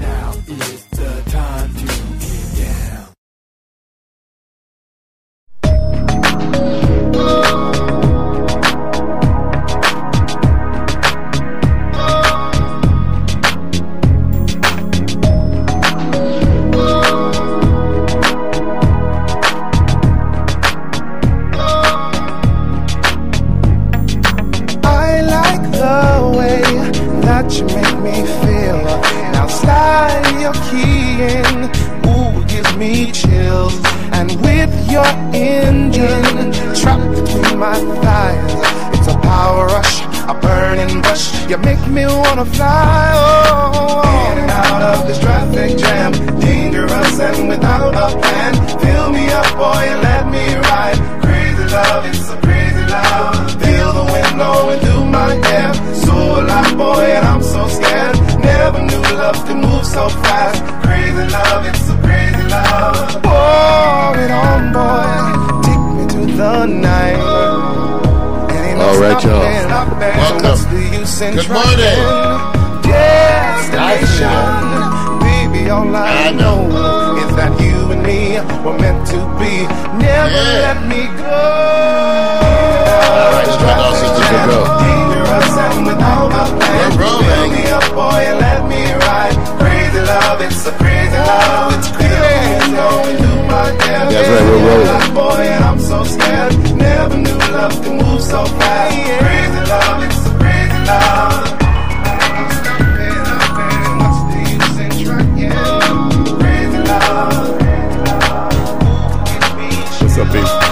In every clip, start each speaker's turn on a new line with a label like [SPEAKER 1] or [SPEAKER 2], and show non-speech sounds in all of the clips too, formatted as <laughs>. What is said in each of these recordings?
[SPEAKER 1] It's the time to get down.
[SPEAKER 2] I like the way that you make me feel. Now slide your key in, ooh, gives me chills. And with your engine trapped between my thighs, it's a power rush, a burning rush. You make me wanna fly. Oh, in and out of this traffic jam, dangerous and without a plan. Fill me up, boy, and let me ride. Crazy love, it's a crazy love. Feel the wind blowing through my hair. So alive, boy, and I'm so scared. Never knew love could move so fast. Crazy love, it's a crazy love. Pour it on, boy. Take me to the night.
[SPEAKER 3] All right, y'all.
[SPEAKER 2] Welcome.
[SPEAKER 3] Welcome. Good
[SPEAKER 2] morning. Destination. Baby, all I,
[SPEAKER 3] I
[SPEAKER 2] know is that you and me were meant to be. Never
[SPEAKER 3] Yeah.
[SPEAKER 2] let me go.
[SPEAKER 3] All right, straight off since you go.
[SPEAKER 2] Dangerous and without a plan.
[SPEAKER 3] We're rolling.
[SPEAKER 2] Fill me up, boy, and let me ride. Crazy love, it's a crazy love. It's crazy. Going through my head. oh
[SPEAKER 3] That's right, we're rolling.
[SPEAKER 2] Boy, and I'm so scared. Never knew love could move so fast. Crazy love, it's a crazy love. What's the use in trying? Crazy love.
[SPEAKER 3] What's up, people?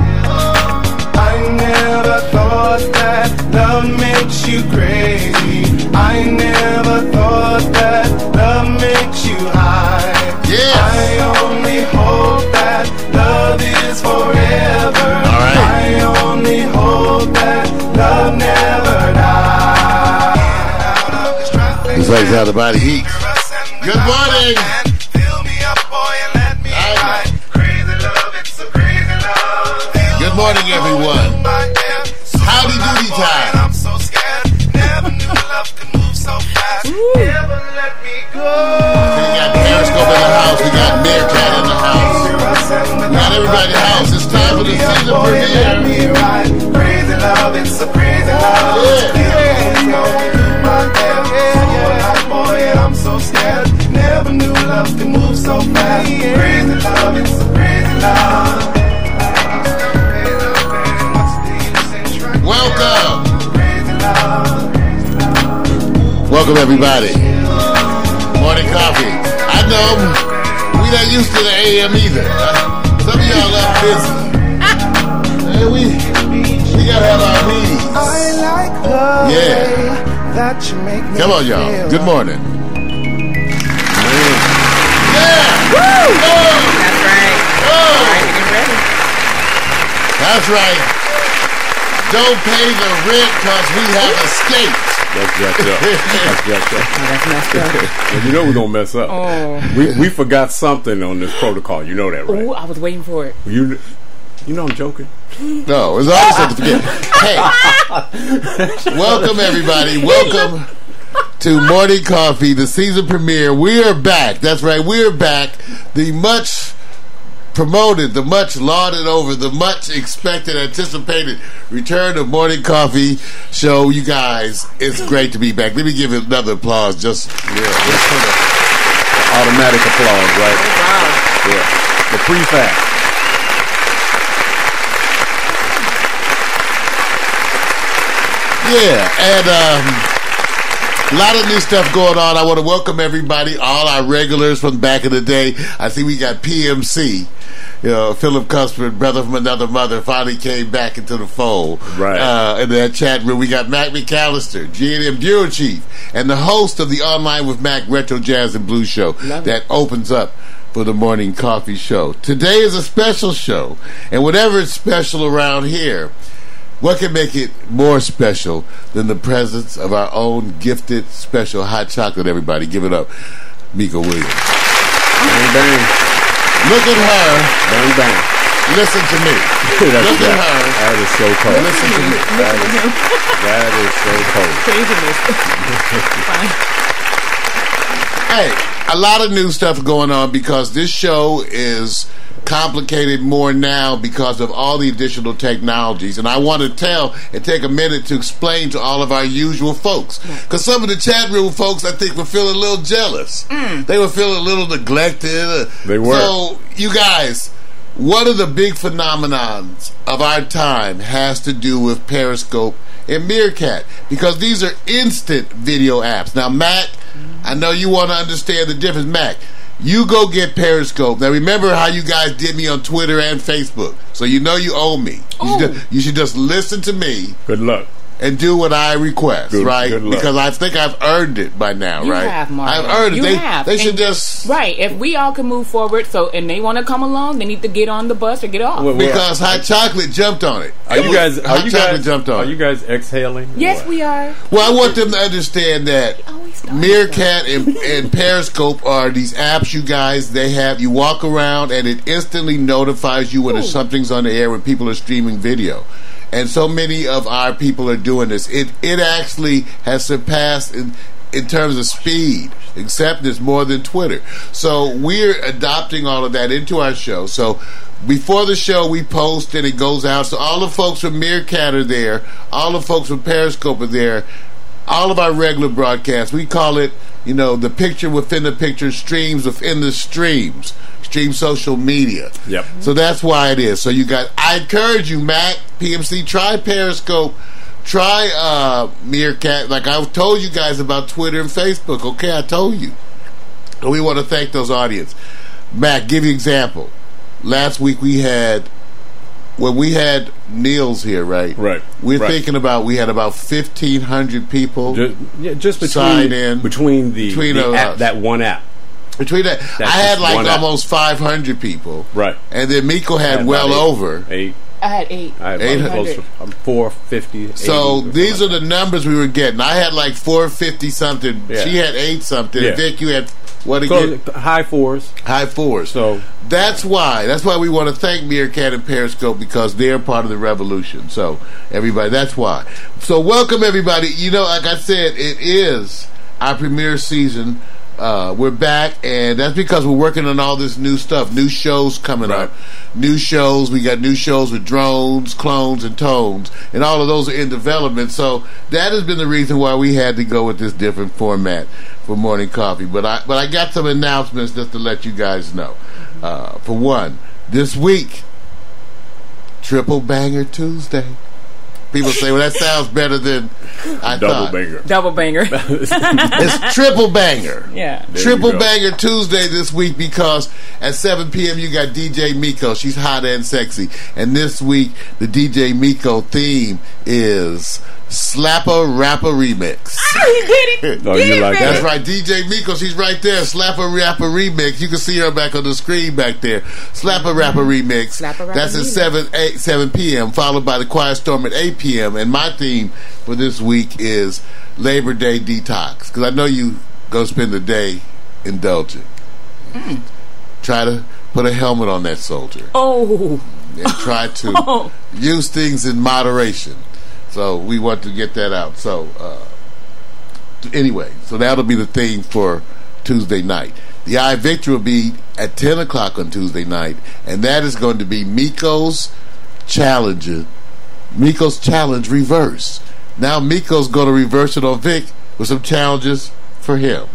[SPEAKER 2] I never thought that love makes you crazy. I never thought that love makes you high.
[SPEAKER 3] Yes.
[SPEAKER 2] I only hope that love is forever.
[SPEAKER 3] All right.
[SPEAKER 2] I only hope that love never dies.
[SPEAKER 3] This is how the body eats. Good morning. Good morning, everyone. Howdy doody time.
[SPEAKER 2] I'm so scared. Never knew love could move so fast. Never let me
[SPEAKER 3] We
[SPEAKER 2] go.
[SPEAKER 3] got Periscope in the house. We got Bearcat in the house. We got everybody in the house. It's time for the season premiere.
[SPEAKER 2] Crazy love, it's a crazy love. It's going through my head. So alive, boy, and I'm so scared. Never knew love could move so fast. Crazy love, it's a crazy love. What's the use in trying?
[SPEAKER 3] Welcome.
[SPEAKER 2] Crazy love.
[SPEAKER 3] Welcome, everybody. Morning coffee. I know we not used to the AM either. huh? Some of y'all left busy. Hey, we, we got to have our meetings.
[SPEAKER 2] I like the
[SPEAKER 3] Yeah.
[SPEAKER 2] way that you make me
[SPEAKER 3] Come on, y'all.
[SPEAKER 2] feel.
[SPEAKER 3] Good morning. Yeah. Oh,
[SPEAKER 4] That's right. All
[SPEAKER 3] oh.
[SPEAKER 4] right, we get ready.
[SPEAKER 3] That's right. Don't pay the rent because we have escaped.
[SPEAKER 5] That's jacked up. That's jacked
[SPEAKER 4] Oh,
[SPEAKER 5] up.
[SPEAKER 4] that's messed up.
[SPEAKER 5] Well, you know we're gonna mess up.
[SPEAKER 4] Oh.
[SPEAKER 5] We we forgot something on this protocol. You know that, right?
[SPEAKER 4] Ooh, I was waiting for it.
[SPEAKER 5] You you know I'm joking.
[SPEAKER 3] No, it's always something to forget. Hey, welcome everybody. Welcome to Morning Coffee, the season premiere. We are back. That's right, we are back. The much promoted, the much lauded over, the much expected, anticipated return of Morning Coffee show. You guys, it's great to be back. Let me give it another applause. Just yeah, just for the-
[SPEAKER 5] Automatic applause, right?
[SPEAKER 3] Oh,
[SPEAKER 4] Wow.
[SPEAKER 5] Yeah. The prefab.
[SPEAKER 3] Yeah, and um, a lot of new stuff going on. I want to welcome everybody, all our regulars from back in the day. I see we got PMC. You know, Philip Cuthbert, brother from another mother, finally came back into the fold.
[SPEAKER 5] Right.
[SPEAKER 3] Uh, in that chat room, we got Mac McAllister, GM Bureau Chief, and the host of the Online with Mac Retro Jazz and Blues show
[SPEAKER 4] Love it.
[SPEAKER 3] that opens up for the morning coffee show. Today is a special show, and whatever is special around here, what can make it more special than the presence of our own gifted, special hot chocolate? Everybody, give it up, Mika Williams.
[SPEAKER 5] Bang bang.
[SPEAKER 3] Look at her.
[SPEAKER 5] Bang <laughs> bang.
[SPEAKER 3] Listen to me.
[SPEAKER 5] That's
[SPEAKER 3] Look at
[SPEAKER 5] that.
[SPEAKER 3] her.
[SPEAKER 5] That is so cold.
[SPEAKER 3] Listen to me.
[SPEAKER 5] That is, <laughs> that is so
[SPEAKER 3] Hey,
[SPEAKER 5] cold.
[SPEAKER 3] a lot of new stuff going on because this show is complicated more now because of all the additional technologies. And I want to tell and take a minute to explain to all of our usual folks. Because some of the chat room folks, I think, were feeling a little jealous. They were feeling a little neglected.
[SPEAKER 5] They were.
[SPEAKER 3] So, you guys. One of the big phenomenons of our time has to do with Periscope and Meerkat because these are instant video apps. Now, Mac, I know you want to understand the difference. Mac, you go get Periscope. Now, remember how you guys did me on Twitter and Facebook, so you know you owe me. You
[SPEAKER 4] Oh.
[SPEAKER 3] should, ju- you should just listen to me
[SPEAKER 5] Good luck.
[SPEAKER 3] and do what I request,
[SPEAKER 5] Good-
[SPEAKER 3] right?
[SPEAKER 5] good luck.
[SPEAKER 3] because I think I've earned it by now,
[SPEAKER 4] You
[SPEAKER 3] right?
[SPEAKER 4] have, Marvin.
[SPEAKER 3] I've earned it.
[SPEAKER 4] You
[SPEAKER 3] they
[SPEAKER 4] have.
[SPEAKER 3] they should
[SPEAKER 4] And-
[SPEAKER 3] just
[SPEAKER 4] Right. If we all can move forward, so and they want to come along, they need to get on the bus or get off.
[SPEAKER 5] Well, well,
[SPEAKER 3] because hot chocolate jumped on it.
[SPEAKER 5] are
[SPEAKER 3] It
[SPEAKER 5] you
[SPEAKER 3] was-
[SPEAKER 5] guys? Are
[SPEAKER 3] hot
[SPEAKER 5] you
[SPEAKER 3] chocolate
[SPEAKER 5] guys?
[SPEAKER 3] jumped on
[SPEAKER 5] Are
[SPEAKER 3] it.
[SPEAKER 5] you guys exhaling?
[SPEAKER 4] yes, we are.
[SPEAKER 3] Well, I want them to understand that
[SPEAKER 4] Always done.
[SPEAKER 3] Meerkat and, and Periscope are these apps you guys they have. You walk around and it instantly notifies you when something's on the air when people are streaming video. And so many of our people are doing this. It it actually has surpassed in, in terms of speed acceptance more than Twitter. So we're adopting all of that into our show. So before the show, we post and it goes out. So all the folks from Meerkat are there. All the folks from Periscope are there all of our regular broadcasts. We call it, you know, the picture within the picture, streams within the streams, stream social media.
[SPEAKER 5] Yep.
[SPEAKER 3] So that's why it is. So you got, I encourage you, Mac, PMC, try Periscope, try uh, Meerkat. Like I've told you guys about Twitter and Facebook. Okay, I told you. And we want to thank those audience. Mac, give you example. Last week we had when we had Niels here, right?
[SPEAKER 5] Right,
[SPEAKER 3] We're
[SPEAKER 5] right.
[SPEAKER 3] thinking about we had about fifteen hundred people
[SPEAKER 5] Just, yeah, just between
[SPEAKER 3] Sign in.
[SPEAKER 5] between the,
[SPEAKER 3] Between
[SPEAKER 5] the
[SPEAKER 3] us.
[SPEAKER 5] app, that one app.
[SPEAKER 3] between that. I
[SPEAKER 5] That's
[SPEAKER 3] had
[SPEAKER 5] just
[SPEAKER 3] like
[SPEAKER 5] one app.
[SPEAKER 3] almost five hundred people,
[SPEAKER 5] Right.
[SPEAKER 3] And then Miko had
[SPEAKER 5] About
[SPEAKER 3] well
[SPEAKER 5] eight-
[SPEAKER 3] over.
[SPEAKER 5] eight.
[SPEAKER 4] I had eight.
[SPEAKER 5] I had
[SPEAKER 3] Eight
[SPEAKER 5] about close to I'm four fifty.
[SPEAKER 3] So these are the numbers we were getting. I had like four fifty something.
[SPEAKER 5] Yeah.
[SPEAKER 3] She had eight something.
[SPEAKER 5] Yeah.
[SPEAKER 3] Vic, you had what again?
[SPEAKER 5] Close, high fours.
[SPEAKER 3] High fours.
[SPEAKER 5] So
[SPEAKER 3] That's why. That's why we want to thank Meerkat and Periscope because they're part of the revolution. So everybody, that's why. So welcome everybody. You know, like I said, it is our premiere season. Uh, we're back, and that's because we're working on all this new stuff, new shows coming
[SPEAKER 5] Right.
[SPEAKER 3] up, new shows. We got new shows with drones, clones, and tones, and all of those are in development. So that has been the reason why we had to go with this different format for morning coffee. But I but I got some announcements just to let you guys know. Uh, for one, this week, Triple Banger Tuesday. People say, "Well, that sounds better than I
[SPEAKER 5] double
[SPEAKER 3] thought."
[SPEAKER 5] banger.
[SPEAKER 4] <laughs> Double banger.
[SPEAKER 3] It's Triple Banger.
[SPEAKER 4] <laughs> yeah.
[SPEAKER 5] There you
[SPEAKER 3] Triple
[SPEAKER 5] go.
[SPEAKER 3] Banger Tuesday this week because at 7 p.m. you got DJ Miko. She's hot and sexy. And this week, the DJ Miko theme is Slapper Rapper Remix.
[SPEAKER 4] he did
[SPEAKER 5] <laughs>
[SPEAKER 4] it.
[SPEAKER 5] Oh, you like
[SPEAKER 3] That's
[SPEAKER 5] that?
[SPEAKER 3] right, DJ Miko. She's right there. Slapper Rapper Remix. You can see her back on the screen back there. Slapper Rapper Remix.
[SPEAKER 4] Slapper Rapper
[SPEAKER 3] That's at
[SPEAKER 4] Remix.
[SPEAKER 3] 7, 8, 7 p.m., followed by the Quiet Storm at 8 p.m. And my theme for this week is Labor Day Detox. Because I know you go spend the day indulging. Try to put a helmet on that soldier
[SPEAKER 4] Oh.
[SPEAKER 3] and try to use things in moderation. So we want to get that out. So uh, anyway, so that'll be the theme for Tuesday night. The I Victory will be at ten o'clock on Tuesday night, and that is going to be Miko's challenge. Miko's challenge reverse. Now Miko's going to reverse it on Vic with some challenges for him.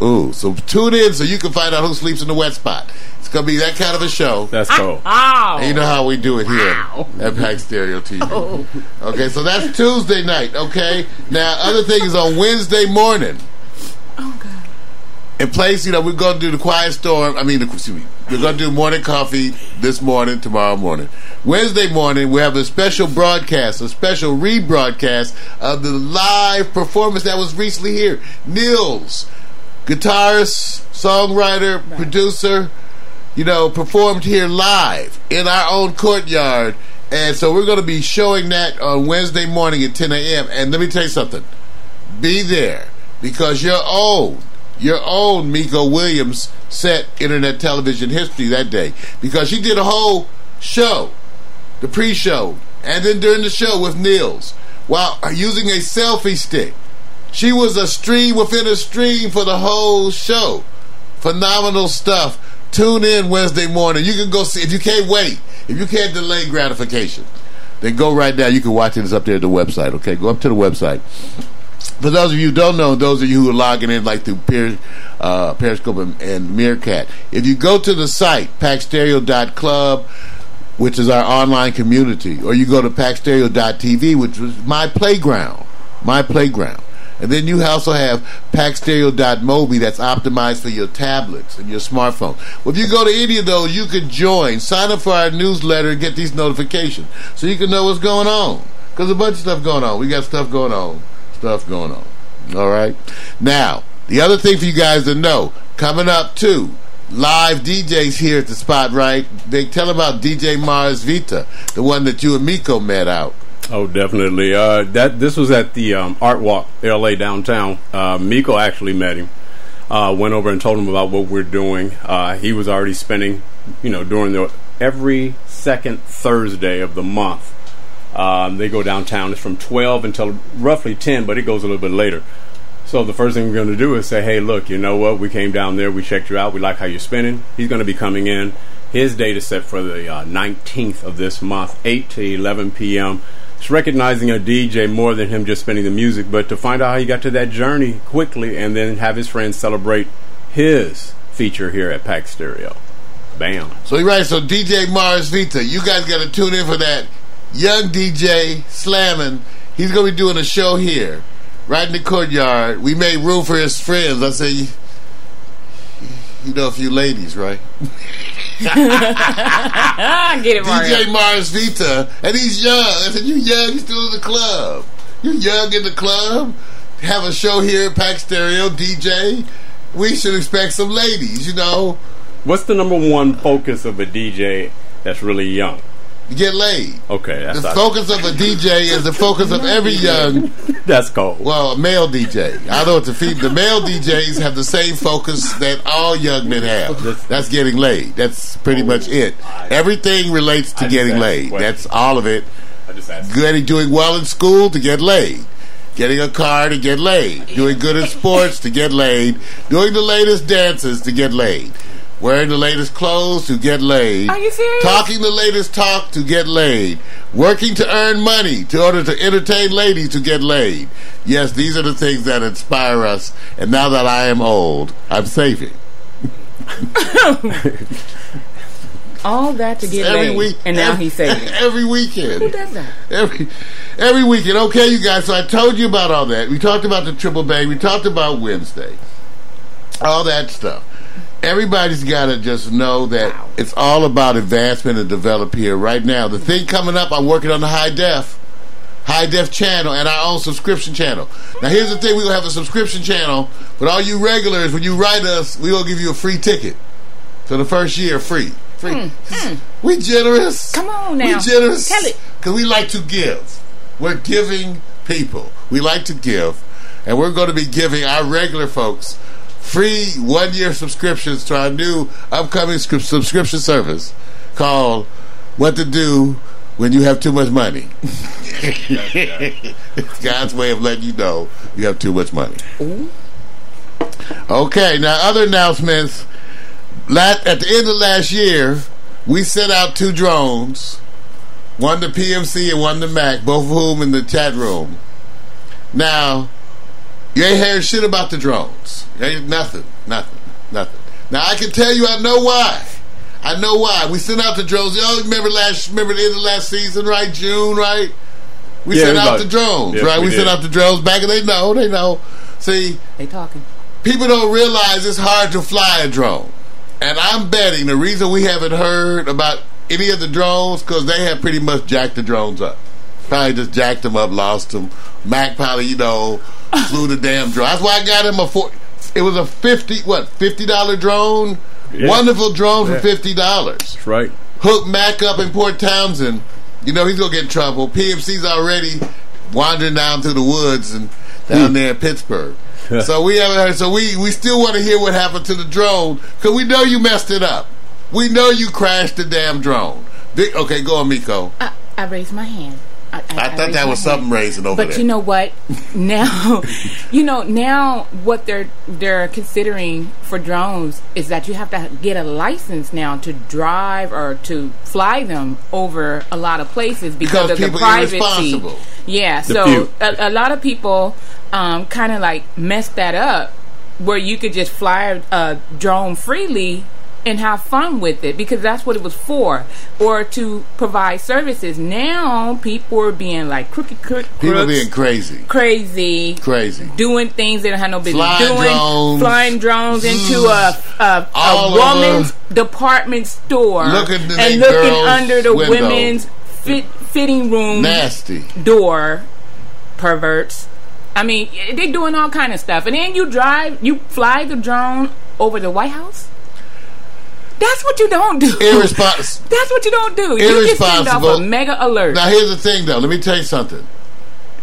[SPEAKER 3] Ooh, so tune in so you can find out who sleeps in the wet spot. It's going to be that kind of a show.
[SPEAKER 5] That's cold.
[SPEAKER 4] Ow.
[SPEAKER 3] You know how we do it here at Pack Stereo TV. Okay, so that's Tuesday night, okay? Now, other thing is on Wednesday morning. Oh, God. In place, you know, we're going to do the Quiet Storm. I mean, the- excuse me. We're going to do morning coffee this morning, tomorrow morning. Wednesday morning, we have a special broadcast, a special rebroadcast of the live performance that was recently here. Nils, guitarist, songwriter, producer, you know, performed here live in our own courtyard. And so we're going to be showing that on Wednesday morning at 10 a.m. And let me tell you something be there because your own, your own Miko Williams set internet television history that day because she did a whole show the pre-show, and then during the show with Nils, while using a selfie stick. She was a stream within a stream for the whole show. Phenomenal stuff. Tune in Wednesday morning. You can go see if you can't wait. If you can't delay gratification, then go right now. You can watch it. It's up there at the website. Okay, go up to the website. For those of you who don't know, those of you who are logging in like through Peri- uh, Periscope and, and Meerkat, if you go to the site, packstereo.club, which is our online community, or you go to packstereo.tv, which is my playground, my playground. And then you also have packstereo.mobi that's optimized for your tablets and your smartphone. Well, if you go to any of those, you can join, sign up for our newsletter, and get these notifications so you can know what's going on. Because a bunch of stuff going on. We got stuff going on. Stuff going on. All right. Now, the other thing for you guys to know coming up, too. Live DJs here at the spot, right? They tell about DJ Mars Vita, the one that you and Miko met out.
[SPEAKER 5] Oh, definitely. Uh, that this was at the um, Art Walk, L.A. downtown. Uh, Miko actually met him. Uh, went over and told him about what we're doing. Uh, he was already spending, you know, during the every second Thursday of the month. Um, they go downtown. It's from twelve until roughly ten, but it goes a little bit later. So the first thing we're going to do is say, hey, look, you know what? We came down there. We checked you out. We like how you're spending. He's going to be coming in. His date is set for the uh, 19th of this month, 8 to 11 p.m. It's recognizing a DJ more than him just spinning the music, but to find out how he got to that journey quickly and then have his friends celebrate his feature here at Pack Stereo. Bam.
[SPEAKER 3] So you're right. So DJ Mars Vita, you guys got to tune in for that young DJ slamming. He's gonna be doing a show here, right in the courtyard. We made room for his friends. I say, you, you know, a few ladies, right?
[SPEAKER 4] Ah, get it, Mario.
[SPEAKER 3] DJ Mars Vita, and he's young. I said, you young? You still in the club? You young in the club? Have a show here at Pack Stereo, DJ. We should expect some ladies, you know.
[SPEAKER 5] What's the number one focus of a DJ that's really young?
[SPEAKER 3] Get laid.
[SPEAKER 5] Okay, Oh, that's
[SPEAKER 3] The
[SPEAKER 5] not-
[SPEAKER 3] focus of a DJ is the focus of every young
[SPEAKER 5] that's cold.
[SPEAKER 3] Well, a male DJ. I know it's a feed. The male DJs have the same focus that all young men have. That's getting laid. That's pretty much it. Everything relates to
[SPEAKER 5] I just
[SPEAKER 3] getting
[SPEAKER 5] asked a
[SPEAKER 3] laid.
[SPEAKER 5] question.
[SPEAKER 3] That's all of it.
[SPEAKER 5] I just asked.
[SPEAKER 3] Getting doing well in school to get laid. Getting a car to get laid. Doing good in sports to get laid. Doing the latest dances to get laid. Wearing the latest clothes to get laid.
[SPEAKER 4] Are you serious?
[SPEAKER 3] Talking the latest talk to get laid. Working to earn money to order to entertain ladies to get laid. Yes, these are the things that inspire us. And now that I am old, I'm saving.
[SPEAKER 4] All that to get
[SPEAKER 3] Every
[SPEAKER 4] laid,
[SPEAKER 3] week.
[SPEAKER 4] and now
[SPEAKER 3] every-
[SPEAKER 4] he's saying
[SPEAKER 3] <laughs>
[SPEAKER 4] it.
[SPEAKER 3] Every weekend.
[SPEAKER 4] Who does that?
[SPEAKER 3] every every weekend. Okay, you guys. So I told you about all that. We talked about the triple bay. We talked about Wednesday. All that stuff. Everybody's got to just know that it's all about advancement and develop here right now. The thing coming up, I'm working on the high def, high def channel, and our own subscription channel. Now, here's the thing: we gonna have a subscription channel, but all you regulars, when you write us, we gonna give you a free ticket for the first year, free. Free. We generous.
[SPEAKER 4] Mm, Come on now.
[SPEAKER 3] We generous.
[SPEAKER 4] Tell it.
[SPEAKER 3] Because we like to give. We're giving people. We like to give. And we're going to be giving our regular folks free one year subscriptions to our new upcoming scrip- subscription service called What to Do When You Have Too Much Money. <laughs> it's God's way of letting you know you have too much money. Okay, now other announcements. Lat at the end of last year, we sent out two drones, one to PMC and one to Mac, both of whom in the chat room. Now, you ain't heard shit about the drones. You ain't nothing, nothing, nothing. Now I can tell you, I know why. I know why. We sent out the drones. Y'all remember last? Remember the end of last season, right? June, right? We
[SPEAKER 5] Yeah,
[SPEAKER 3] sent
[SPEAKER 5] it was
[SPEAKER 3] out
[SPEAKER 5] about-
[SPEAKER 3] the drones,
[SPEAKER 5] Yes,
[SPEAKER 3] right? We,
[SPEAKER 5] we
[SPEAKER 3] sent
[SPEAKER 5] did.
[SPEAKER 3] out the drones back, and they know, they know. See,
[SPEAKER 4] They talking.
[SPEAKER 3] people don't realize it's hard to fly a drone. And I'm betting the reason we haven't heard about any of the drones because they have pretty much jacked the drones up. Probably just jacked them up, lost them. Mac probably, you know, flew the damn drone. That's why I got him a four. It was a fifty what fifty dollar drone.
[SPEAKER 5] Yeah.
[SPEAKER 3] Wonderful drone for
[SPEAKER 5] Yeah.
[SPEAKER 3] fifty dollars
[SPEAKER 5] That's right.
[SPEAKER 3] hook Mac up in Port Townsend, you know he's gonna get in trouble. PMC's already wandering down through the woods and down there in Pittsburgh. so we haven't heard. So we we still want to hear what happened to the drone because we know you messed it up. We know you crashed the damn drone. Big, okay, go on, Miko.
[SPEAKER 4] I, I raised my hand. I,
[SPEAKER 3] I thought
[SPEAKER 4] raised
[SPEAKER 3] that
[SPEAKER 4] my
[SPEAKER 3] was
[SPEAKER 4] hand.
[SPEAKER 3] something raising over
[SPEAKER 4] But
[SPEAKER 3] there.
[SPEAKER 4] you know what? Now, <laughs> you know now what they're they're considering for drones is that you have to get a license now to drive or to fly them over a lot of places because,
[SPEAKER 3] Because
[SPEAKER 4] of
[SPEAKER 3] people
[SPEAKER 4] the privacy.
[SPEAKER 3] irresponsible.
[SPEAKER 4] Yeah,
[SPEAKER 5] The few.
[SPEAKER 4] so a, a lot of people um, kind of like messed that up where you could just fly a drone freely and have fun with it because that's what it was for or to provide services. Now people are being like crooked, crook,
[SPEAKER 3] People
[SPEAKER 4] crooks,
[SPEAKER 3] being crazy,
[SPEAKER 4] crazy.
[SPEAKER 3] crazy.
[SPEAKER 4] Doing things they don't have no business
[SPEAKER 3] Flying
[SPEAKER 4] doing,
[SPEAKER 3] drones. Mm.
[SPEAKER 4] flying drones into a a, a
[SPEAKER 3] All
[SPEAKER 4] woman's
[SPEAKER 3] over.
[SPEAKER 4] department store,
[SPEAKER 3] Looking in they
[SPEAKER 4] and looking
[SPEAKER 3] girls'
[SPEAKER 4] under the
[SPEAKER 3] window.
[SPEAKER 4] women's fit, fitting room
[SPEAKER 3] Nasty.
[SPEAKER 4] door perverts. I mean, they doing all kind of stuff, and then you drive, you fly the drone over the White House. That's what you don't do.
[SPEAKER 3] Irresponsible.
[SPEAKER 4] <laughs> That's what you don't do. You just send off
[SPEAKER 3] Irresponsible.
[SPEAKER 4] a mega alert.
[SPEAKER 3] Now here's the thing, though. Let me tell you something.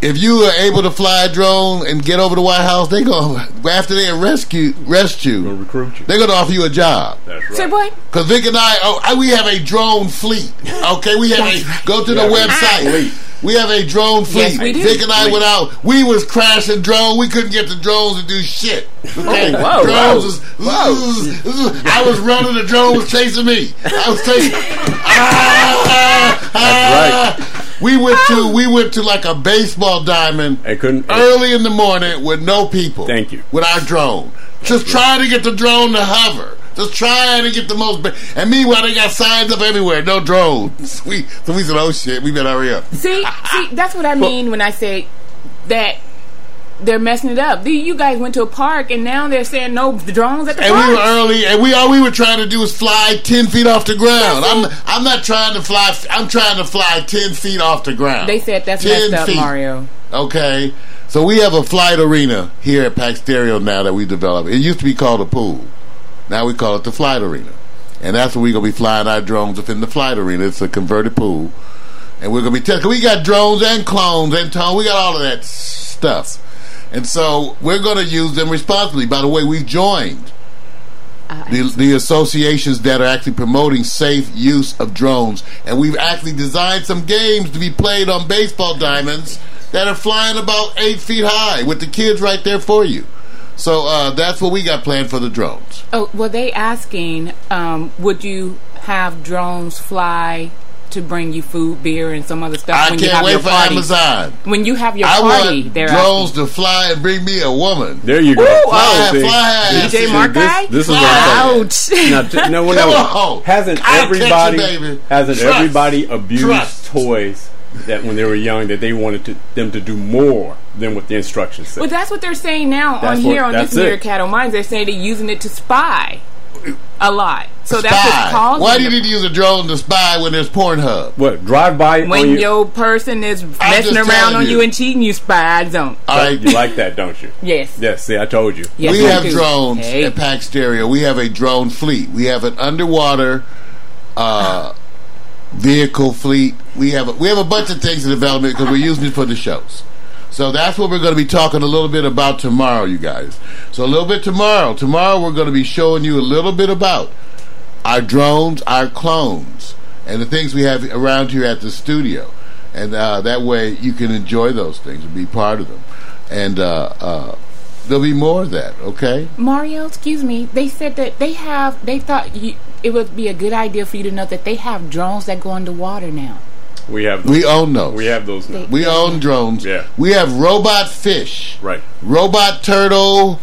[SPEAKER 3] If you are able to fly a drone and get over the White House, they go after they arrest you. Arrest
[SPEAKER 5] Gonna
[SPEAKER 3] you.
[SPEAKER 5] recruit you.
[SPEAKER 3] They're gonna offer you a job.
[SPEAKER 5] That's right.
[SPEAKER 4] Say what?
[SPEAKER 3] Cause Vic and I, oh, I, we have a drone
[SPEAKER 5] <laughs>
[SPEAKER 3] fleet. Okay, we have a go to the
[SPEAKER 5] Yeah, we-
[SPEAKER 3] website.
[SPEAKER 5] Fleet.
[SPEAKER 3] We have a drone fleet.
[SPEAKER 4] we do.
[SPEAKER 3] Vic and I went out. We was crashing drone. We couldn't get the drones to do shit. Okay,
[SPEAKER 5] Oh, whoa,
[SPEAKER 3] drones
[SPEAKER 5] whoa.
[SPEAKER 3] was. <laughs> I was running. The drone was chasing me. I was chasing. <laughs> Ah, ah, ah. <laughs> We went to we went to like a baseball diamond
[SPEAKER 5] I couldn't.
[SPEAKER 3] early in the morning with no people.
[SPEAKER 5] Thank you.
[SPEAKER 3] With our drone. Just trying to get the drone to hover. Just trying to get the most. Ba- and meanwhile, they got signs up everywhere. No drones. <laughs> We, so we said, oh shit, we better hurry up.
[SPEAKER 4] See,
[SPEAKER 3] <laughs>
[SPEAKER 4] see, that's what I mean when I say that they're messing it up. The- You guys went to a park, and now they're saying no drones at the
[SPEAKER 3] And
[SPEAKER 4] park.
[SPEAKER 3] we were early, and we all we were trying to do was fly ten feet off the ground. I'm I'm not trying to fly. f- I'm trying to fly ten feet off the ground.
[SPEAKER 4] they said that's
[SPEAKER 3] 10
[SPEAKER 4] messed up,
[SPEAKER 3] feet.
[SPEAKER 4] Mario.
[SPEAKER 3] Okay. So we have a flight arena here at Pack Stereo now that we developed. It used to be called a pool. Now we call it the flight arena. And that's where we're going to be flying our drones within the flight arena. It's a converted pool. And we're going to be telling, we got drones and clones and tone. We got all of that stuff. And so we're going to use them responsibly. By the way, we've joined the, the associations that are actually promoting safe use of drones. And we've actually designed some games to be played on baseball diamonds that are flying about eight feet high with the kids right there for you. So uh, that's what we got planned for the drones.
[SPEAKER 4] Oh, well, they asking, um, would you have drones fly to bring you food, beer, and some other stuff
[SPEAKER 3] I
[SPEAKER 4] when you
[SPEAKER 3] can't
[SPEAKER 4] have
[SPEAKER 3] wait
[SPEAKER 4] your
[SPEAKER 3] for
[SPEAKER 4] party?
[SPEAKER 3] Amazon.
[SPEAKER 4] When you have your
[SPEAKER 3] I
[SPEAKER 4] party,
[SPEAKER 3] want
[SPEAKER 4] they're
[SPEAKER 3] drones to fly and bring me a woman.
[SPEAKER 5] There you go.
[SPEAKER 4] Ooh,
[SPEAKER 3] Fly,
[SPEAKER 4] oh,
[SPEAKER 5] See,
[SPEAKER 3] fly.
[SPEAKER 5] see,
[SPEAKER 3] DJ
[SPEAKER 5] see,
[SPEAKER 4] Mark Guy?
[SPEAKER 5] This, this is what I'm saying.
[SPEAKER 4] Ouch. <laughs>
[SPEAKER 5] Now, t- no,
[SPEAKER 3] Come
[SPEAKER 5] no.
[SPEAKER 3] on.
[SPEAKER 5] Hasn't
[SPEAKER 3] I'll catch you,
[SPEAKER 5] everybody
[SPEAKER 3] baby.
[SPEAKER 5] hasn't
[SPEAKER 3] Trust.
[SPEAKER 5] everybody abused
[SPEAKER 3] Trust.
[SPEAKER 5] toys that when they were young that they wanted to, them to do more than what the instructions said?
[SPEAKER 4] Well, that's what they're saying now on
[SPEAKER 5] That's
[SPEAKER 4] here
[SPEAKER 5] what-
[SPEAKER 4] on this
[SPEAKER 5] that's it.
[SPEAKER 4] Mirror Cattle Minds. They're saying they're using it to spy a lot. So that's
[SPEAKER 3] Spy.
[SPEAKER 4] what's causing
[SPEAKER 3] Why do you
[SPEAKER 4] the-
[SPEAKER 3] need to use a drone to spy when there's Pornhub?
[SPEAKER 5] what drive by on
[SPEAKER 4] when
[SPEAKER 5] your,
[SPEAKER 4] your, person is
[SPEAKER 3] Oh, just
[SPEAKER 4] messing around
[SPEAKER 3] telling
[SPEAKER 4] on
[SPEAKER 3] you. Uh,
[SPEAKER 4] you and cheating you, spy. I don't.
[SPEAKER 3] All right.
[SPEAKER 5] <laughs> you like that, don't you?
[SPEAKER 4] <laughs> Yes.
[SPEAKER 5] Yes. See, I told you.
[SPEAKER 4] Yes,
[SPEAKER 3] we
[SPEAKER 4] I
[SPEAKER 3] have
[SPEAKER 4] do.
[SPEAKER 3] drones
[SPEAKER 4] Hey.
[SPEAKER 3] at Pack Stereo. We have a drone fleet. We have an underwater uh, vehicle fleet. We have a, we have a bunch of things in development because we're using it for the shows. So that's what we're going to be talking a little bit about tomorrow, you guys. So a little bit tomorrow. Tomorrow we're going to be showing you a little bit about our drones, our clones, and the things we have around here at the studio. And uh, that way you can enjoy those things and be part of them. And uh, uh, there'll be more of that, okay?
[SPEAKER 4] Mario, excuse me. They said that they have. They thought you, it would be a good idea for you to know that they have drones that go underwater now.
[SPEAKER 5] We have. Those,
[SPEAKER 3] We own those.
[SPEAKER 5] we have those now.
[SPEAKER 3] We own drones.
[SPEAKER 5] Yeah.
[SPEAKER 3] We have robot fish.
[SPEAKER 5] Right.
[SPEAKER 3] Robot turtle,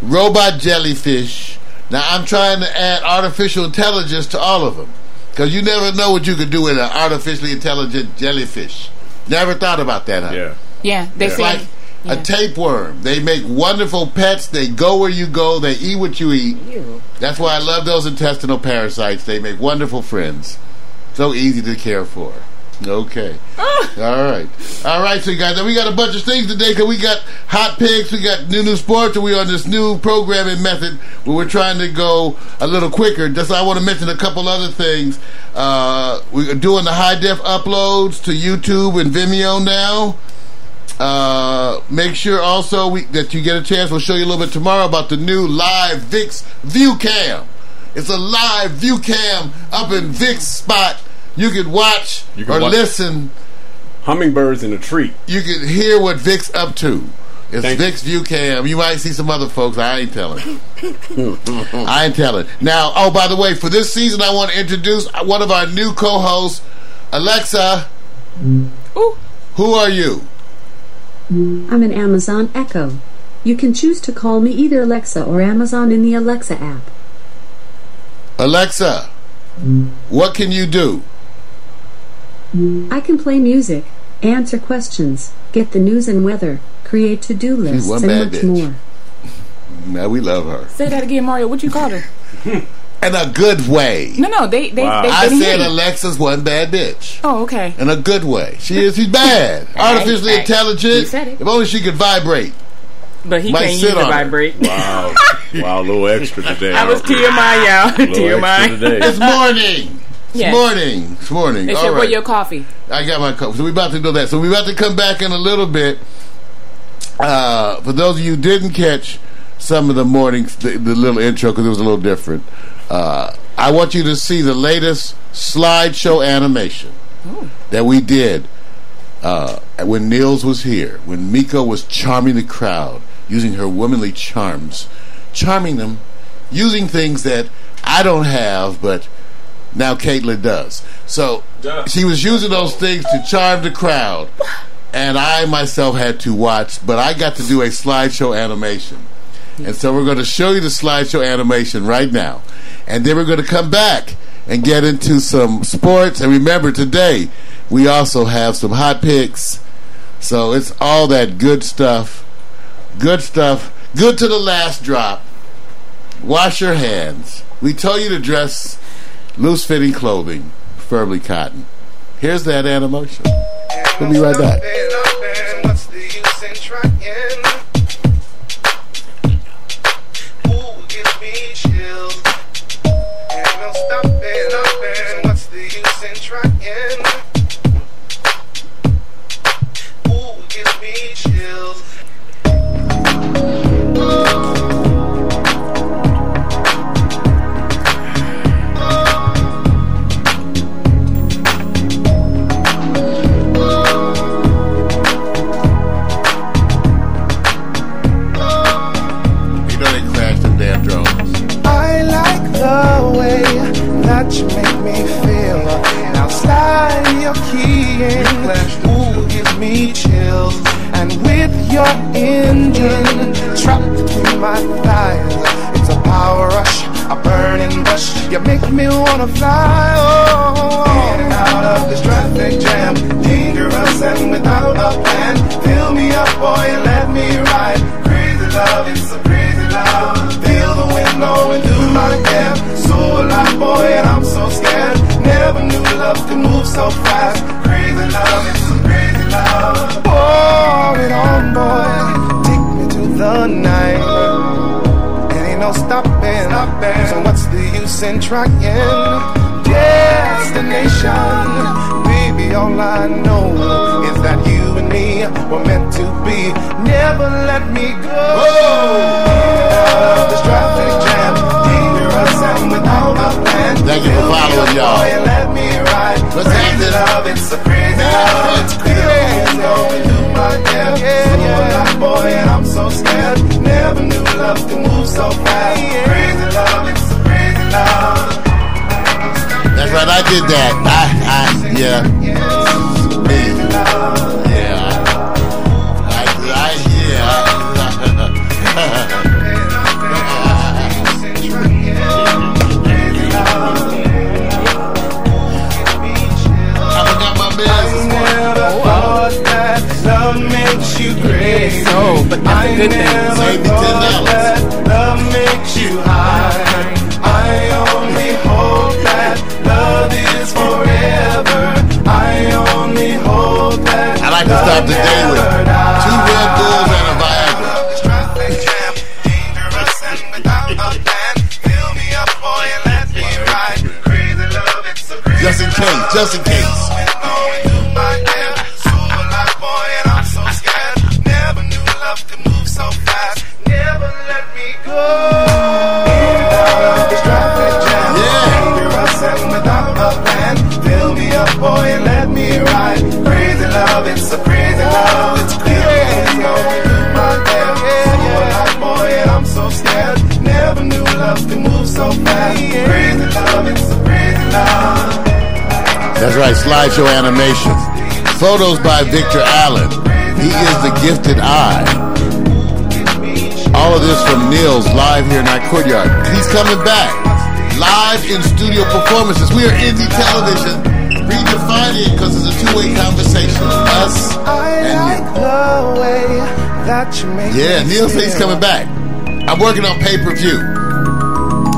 [SPEAKER 3] robot jellyfish. Now I'm trying to add artificial intelligence to all of them because you never know what you could do with an artificially intelligent jellyfish. Never thought about that. Huh?
[SPEAKER 5] Yeah.
[SPEAKER 4] Yeah, they
[SPEAKER 3] It's
[SPEAKER 4] say.
[SPEAKER 3] like
[SPEAKER 4] yeah.
[SPEAKER 3] a tapeworm. They make wonderful pets. They go where you go. They eat what you eat.
[SPEAKER 4] Ew.
[SPEAKER 3] That's why I love those intestinal parasites. They make wonderful friends. So easy to care for.
[SPEAKER 4] <laughs>
[SPEAKER 3] Okay.
[SPEAKER 4] Ah.
[SPEAKER 3] All right. All right, so you guys, we got a bunch of things today because we got hot picks, we got new new sports, and we're on this new programming method where we're trying to go a little quicker. Just I want to mention a couple other things. Uh, we're doing the high def uploads to YouTube and Vimeo now. Uh, make sure also we, that you get a chance. We'll show you a little bit tomorrow about the new live VIX view cam. It's a live view cam up in Vic's spot You could watch
[SPEAKER 5] You can
[SPEAKER 3] or
[SPEAKER 5] watch-
[SPEAKER 3] listen.
[SPEAKER 5] Hummingbirds in a tree.
[SPEAKER 3] You could hear what Vic's up to. It's
[SPEAKER 5] Thank you.
[SPEAKER 3] Vic's View Cam. You might see some other folks. I ain't
[SPEAKER 5] <laughs>
[SPEAKER 3] telling. I ain't telling. Now, oh, by the way, for this season, I want to introduce one of our new co hosts, Alexa.
[SPEAKER 4] Ooh.
[SPEAKER 3] Who are you?
[SPEAKER 6] I'm an Amazon Echo. You can choose to call me either Alexa or Amazon in the Alexa app.
[SPEAKER 3] Alexa, what can you do?
[SPEAKER 6] I can play music, answer questions, get the news and weather, create to do lists,
[SPEAKER 3] one
[SPEAKER 6] and
[SPEAKER 3] bad
[SPEAKER 6] much
[SPEAKER 3] bitch.
[SPEAKER 6] more.
[SPEAKER 3] Now, we love her.
[SPEAKER 4] Say that again, Mario. What you called her?
[SPEAKER 3] In a good way.
[SPEAKER 4] No, no, they they,
[SPEAKER 5] Wow.
[SPEAKER 4] they
[SPEAKER 3] I
[SPEAKER 4] didn't
[SPEAKER 3] said
[SPEAKER 4] hear you.
[SPEAKER 3] Alexa's one bad bitch.
[SPEAKER 4] Oh, okay.
[SPEAKER 3] In a good way. She is. She's
[SPEAKER 4] <laughs>
[SPEAKER 3] bad. Artificially
[SPEAKER 4] right. You
[SPEAKER 3] intelligent.
[SPEAKER 4] said it.
[SPEAKER 3] If only she could vibrate.
[SPEAKER 4] But he
[SPEAKER 3] Mike,
[SPEAKER 4] can't
[SPEAKER 3] sit
[SPEAKER 4] use the
[SPEAKER 3] on it.
[SPEAKER 4] vibrate.
[SPEAKER 5] Wow, wow, a little
[SPEAKER 3] <laughs>
[SPEAKER 5] extra today.
[SPEAKER 4] I was TMI, y'all. <laughs>
[SPEAKER 5] a little extra
[SPEAKER 4] TMI.
[SPEAKER 5] today.
[SPEAKER 3] It's morning. It's
[SPEAKER 4] <laughs> Yes.
[SPEAKER 3] morning. It's morning.
[SPEAKER 4] They
[SPEAKER 3] All
[SPEAKER 4] said,
[SPEAKER 3] right.
[SPEAKER 4] "Where your coffee?"
[SPEAKER 3] I got my cup. So we're about to do that. So we're about to come back in a little bit. Uh, for those of you who didn't catch some of the mornings, the, the little intro, because it was a little different, uh, I want you to see the latest slideshow animation that we did uh, when Niels was here, when Miko was charming the crowd, using her womanly charms, charming them, using things that I don't have, but now Caitlyn does. So she was using those things to charm the crowd. And I myself had to watch, but I got to do a slideshow animation. And so we're going to show you the slideshow animation right now. And then we're going to come back and get into some sports. And remember, today we also have some hot picks. So it's all that good stuff. Good stuff. Good to the last drop. Wash your hands. We tell you to dress loose fitting clothing, preferably cotton. Here's that animation. We'll be right back.
[SPEAKER 2] What's the use in trying? Ooh, gives me chills. And I'm stopping, stopping. What's the use in trying? Ooh, gives me chills.
[SPEAKER 3] You know they crashed them damn drones.
[SPEAKER 2] I like the way that you make me feel. Now slide your key in. Ooh, give me chills. And with your engine trapped between my thighs, it's a power rush, a burning rush. You make me wanna fly. Oh, in and out of this traffic jam, dangerous and without a plan. Fill me up, boy, and let me ride. Crazy love, it's a crazy love. Feel the wind blowing through my hair. So alive, boy, and I'm so scared. Never knew love could move so fast. Crazy love, it's a crazy love. Pour it on, boy. Take me to the night. It ain't no stopping. stopping. So what's the use in trying? Destination, baby, all I know is that you and me were meant to be. Never let me go. Out of this traffic jam, dangerous and without a plan.
[SPEAKER 3] Thank you for
[SPEAKER 2] Fill me
[SPEAKER 3] following,
[SPEAKER 2] up,
[SPEAKER 3] y'all.
[SPEAKER 2] boy, and Let me ride.
[SPEAKER 3] Let's
[SPEAKER 2] Crazy
[SPEAKER 3] have this.
[SPEAKER 2] love, it's a crazy love.
[SPEAKER 3] it's
[SPEAKER 2] Feel the wind blowing through my hair. So alive, boy, and I'm so scared. Never knew love could move so fast. Crazy love, it's a crazy love.
[SPEAKER 3] That's right, I did that. I, I, yeah, me. Yeah. I, I, yeah. <laughs> I forgot my business.
[SPEAKER 4] So, but that's a good thing.
[SPEAKER 3] Save me ten dollars. I like to stop the day with two Red Bulls and a Viagra. Just in case, just in case. Yeah. right, slideshow animations. Photos by Victor Allen. He is the gifted eye. All of this from Nils live here in our courtyard. He's coming back. Live in studio performances. We are indie television. Redefining because it's a two-way conversation. Us
[SPEAKER 2] I
[SPEAKER 3] and you.
[SPEAKER 2] like the way that you make
[SPEAKER 3] Yeah,
[SPEAKER 2] me
[SPEAKER 3] Neil Faith's
[SPEAKER 2] feel.
[SPEAKER 3] coming back. I'm working on pay per view.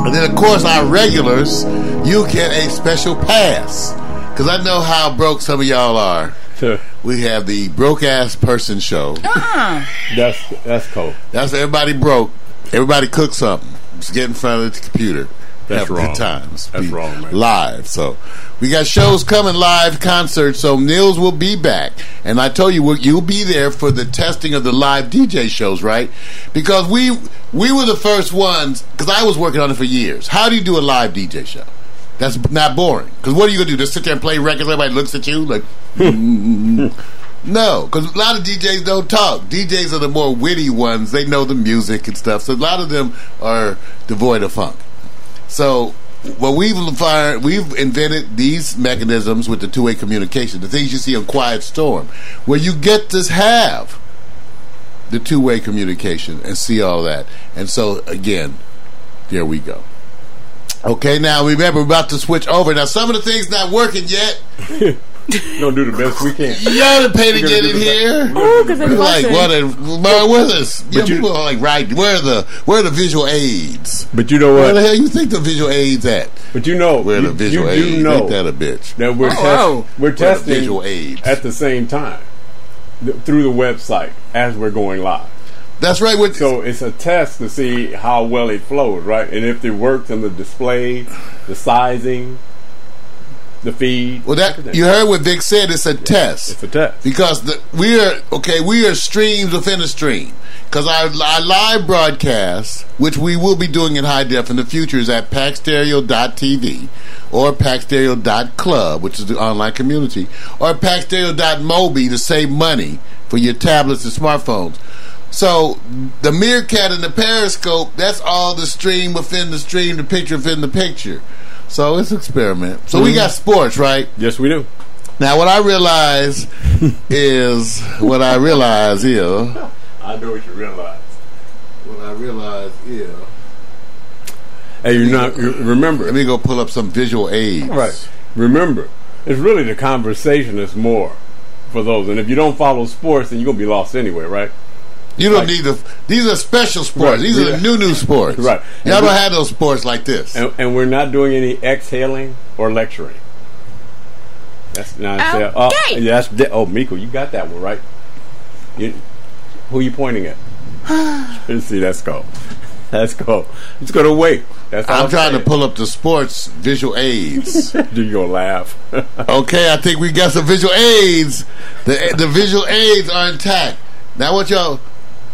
[SPEAKER 3] And then, of course, our regulars, you get a special pass. Because I know how broke some of y'all are.
[SPEAKER 4] <laughs>
[SPEAKER 3] We have the Broke Ass Person Show.
[SPEAKER 5] <laughs> that's that's cool.
[SPEAKER 3] That's everybody broke. Everybody cook something. Just get in front of the computer.
[SPEAKER 5] That's
[SPEAKER 3] Have
[SPEAKER 5] wrong.
[SPEAKER 3] good times.
[SPEAKER 5] That's
[SPEAKER 3] Be
[SPEAKER 5] wrong, man.
[SPEAKER 3] Live. So we got shows coming live, concerts. So Nils will be back, and I told you well, you'll be there for the testing of the live DJ shows, right? Because we we were the first ones because I was working on it for years. How do you do a live DJ show? That's not boring. Because what are you gonna do? Just sit there and play records? Everybody looks at you like. <laughs> mm-hmm. No, because a lot of DJs don't talk. DJs are the more witty ones. They know the music and stuff. So a lot of them are devoid of funk. So what we've fired, we've invented these mechanisms with the two-way communication, the things you see on Quiet Storm, where you get to have the two-way communication and see all that. And so again, there we go. Okay, now remember, we're about to switch over. Now some of the things not working yet.
[SPEAKER 5] Don't do the best we can.
[SPEAKER 3] You gotta pay to get
[SPEAKER 5] do
[SPEAKER 3] in
[SPEAKER 5] the-
[SPEAKER 3] here.
[SPEAKER 4] Ooh, 'cause it's
[SPEAKER 3] We're like,
[SPEAKER 4] busting.
[SPEAKER 3] what? Where with us? Yeah,
[SPEAKER 5] you-
[SPEAKER 3] people are like, right? Where are the where are the visual aids?
[SPEAKER 5] But you know
[SPEAKER 3] Where the
[SPEAKER 5] what?
[SPEAKER 3] hell you think the visual aids at?
[SPEAKER 5] But you know,
[SPEAKER 3] Where
[SPEAKER 5] you,
[SPEAKER 3] the visual
[SPEAKER 5] you
[SPEAKER 3] aids?
[SPEAKER 5] do know
[SPEAKER 3] Ain't that a bitch?
[SPEAKER 5] that we're test-
[SPEAKER 4] wow.
[SPEAKER 5] we're
[SPEAKER 3] the
[SPEAKER 5] testing
[SPEAKER 3] visual aids.
[SPEAKER 5] at the same time th- through the website as we're going live.
[SPEAKER 3] That's right. With
[SPEAKER 5] So it's a test to see how well it flows, right? And if it works on the display, the sizing, the feed.
[SPEAKER 3] well, that you heard what Vic said. It's a test.
[SPEAKER 5] It's a test.
[SPEAKER 3] because the, we are okay. We are streams within a stream. Because our, our live broadcast, which we will be doing in high def in the future, is at packstereo.tv or packstereo.club, which is the online community, or packstereo.mobi to save money for your tablets and smartphones. So the meerkat and the periscope, that's all the stream within the stream, the picture within the picture. So it's an experiment. So we got sports, right?
[SPEAKER 5] Yes, we do.
[SPEAKER 3] Now, what I realize
[SPEAKER 5] <laughs>
[SPEAKER 3] is what I realize is
[SPEAKER 5] I know what you realize.
[SPEAKER 3] what I realize is.
[SPEAKER 5] Hey, you're not. you- Remember,
[SPEAKER 3] Let me go pull up some visual aids.
[SPEAKER 5] right? Remember, it's really the conversation that's more for those. And if you don't follow sports, then you're gonna be lost anyway, right?
[SPEAKER 3] You don't
[SPEAKER 5] Right.
[SPEAKER 3] need the. These are special sports.
[SPEAKER 5] Right.
[SPEAKER 3] These are the
[SPEAKER 5] Yeah.
[SPEAKER 3] new new sports.
[SPEAKER 5] Right.
[SPEAKER 3] Y'all
[SPEAKER 5] And
[SPEAKER 3] don't
[SPEAKER 5] we-
[SPEAKER 3] have those sports like this.
[SPEAKER 5] And, and we're not doing any exhaling or lecturing. That's not.
[SPEAKER 4] Okay.
[SPEAKER 5] Oh, yeah, that's de- oh, Miko, you got that one right. You, who you
[SPEAKER 4] <sighs>
[SPEAKER 5] pointing at? Let's see. That's cool. That's cool. It's gonna wait. That's all
[SPEAKER 3] I'm trying to
[SPEAKER 5] saying.
[SPEAKER 3] pull up the sports visual
[SPEAKER 5] <laughs>
[SPEAKER 3] aids.
[SPEAKER 5] You gonna laugh?
[SPEAKER 3] okay, I think we got some visual aids. The the visual aids are intact. Now, I want y'all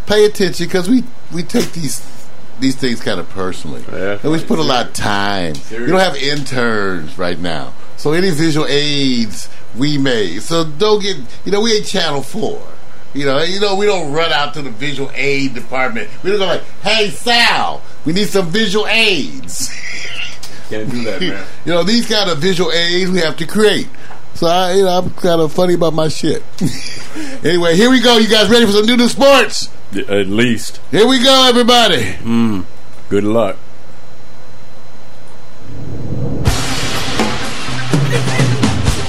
[SPEAKER 3] pay attention because we we take these these things kind of personally.
[SPEAKER 5] Yeah.
[SPEAKER 3] And we put a lot of time. We don't have interns right now. So any visual aids we made. So don't get you know, we ain't channel four. You know, you know, we don't run out to the visual aid department. We don't go like, hey Sal, we need some visual aids.
[SPEAKER 5] Can't do that, man.
[SPEAKER 3] You know, these kind of visual aids we have to create. So I, you know, I'm kind of funny about my shit. <laughs> anyway, here we go. You guys ready for some new new sports?
[SPEAKER 5] <laughs> At least.
[SPEAKER 3] Here we go, everybody.
[SPEAKER 5] Good luck.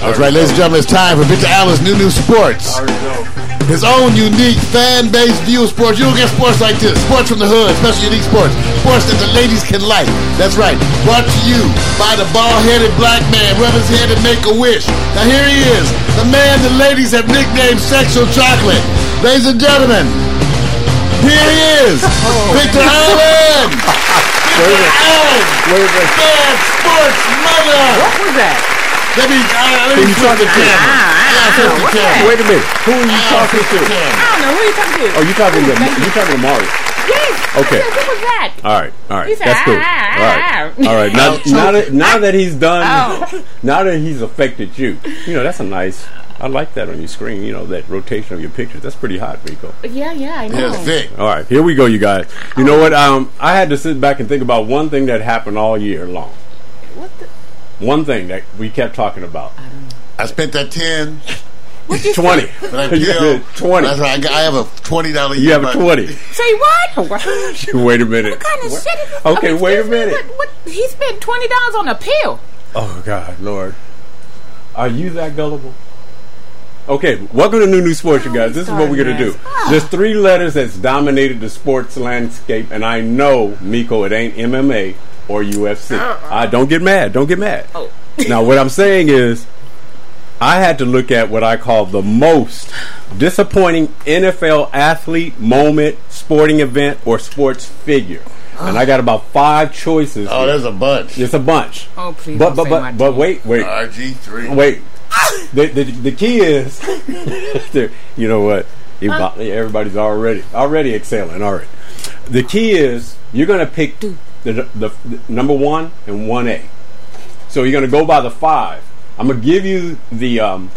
[SPEAKER 3] That's right, ladies and gentlemen. It's time for Victor Allen's new new sports. His own unique fan-based view of sports. You don't get sports like this. Sports from the hood, especially unique sports. Sports that the ladies can like. That's right. Brought to you by the bald-headed black man, rub his head and make a wish. Now here he is, the man the ladies have nicknamed Sexual Chocolate. Ladies and gentlemen, here he is, Victor Allen. Victor Allen, fan sports mother.
[SPEAKER 4] What was that?
[SPEAKER 3] Let me, uh, let me flip the camera.
[SPEAKER 5] Ah,
[SPEAKER 3] Yeah, flip the camera.
[SPEAKER 5] Wait a minute. Who
[SPEAKER 4] Oh,
[SPEAKER 5] are you
[SPEAKER 3] I'll
[SPEAKER 5] talking
[SPEAKER 3] flip the
[SPEAKER 5] to?
[SPEAKER 3] camera.
[SPEAKER 4] I don't know. Who are you talking to?
[SPEAKER 5] Oh, you talking to you talking to Mario?
[SPEAKER 4] Yes.
[SPEAKER 5] Oh,
[SPEAKER 4] I
[SPEAKER 5] Okay.
[SPEAKER 4] said, What was that?
[SPEAKER 5] All right, all right,
[SPEAKER 4] He said,
[SPEAKER 5] that's cool. All
[SPEAKER 4] "Ah, ah,
[SPEAKER 5] right,
[SPEAKER 4] ah."
[SPEAKER 5] all right. Now, now that now that he's done,
[SPEAKER 4] Oh.
[SPEAKER 5] <laughs> now that he's affected you, you know that's a nice. I like that on your screen. You know that rotation of your pictures. That's pretty hot, Rico.
[SPEAKER 4] Yeah, yeah, I know.
[SPEAKER 3] Yes, Vic.
[SPEAKER 5] All right, here we go, you guys. You know what? Um, I had to sit back and think about one thing that happened all year long.
[SPEAKER 4] What the?
[SPEAKER 5] One thing that we kept talking about.
[SPEAKER 3] I spent that ten,
[SPEAKER 5] Twenty.
[SPEAKER 3] but I
[SPEAKER 5] <laughs> You
[SPEAKER 3] killed
[SPEAKER 5] did Twenty.
[SPEAKER 3] That's right. I, got- I have a twenty dollar.
[SPEAKER 5] You have a twenty.
[SPEAKER 4] Say what? what kind
[SPEAKER 5] <laughs> wait a minute.
[SPEAKER 4] of shit is this?
[SPEAKER 5] Okay, wait a
[SPEAKER 4] excuse me,
[SPEAKER 5] minute.
[SPEAKER 4] What, what, he spent twenty dollars on a pill.
[SPEAKER 5] Oh God, Lord, are you that gullible? Okay, welcome to New New Sports, you guys. This is what we're gonna do. There's three letters that's dominated the sports landscape, and I know, Miko, it ain't MMA or UFC. I don't get mad. Don't get mad.
[SPEAKER 4] Oh.
[SPEAKER 5] <laughs> now, what I'm saying is, I had to look at what I call the most disappointing NFL athlete, moment, sporting event, or sports figure, and I got about five choices.
[SPEAKER 3] Oh,
[SPEAKER 5] here.
[SPEAKER 3] there's a bunch.
[SPEAKER 5] It's a bunch.
[SPEAKER 4] Oh, please
[SPEAKER 5] But
[SPEAKER 4] don't
[SPEAKER 5] but
[SPEAKER 4] say
[SPEAKER 5] but
[SPEAKER 4] my
[SPEAKER 5] but
[SPEAKER 4] team.
[SPEAKER 5] wait wait
[SPEAKER 3] RG three.
[SPEAKER 5] wait. the, the the key is, <laughs> the- you know what? You bo- Everybody's already already exhaling. All right. The key is you're gonna pick the, the, the number one and one A. So you're gonna go by the five. I'm gonna give you the um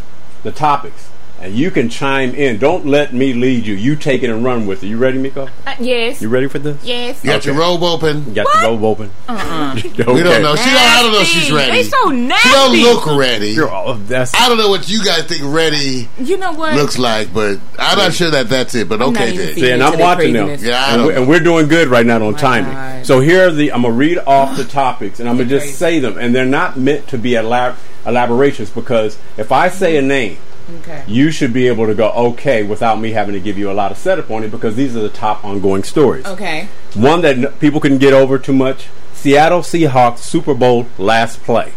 [SPEAKER 5] the topics. And you can chime in. Don't let me lead you. You take it and run with it. You ready, Miko?
[SPEAKER 4] Uh, yes.
[SPEAKER 5] You ready for this?
[SPEAKER 4] Yes.
[SPEAKER 3] You got your robe open.
[SPEAKER 5] You got the robe open. <laughs> Uh-uh.
[SPEAKER 3] We don't know. She don't, I don't know if she's
[SPEAKER 4] Nasty.
[SPEAKER 3] ready.
[SPEAKER 4] They so nasty.
[SPEAKER 3] She don't look ready.
[SPEAKER 5] that's
[SPEAKER 3] I don't know what you guys think ready
[SPEAKER 4] You know what?
[SPEAKER 3] looks like, but I'm not sure that that's it. But
[SPEAKER 4] not
[SPEAKER 3] okay,
[SPEAKER 4] even
[SPEAKER 3] then.
[SPEAKER 4] seeing
[SPEAKER 5] Yeah, and
[SPEAKER 4] to
[SPEAKER 5] I'm
[SPEAKER 4] the
[SPEAKER 5] watching them.
[SPEAKER 4] craziness. Oh
[SPEAKER 3] Yeah, I
[SPEAKER 5] And
[SPEAKER 3] don't
[SPEAKER 5] we're,
[SPEAKER 3] know.
[SPEAKER 5] and we're doing good right now on timing.
[SPEAKER 4] God.
[SPEAKER 5] So here are the. I'm gonna read
[SPEAKER 4] <gasps>
[SPEAKER 5] off the topics, and I'm gonna just say them, and they're not meant to be elab- elaborations because if I say a name,
[SPEAKER 4] Okay.
[SPEAKER 5] you should be able to go okay without me having to give you a lot of setup on it because these are the top ongoing stories.
[SPEAKER 4] Okay.
[SPEAKER 5] One that n- people couldn't get over too much: Seattle Seahawks Super Bowl last play.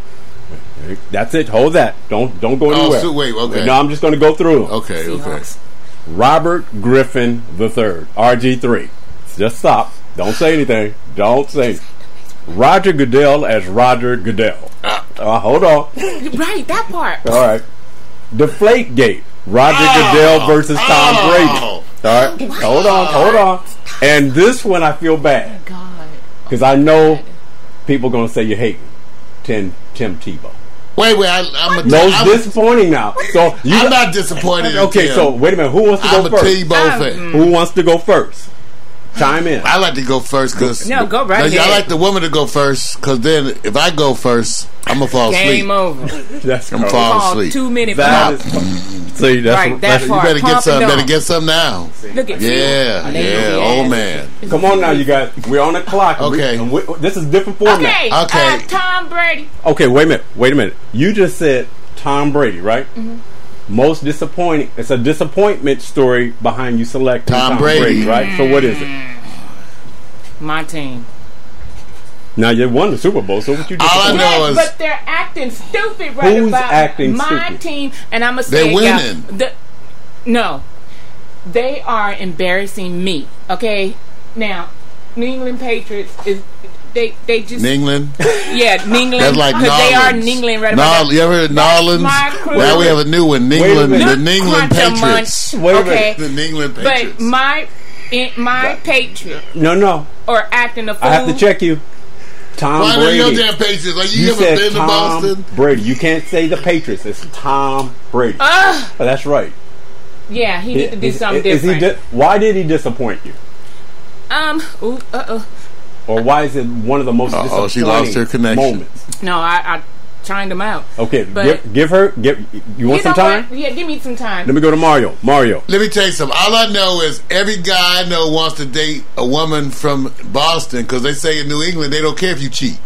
[SPEAKER 5] That's it. Hold that. Don't don't go
[SPEAKER 3] Oh,
[SPEAKER 5] anywhere.
[SPEAKER 3] so- wait, okay.
[SPEAKER 5] No, I'm just going to go through them.
[SPEAKER 3] Okay, okay.
[SPEAKER 4] Seahawks.
[SPEAKER 5] Robert Griffin III, RG3. Just stop. Don't say anything. Don't say. Roger Goodell as Roger Goodell.
[SPEAKER 3] Ah.
[SPEAKER 5] Uh, hold on.
[SPEAKER 4] Right, that part.
[SPEAKER 5] All right. Deflate Gate. Roger Goodell versus Tom
[SPEAKER 3] Oh.
[SPEAKER 5] Brady. All right. Hold on. Hold on. And this one I feel bad
[SPEAKER 4] God.
[SPEAKER 5] because I know people going to say you hate me. Tim, Tim Tebow.
[SPEAKER 3] Wait, wait. I, I'm a,
[SPEAKER 5] No, it's
[SPEAKER 3] I'm,
[SPEAKER 5] disappointing now. So you
[SPEAKER 3] I'm not disappointed. in
[SPEAKER 5] okay.
[SPEAKER 3] Tim.
[SPEAKER 5] So wait a minute. Who wants to
[SPEAKER 3] I'm
[SPEAKER 5] go
[SPEAKER 3] a
[SPEAKER 5] first?
[SPEAKER 3] Tebow fan.
[SPEAKER 5] Who wants to go first? Chime in.
[SPEAKER 3] I like to go first because
[SPEAKER 4] No, go right
[SPEAKER 3] I
[SPEAKER 4] ahead.
[SPEAKER 3] like the woman to go first because then if I go first, I'm gonna fall asleep.
[SPEAKER 4] Game over.
[SPEAKER 5] That's
[SPEAKER 3] I'm
[SPEAKER 5] correct.
[SPEAKER 3] falling
[SPEAKER 4] Oh,
[SPEAKER 3] asleep.
[SPEAKER 4] two minutes.
[SPEAKER 5] That is- see, that's,
[SPEAKER 4] Right,
[SPEAKER 5] that's-
[SPEAKER 4] that
[SPEAKER 3] You
[SPEAKER 4] part.
[SPEAKER 3] better get
[SPEAKER 4] Pump
[SPEAKER 3] some.
[SPEAKER 4] and
[SPEAKER 3] Better
[SPEAKER 4] dump.
[SPEAKER 3] get some now.
[SPEAKER 4] Look at
[SPEAKER 3] Yeah,
[SPEAKER 4] you. Lazy
[SPEAKER 3] yeah. Old
[SPEAKER 4] ass.
[SPEAKER 3] man.
[SPEAKER 5] Come on now, you guys. We're on the clock. and we-
[SPEAKER 3] Okay.
[SPEAKER 5] and we- this is different format.
[SPEAKER 4] Okay.
[SPEAKER 3] Okay.
[SPEAKER 4] Uh, Tom Brady.
[SPEAKER 5] Okay, wait a minute. Wait a minute. You just said Tom Brady, right?
[SPEAKER 4] Mm-hmm.
[SPEAKER 5] Most disappointing. It's a disappointment story behind you selecting
[SPEAKER 3] Tom
[SPEAKER 5] Tom,
[SPEAKER 3] Brady.
[SPEAKER 5] Brady. right? So what is it?
[SPEAKER 4] Mm. My team.
[SPEAKER 5] Now you won the Super Bowl. So what you
[SPEAKER 3] All I
[SPEAKER 5] disappointed?
[SPEAKER 3] know
[SPEAKER 4] Yes,
[SPEAKER 3] is
[SPEAKER 4] but they're acting stupid right
[SPEAKER 5] Who's
[SPEAKER 4] about
[SPEAKER 5] acting
[SPEAKER 4] my
[SPEAKER 5] stupid?
[SPEAKER 4] team, and I'm gonna
[SPEAKER 3] They're
[SPEAKER 4] say it, y'all.
[SPEAKER 3] winning.
[SPEAKER 4] The- no, they are embarrassing me. Okay, now New England Patriots is they they just
[SPEAKER 3] in
[SPEAKER 4] <laughs>
[SPEAKER 3] England.
[SPEAKER 4] yeah Ningland
[SPEAKER 3] That's like Nolans.
[SPEAKER 4] they are Ningland right about
[SPEAKER 3] Nol-
[SPEAKER 4] now.
[SPEAKER 3] You ever heard of Nolans?
[SPEAKER 4] my crew.
[SPEAKER 3] Now we have a new one.
[SPEAKER 5] a
[SPEAKER 3] England,
[SPEAKER 5] minute.
[SPEAKER 3] the
[SPEAKER 4] Not
[SPEAKER 3] England
[SPEAKER 4] Quantum
[SPEAKER 3] Patriots.
[SPEAKER 4] Munch,
[SPEAKER 5] Wait a
[SPEAKER 4] okay,
[SPEAKER 3] The England Patriots.
[SPEAKER 4] but my in, my Patriots
[SPEAKER 5] No, no.
[SPEAKER 4] are acting a fool.
[SPEAKER 5] I have to check you. Tom
[SPEAKER 3] Why
[SPEAKER 5] Brady.
[SPEAKER 3] are your damn Patriots? Like you,
[SPEAKER 5] You
[SPEAKER 3] ever
[SPEAKER 5] said
[SPEAKER 3] been to Boston?
[SPEAKER 5] Tom Brady. You can't say the Patriots. It's Tom Brady.
[SPEAKER 4] Ugh.
[SPEAKER 5] Oh, that's right.
[SPEAKER 4] Yeah, he needs to do
[SPEAKER 5] Is-
[SPEAKER 4] something
[SPEAKER 5] is he
[SPEAKER 4] different.
[SPEAKER 5] di- why did he disappoint you?
[SPEAKER 4] um, ooh, uh oh.
[SPEAKER 5] Or why is it one of the most
[SPEAKER 3] Uh-oh,
[SPEAKER 5] disappointing
[SPEAKER 3] she lost her connection.
[SPEAKER 5] moments?
[SPEAKER 4] No, I, I chimed him out.
[SPEAKER 5] Okay,
[SPEAKER 4] But-
[SPEAKER 5] give, give her. Give you want
[SPEAKER 4] You
[SPEAKER 5] some
[SPEAKER 4] know
[SPEAKER 5] time?
[SPEAKER 4] what? Yeah, give me some time.
[SPEAKER 5] Let me go to Mario. Mario.
[SPEAKER 3] Let me tell you something. All I know is every guy I know wants to date a woman from Boston because they say in New England they don't care if you cheat.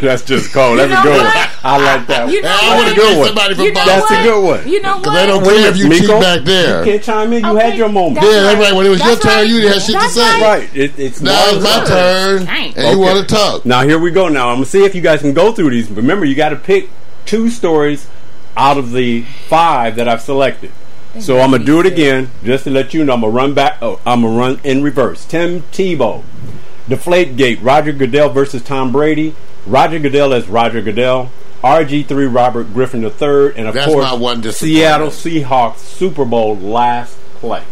[SPEAKER 5] That's just cold. That's
[SPEAKER 4] know
[SPEAKER 5] a good
[SPEAKER 4] what?
[SPEAKER 5] one. I like that.
[SPEAKER 4] You
[SPEAKER 5] one.
[SPEAKER 3] And
[SPEAKER 4] know
[SPEAKER 3] I want to
[SPEAKER 4] what?
[SPEAKER 5] good
[SPEAKER 3] date
[SPEAKER 5] one.
[SPEAKER 3] somebody from
[SPEAKER 4] You know
[SPEAKER 3] Boston.
[SPEAKER 5] That's a
[SPEAKER 4] what?
[SPEAKER 5] good one.
[SPEAKER 4] You know what?
[SPEAKER 3] 'Cause they don't care if you
[SPEAKER 5] Miko,
[SPEAKER 3] cheat back there.
[SPEAKER 5] You can't chime in. You
[SPEAKER 4] Okay,
[SPEAKER 5] had your moment.
[SPEAKER 4] that's
[SPEAKER 3] Yeah, that's
[SPEAKER 4] right.
[SPEAKER 3] right. When it was
[SPEAKER 4] That's
[SPEAKER 3] your turn,
[SPEAKER 4] right.
[SPEAKER 3] you didn't have shit
[SPEAKER 4] That's
[SPEAKER 3] to say.
[SPEAKER 5] right. It, it's
[SPEAKER 3] Now it's
[SPEAKER 5] Mario's
[SPEAKER 3] my turn,
[SPEAKER 4] Dang.
[SPEAKER 3] and you
[SPEAKER 5] Okay.
[SPEAKER 3] want to talk.
[SPEAKER 5] Now here we go. Now I'm gonna see if you guys can go through these. Remember, you got to pick two stories out of the five that I've selected. So I'm gonna do it again, just to let you know. I'm gonna run back. Oh, I'm gonna run in reverse. Tim Tebow, Deflate Gate, Roger Goodell versus Tom Brady. Roger Goodell as Roger Goodell. RG3 Robert Griffin III, and of
[SPEAKER 3] That's
[SPEAKER 5] course
[SPEAKER 3] my one disappointment.
[SPEAKER 5] Seattle Seahawks Super Bowl last play.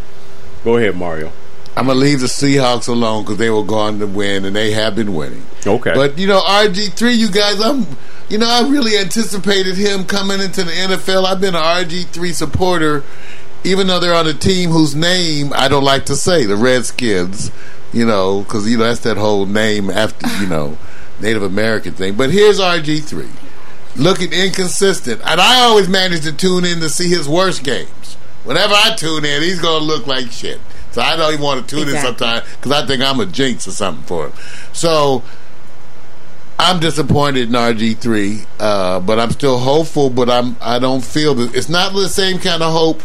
[SPEAKER 5] Go ahead, Mario.
[SPEAKER 3] I'm gonna leave the Seahawks alone because they were going to win, and they have been winning.
[SPEAKER 5] Okay.
[SPEAKER 3] But you know, RG three, you guys, I'm, you know, I really anticipated him coming into the NFL. I've been an RG three supporter, even though they're on a team whose name I don't like to say, the Redskins. You know, because you know that's that whole name after you know Native American thing. But here's RG three. looking inconsistent. And I always manage to tune in to see his worst games. Whenever I tune in, he's going to look like shit. So I don't even want to tune
[SPEAKER 4] Exactly.
[SPEAKER 3] in sometimes because I think I'm a jinx or something for him. So I'm disappointed in RG3, uh, but I'm still hopeful. But I'm I don't feel that it's not the same kind of hope.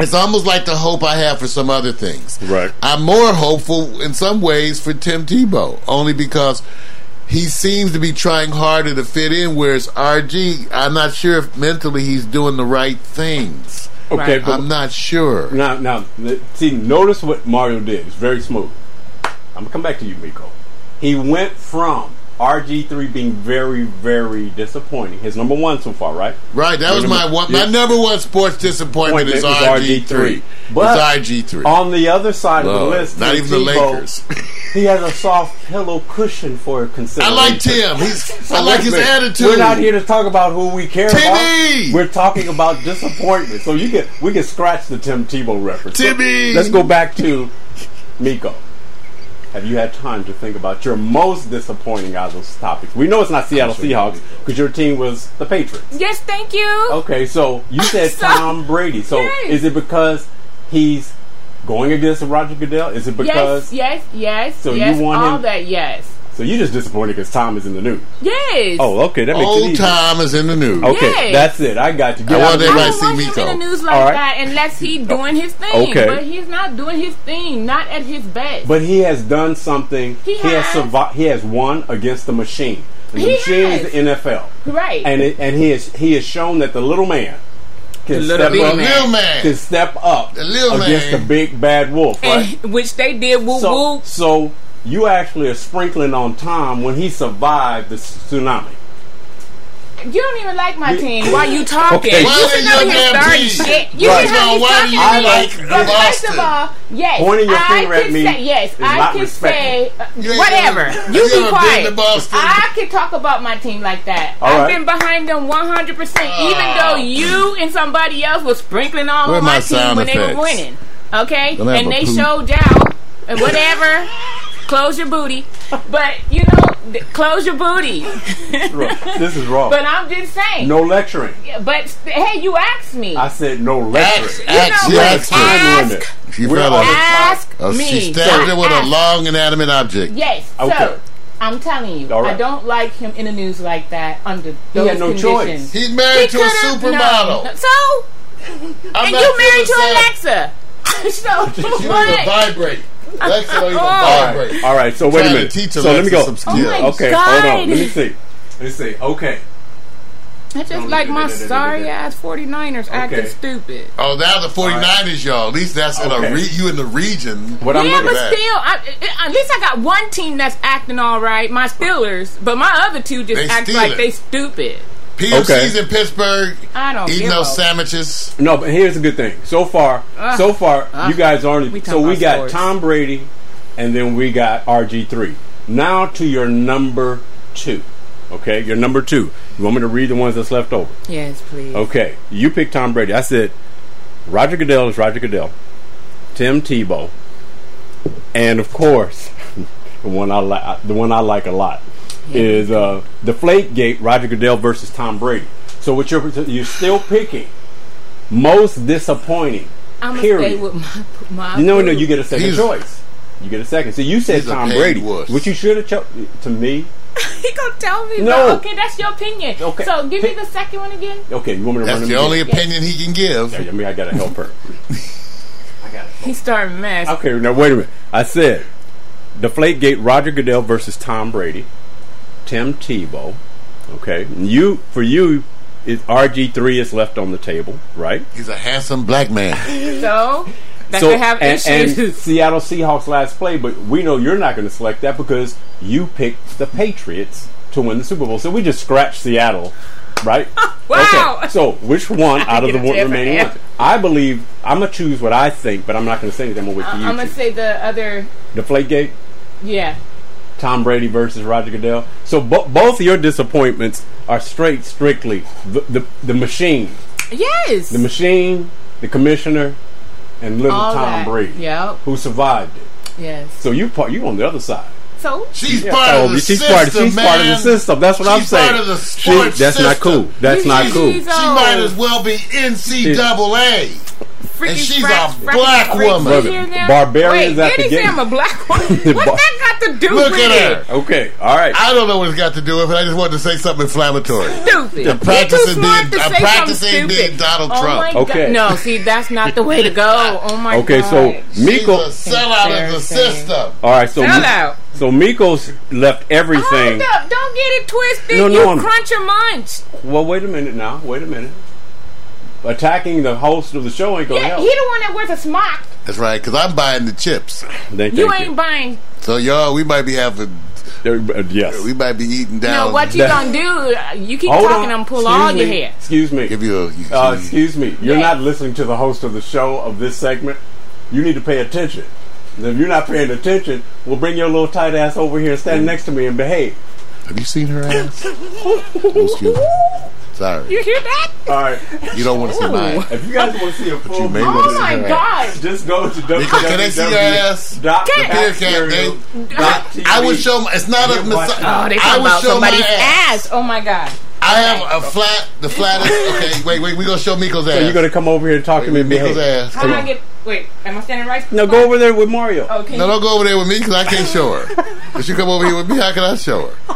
[SPEAKER 3] It's almost like the hope I have for some other things.
[SPEAKER 5] Right.
[SPEAKER 3] I'm more hopeful in some ways for Tim Tebow, only because he seems to be trying harder to fit in, whereas RG, I'm not sure if mentally he's doing the right things.
[SPEAKER 5] Okay,
[SPEAKER 4] Right.
[SPEAKER 5] but
[SPEAKER 3] I'm not sure.
[SPEAKER 5] now, now, th- see, notice what Mario did. It's very smooth. I'm gonna come back to you, Miko. He went from RG3 being very, very disappointing. His number one so far, right?
[SPEAKER 3] Right, that was
[SPEAKER 5] Your
[SPEAKER 3] my
[SPEAKER 5] number-
[SPEAKER 3] one, my
[SPEAKER 5] your-
[SPEAKER 3] number one sports disappointment is RG three.
[SPEAKER 5] But
[SPEAKER 3] It's RG three.
[SPEAKER 5] On the other side of
[SPEAKER 3] Lord,
[SPEAKER 5] the list,
[SPEAKER 3] not
[SPEAKER 5] Tim
[SPEAKER 3] even the
[SPEAKER 5] Tebow,
[SPEAKER 3] Lakers. <laughs>
[SPEAKER 5] he has a soft pillow cushion for
[SPEAKER 3] I
[SPEAKER 5] consideration.
[SPEAKER 3] like Tim.
[SPEAKER 5] <laughs>
[SPEAKER 3] He's I like
[SPEAKER 5] Now, wait a
[SPEAKER 3] his
[SPEAKER 5] minute.
[SPEAKER 3] attitude.
[SPEAKER 5] We're not here to talk about who we care
[SPEAKER 3] Timmy!
[SPEAKER 5] about. We're talking about disappointment. So you can we can scratch the Tim Tebow reference.
[SPEAKER 3] Timmy!
[SPEAKER 5] So let's go back to Miko. Have you had time to think about your most disappointing out of those topics? We know it's not Seattle Seahawks because your team was the Patriots.
[SPEAKER 4] Yes, thank you.
[SPEAKER 5] Okay, so you
[SPEAKER 4] <laughs>
[SPEAKER 5] said
[SPEAKER 4] So-
[SPEAKER 5] Tom Brady. So
[SPEAKER 4] Yes.
[SPEAKER 5] is it because he's going against Roger Goodell? Is it because
[SPEAKER 4] Yes, yes, yes,
[SPEAKER 5] So you
[SPEAKER 4] yes,
[SPEAKER 5] want
[SPEAKER 4] all
[SPEAKER 5] him-
[SPEAKER 4] that, yes.
[SPEAKER 5] so you're just disappointed because Tom is in the news?
[SPEAKER 4] Yes.
[SPEAKER 5] Oh, okay, that makes it
[SPEAKER 3] Old
[SPEAKER 5] easy.
[SPEAKER 3] time is in the news.
[SPEAKER 5] Okay,
[SPEAKER 4] Yes.
[SPEAKER 5] that's it. I got you. Get
[SPEAKER 3] I
[SPEAKER 5] out
[SPEAKER 3] want
[SPEAKER 5] of the
[SPEAKER 3] that
[SPEAKER 5] way.
[SPEAKER 4] I
[SPEAKER 3] Everybody
[SPEAKER 4] don't want
[SPEAKER 3] see
[SPEAKER 4] him
[SPEAKER 3] Miko.
[SPEAKER 4] in the news like
[SPEAKER 5] All right. Oh.
[SPEAKER 4] that unless he's doing his thing.
[SPEAKER 5] Okay.
[SPEAKER 4] But he's not doing his thing, not at his best.
[SPEAKER 5] But he has done something.
[SPEAKER 4] He
[SPEAKER 5] has,
[SPEAKER 4] has.
[SPEAKER 5] survived. He has won against the machine. And the
[SPEAKER 4] He
[SPEAKER 5] machine
[SPEAKER 4] has.
[SPEAKER 5] is the NFL,
[SPEAKER 4] right.
[SPEAKER 5] and it, and he has he has shown that the little man can
[SPEAKER 4] little
[SPEAKER 5] step
[SPEAKER 4] big
[SPEAKER 5] up,
[SPEAKER 4] man.
[SPEAKER 3] Little
[SPEAKER 5] can
[SPEAKER 3] man.
[SPEAKER 5] step up
[SPEAKER 3] The little
[SPEAKER 5] against
[SPEAKER 3] man.
[SPEAKER 5] the big bad wolf.
[SPEAKER 4] And-
[SPEAKER 5] Right?
[SPEAKER 4] which they did woo
[SPEAKER 5] so
[SPEAKER 4] woo.
[SPEAKER 5] so you actually are sprinkling on Tom when he survived the tsunami.
[SPEAKER 4] You don't even like my team. Why you talking?
[SPEAKER 5] Okay.
[SPEAKER 4] You
[SPEAKER 5] Why
[SPEAKER 3] is
[SPEAKER 4] can
[SPEAKER 3] your
[SPEAKER 4] not even
[SPEAKER 3] damn
[SPEAKER 4] start
[SPEAKER 3] team?
[SPEAKER 4] shit. You
[SPEAKER 5] Right.
[SPEAKER 4] can not
[SPEAKER 3] Well,
[SPEAKER 4] even
[SPEAKER 3] why do you
[SPEAKER 4] talking to
[SPEAKER 5] like
[SPEAKER 4] me.
[SPEAKER 5] the
[SPEAKER 4] But first
[SPEAKER 3] Boston?
[SPEAKER 4] of all, yes,
[SPEAKER 5] Pointing your
[SPEAKER 4] I
[SPEAKER 5] finger
[SPEAKER 4] can
[SPEAKER 5] at me
[SPEAKER 4] say yes.
[SPEAKER 5] is
[SPEAKER 4] I
[SPEAKER 5] not
[SPEAKER 4] can
[SPEAKER 5] respectful.
[SPEAKER 4] say uh,
[SPEAKER 3] You ain't
[SPEAKER 4] whatever.
[SPEAKER 3] never-
[SPEAKER 4] You
[SPEAKER 3] you ever
[SPEAKER 4] be
[SPEAKER 3] been to
[SPEAKER 4] quiet.
[SPEAKER 3] Boston?
[SPEAKER 4] I can talk about my team like that.
[SPEAKER 5] All
[SPEAKER 4] I've
[SPEAKER 5] right.
[SPEAKER 4] been behind them 100, percent even
[SPEAKER 3] Ah.
[SPEAKER 4] though you and somebody else was sprinkling all
[SPEAKER 3] Where
[SPEAKER 4] on
[SPEAKER 3] my
[SPEAKER 4] my team
[SPEAKER 3] sound
[SPEAKER 4] when they
[SPEAKER 3] effects?
[SPEAKER 4] were winning. Okay,
[SPEAKER 3] Don't have
[SPEAKER 4] and
[SPEAKER 3] a
[SPEAKER 4] they
[SPEAKER 3] poop.
[SPEAKER 4] showed out
[SPEAKER 3] <laughs>
[SPEAKER 4] and whatever. Close your booty, but you know, th- close your booty. <laughs>
[SPEAKER 5] this is wrong.
[SPEAKER 4] But I'm just saying.
[SPEAKER 5] Oh. no lecturing.
[SPEAKER 4] But st- hey, you asked me.
[SPEAKER 5] I said no
[SPEAKER 3] Ax,
[SPEAKER 5] lecturing.
[SPEAKER 3] ax,
[SPEAKER 4] You
[SPEAKER 3] you
[SPEAKER 4] know
[SPEAKER 3] ax
[SPEAKER 4] what?
[SPEAKER 3] her.
[SPEAKER 5] Time
[SPEAKER 4] Ask-
[SPEAKER 5] limit.
[SPEAKER 3] She
[SPEAKER 5] We're
[SPEAKER 3] fell
[SPEAKER 5] on
[SPEAKER 3] over.
[SPEAKER 5] the time.
[SPEAKER 4] ask
[SPEAKER 3] Oh,
[SPEAKER 4] me.
[SPEAKER 3] she stabbed
[SPEAKER 4] I
[SPEAKER 3] her with a
[SPEAKER 4] asked-
[SPEAKER 3] long inanimate object.
[SPEAKER 4] Yes.
[SPEAKER 5] Okay.
[SPEAKER 4] So I'm telling you,
[SPEAKER 5] All right.
[SPEAKER 4] I don't like him in the news like that under
[SPEAKER 5] He
[SPEAKER 4] those
[SPEAKER 5] had no
[SPEAKER 4] conditions.
[SPEAKER 3] He's married to a
[SPEAKER 4] could've- no.
[SPEAKER 3] supermodel.
[SPEAKER 4] So
[SPEAKER 3] I'm not
[SPEAKER 4] and you married to
[SPEAKER 3] feeling sad.
[SPEAKER 4] Alexa. <laughs> so
[SPEAKER 3] She don't even
[SPEAKER 4] what?
[SPEAKER 3] vibrate. Lexa don't even
[SPEAKER 4] Oh.
[SPEAKER 3] vibrate.
[SPEAKER 5] All right, so wait a
[SPEAKER 3] Trying to
[SPEAKER 5] minute.
[SPEAKER 3] teach
[SPEAKER 5] so
[SPEAKER 3] Alexa
[SPEAKER 5] let me go.
[SPEAKER 3] some skills.
[SPEAKER 4] Oh my
[SPEAKER 5] okay, hold on.
[SPEAKER 4] God.
[SPEAKER 5] Let me see. Let me see. Okay.
[SPEAKER 4] That's just like my sorry ass 49ers acting
[SPEAKER 5] Okay.
[SPEAKER 4] stupid.
[SPEAKER 3] Oh, now the 49ers, y'all. At least that's in
[SPEAKER 5] Okay.
[SPEAKER 3] a re- you in the region.
[SPEAKER 5] What I'm
[SPEAKER 4] yeah,
[SPEAKER 5] looking
[SPEAKER 4] but
[SPEAKER 3] at-
[SPEAKER 4] still, I, I- at least I got one team that's acting all right, my Steelers. But my other two just
[SPEAKER 3] They
[SPEAKER 4] act
[SPEAKER 3] steal
[SPEAKER 4] like
[SPEAKER 3] it.
[SPEAKER 4] they stupid.
[SPEAKER 3] PFC's in Pittsburgh
[SPEAKER 4] I don't
[SPEAKER 3] eating
[SPEAKER 4] give
[SPEAKER 3] those
[SPEAKER 4] a-
[SPEAKER 3] sandwiches.
[SPEAKER 5] No, but here's a good thing. So far,
[SPEAKER 4] Ugh.
[SPEAKER 5] so far,
[SPEAKER 4] Ugh.
[SPEAKER 5] you guys aren't.
[SPEAKER 4] Ah. We
[SPEAKER 5] so
[SPEAKER 4] talking
[SPEAKER 5] we
[SPEAKER 4] about
[SPEAKER 5] got
[SPEAKER 4] sports.
[SPEAKER 5] Tom Brady, and then we got RG3. Now to your number two. Okay, your number two. You want me to read the ones that's left over?
[SPEAKER 4] Yes, please.
[SPEAKER 5] Okay, you picked Tom Brady. I said Roger Goodell is Roger Goodell, Tim Tebow, and of course, <laughs> the one I like, the one I like a lot is uh, the Gate Roger Goodell versus Tom Brady. So what you're you're still picking most disappointing.
[SPEAKER 4] I'm gonna
[SPEAKER 5] period.
[SPEAKER 4] stay with my my. <laughs>
[SPEAKER 5] you know, no, you get a second
[SPEAKER 3] He's-
[SPEAKER 5] choice. You get a second. So you said
[SPEAKER 3] He's a
[SPEAKER 5] Tom
[SPEAKER 3] paid
[SPEAKER 5] Brady,
[SPEAKER 3] wuss.
[SPEAKER 5] which you should have chosen. To me,
[SPEAKER 4] He gonna tell me?
[SPEAKER 5] No.
[SPEAKER 4] No. Okay, that's your opinion.
[SPEAKER 5] Okay.
[SPEAKER 4] So give me the second one again.
[SPEAKER 5] okay, you want me to
[SPEAKER 3] That's
[SPEAKER 5] run
[SPEAKER 3] the
[SPEAKER 5] him
[SPEAKER 3] only
[SPEAKER 5] again?
[SPEAKER 3] opinion he can give.
[SPEAKER 5] I mean, I gotta help
[SPEAKER 3] <laughs>
[SPEAKER 5] her. I gotta.
[SPEAKER 4] He started mess.
[SPEAKER 5] Okay, now wait a minute. I said Deflategate Roger Goodell versus Tom Brady, Tim Tebow. Okay, you for you, is RG three is left on the table, right?
[SPEAKER 3] He's a handsome black man.
[SPEAKER 4] So that could have
[SPEAKER 5] and,
[SPEAKER 4] issues. <laughs>
[SPEAKER 5] and Seattle Seahawks last play, but we know you're not going to select that because you picked the Patriots to win the Super Bowl. So we just scratched Seattle, right?
[SPEAKER 4] <laughs> Wow.
[SPEAKER 5] Okay, so which one out of
[SPEAKER 4] get <laughs>
[SPEAKER 5] the
[SPEAKER 4] a
[SPEAKER 5] one
[SPEAKER 4] different
[SPEAKER 5] remaining
[SPEAKER 4] answer.
[SPEAKER 5] ones? I believe I'm gonna choose what I think, but I'm not going to say anything. I'm going to wait for you.
[SPEAKER 4] I'm gonna
[SPEAKER 5] to.
[SPEAKER 4] Uh, say the other.
[SPEAKER 5] Deflategate.
[SPEAKER 4] Yeah.
[SPEAKER 5] Tom Brady versus Roger Goodell. So bo- both of your disappointments are straight, strictly the the, the machine,
[SPEAKER 4] Yes.
[SPEAKER 5] the machine, the commissioner, and little
[SPEAKER 4] All
[SPEAKER 5] Tom
[SPEAKER 4] that.
[SPEAKER 5] Brady,
[SPEAKER 4] Yep.
[SPEAKER 5] who survived it.
[SPEAKER 4] Yes.
[SPEAKER 5] So you part you on the other side. Oh,
[SPEAKER 4] So
[SPEAKER 3] She's part of the
[SPEAKER 5] she's
[SPEAKER 3] system,
[SPEAKER 5] part, she's
[SPEAKER 3] man.
[SPEAKER 5] part of the system. That's what I'm
[SPEAKER 3] She's
[SPEAKER 5] saying.
[SPEAKER 3] part of the
[SPEAKER 5] She-
[SPEAKER 3] sports
[SPEAKER 5] that's not
[SPEAKER 3] system.
[SPEAKER 5] cool. That's not
[SPEAKER 3] She's-
[SPEAKER 5] cool.
[SPEAKER 3] She might as well be NCAA.
[SPEAKER 4] freaking
[SPEAKER 3] and she's
[SPEAKER 4] Frank's-
[SPEAKER 3] a
[SPEAKER 4] Frank's
[SPEAKER 3] black
[SPEAKER 4] Frank's
[SPEAKER 3] woman.
[SPEAKER 4] here
[SPEAKER 5] Brother,
[SPEAKER 4] now?
[SPEAKER 5] barbarians
[SPEAKER 4] Wait,
[SPEAKER 5] at
[SPEAKER 4] did
[SPEAKER 5] the
[SPEAKER 4] he say
[SPEAKER 5] gate.
[SPEAKER 4] I'm a black woman?
[SPEAKER 5] <laughs> Bar-
[SPEAKER 4] What that got to do
[SPEAKER 3] Look
[SPEAKER 4] with
[SPEAKER 3] at
[SPEAKER 4] it?
[SPEAKER 3] her.
[SPEAKER 5] Okay, all right.
[SPEAKER 3] I don't know what it's got to do with it. I just wanted to say something inflammatory.
[SPEAKER 4] Stupid. You're
[SPEAKER 3] practicing
[SPEAKER 4] too smart
[SPEAKER 3] being-
[SPEAKER 4] to
[SPEAKER 3] I'm
[SPEAKER 4] say
[SPEAKER 3] practicing
[SPEAKER 4] something
[SPEAKER 3] being
[SPEAKER 4] stupid.
[SPEAKER 3] Donald
[SPEAKER 4] oh
[SPEAKER 3] Trump.
[SPEAKER 4] My
[SPEAKER 5] Okay.
[SPEAKER 4] God. No, see, that's not the way
[SPEAKER 3] <laughs>
[SPEAKER 4] to go. Oh my
[SPEAKER 5] okay,
[SPEAKER 4] God.
[SPEAKER 5] so
[SPEAKER 3] She's a
[SPEAKER 5] Miko.
[SPEAKER 3] sellout of the
[SPEAKER 4] Embarrassing.
[SPEAKER 3] system.
[SPEAKER 5] All right, so
[SPEAKER 4] Sell out. Oh,
[SPEAKER 5] so Miko's left everything.
[SPEAKER 4] Hold up! Don't get it twisted.
[SPEAKER 5] No, no,
[SPEAKER 4] you
[SPEAKER 5] I'm-
[SPEAKER 4] crunch or munch.
[SPEAKER 5] Well, wait a minute now. Wait a minute. Attacking the host of the show ain't gonna
[SPEAKER 4] Yeah,
[SPEAKER 5] help.
[SPEAKER 4] he the one that wears a smock.
[SPEAKER 3] That's right, because I'm buying the chips.
[SPEAKER 5] Thank-
[SPEAKER 4] You
[SPEAKER 5] thank
[SPEAKER 4] ain't buying.
[SPEAKER 3] So y'all, we might be having,
[SPEAKER 5] There- uh, yes.
[SPEAKER 3] we might be eating down.
[SPEAKER 4] No, what you
[SPEAKER 5] that-
[SPEAKER 4] gonna do? uh, You keep
[SPEAKER 5] Hold
[SPEAKER 4] talking
[SPEAKER 5] on.
[SPEAKER 4] and pull
[SPEAKER 5] Excuse
[SPEAKER 4] all
[SPEAKER 5] me.
[SPEAKER 4] your hair.
[SPEAKER 5] Excuse me.
[SPEAKER 3] Give you a. You,
[SPEAKER 5] Uh, excuse me, you're
[SPEAKER 4] Yeah.
[SPEAKER 5] not listening to the host of the show of this segment. You need to pay attention. And If you're not paying attention, we'll bring your little tight ass over here and
[SPEAKER 3] Mm.
[SPEAKER 5] stand next to me and behave.
[SPEAKER 3] Have you seen her ass? Excuse me. Sorry,
[SPEAKER 4] You hear that?
[SPEAKER 5] All right.
[SPEAKER 3] you don't want to see mine.
[SPEAKER 5] If you guys want to see a full
[SPEAKER 3] may
[SPEAKER 5] view,
[SPEAKER 3] want
[SPEAKER 4] Oh
[SPEAKER 3] This is
[SPEAKER 4] my
[SPEAKER 3] her
[SPEAKER 4] God!
[SPEAKER 5] just go to
[SPEAKER 3] Can they see your ass? Beer can, they-
[SPEAKER 5] www.thebackstereo.tv.
[SPEAKER 3] I would show. my- It's not a.
[SPEAKER 5] You're watching.
[SPEAKER 3] misa-
[SPEAKER 4] Oh, they
[SPEAKER 3] I
[SPEAKER 4] talking
[SPEAKER 3] would
[SPEAKER 4] about
[SPEAKER 3] show my
[SPEAKER 4] somebody's
[SPEAKER 3] ass.
[SPEAKER 4] ass. Oh my God!
[SPEAKER 3] I have a flat. The flattest. Okay, wait, wait. We gonna show Miko's ass.
[SPEAKER 5] So you're gonna come over here and talk to me and
[SPEAKER 3] Miko's
[SPEAKER 5] behave.
[SPEAKER 3] ass.
[SPEAKER 4] How do I get? Wait, am I standing right? Oh,
[SPEAKER 5] No, go over there with Mario.
[SPEAKER 4] Okay.
[SPEAKER 3] No, don't go over there with me because I can't show
[SPEAKER 4] <laughs>
[SPEAKER 3] her. If she come over here with me, how can I show her?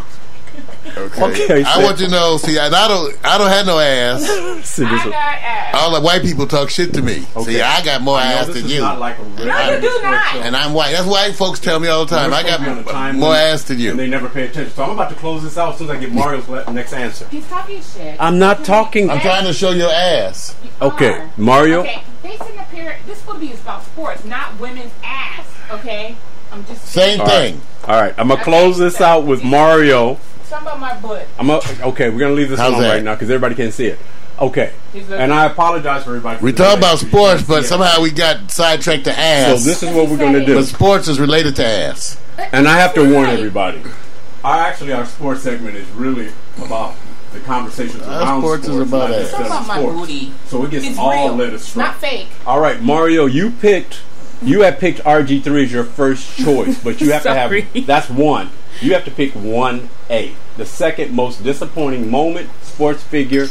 [SPEAKER 3] Okay.
[SPEAKER 5] Okay,
[SPEAKER 3] I
[SPEAKER 5] so-
[SPEAKER 3] want you to know. See, and I don't. I don't have no ass.
[SPEAKER 5] See,
[SPEAKER 4] I
[SPEAKER 5] this
[SPEAKER 4] got
[SPEAKER 5] is-
[SPEAKER 4] ass.
[SPEAKER 3] All the white people talk shit to me.
[SPEAKER 5] Okay.
[SPEAKER 3] See, I got more
[SPEAKER 5] No,
[SPEAKER 3] ass
[SPEAKER 5] this
[SPEAKER 3] than
[SPEAKER 5] is
[SPEAKER 3] you.
[SPEAKER 5] not like a real-
[SPEAKER 4] No, you do not.
[SPEAKER 3] and I'm white. That's why folks tell me all the time.
[SPEAKER 5] We're
[SPEAKER 3] I got
[SPEAKER 5] supposed to be on a time
[SPEAKER 3] more
[SPEAKER 5] limit,
[SPEAKER 3] ass than
[SPEAKER 5] And they
[SPEAKER 3] you.
[SPEAKER 5] never pay attention. So I'm about to close this out as soon as I get Mario's le- next answer.
[SPEAKER 4] He's talking shit.
[SPEAKER 5] I'm not talking.
[SPEAKER 3] I'm trying to show your ass.
[SPEAKER 5] Okay,
[SPEAKER 4] Are.
[SPEAKER 5] Mario.
[SPEAKER 4] Okay, they send up here. This would be about sports, not women's ass. Okay, I'm just
[SPEAKER 3] Same
[SPEAKER 5] All right.
[SPEAKER 3] thing.
[SPEAKER 5] All right, I'm gonna close this out with Mario.
[SPEAKER 4] Something about my butt.
[SPEAKER 5] I'm a, okay. We're gonna leave this
[SPEAKER 3] How's
[SPEAKER 5] alone
[SPEAKER 3] that?
[SPEAKER 5] right now because everybody can't see it. Okay,
[SPEAKER 4] He's looking-
[SPEAKER 5] and I apologize for everybody. for
[SPEAKER 3] We
[SPEAKER 5] the
[SPEAKER 3] talk
[SPEAKER 5] delay.
[SPEAKER 3] about sports, but
[SPEAKER 5] Yeah.
[SPEAKER 3] somehow we got sidetracked to
[SPEAKER 5] So
[SPEAKER 3] ass.
[SPEAKER 5] this is what we're gonna do,
[SPEAKER 3] but sports is related to ass.
[SPEAKER 5] and I have to warn everybody. Our actually our sports segment is really about the conversations
[SPEAKER 3] Our
[SPEAKER 5] around
[SPEAKER 3] Uh, sports is about
[SPEAKER 5] not
[SPEAKER 3] us.
[SPEAKER 5] just
[SPEAKER 4] Something about my
[SPEAKER 5] sports.
[SPEAKER 4] booty.
[SPEAKER 5] So it gets
[SPEAKER 4] It's
[SPEAKER 5] all
[SPEAKER 4] real.
[SPEAKER 5] led
[SPEAKER 4] It's
[SPEAKER 5] astray.
[SPEAKER 4] not fake.
[SPEAKER 5] All right, Mario, you picked. You have picked RG3 as your first choice, but you have to
[SPEAKER 4] <laughs> Sorry.
[SPEAKER 5] have that's one. You have to pick one A. The second most disappointing moment, sports figure,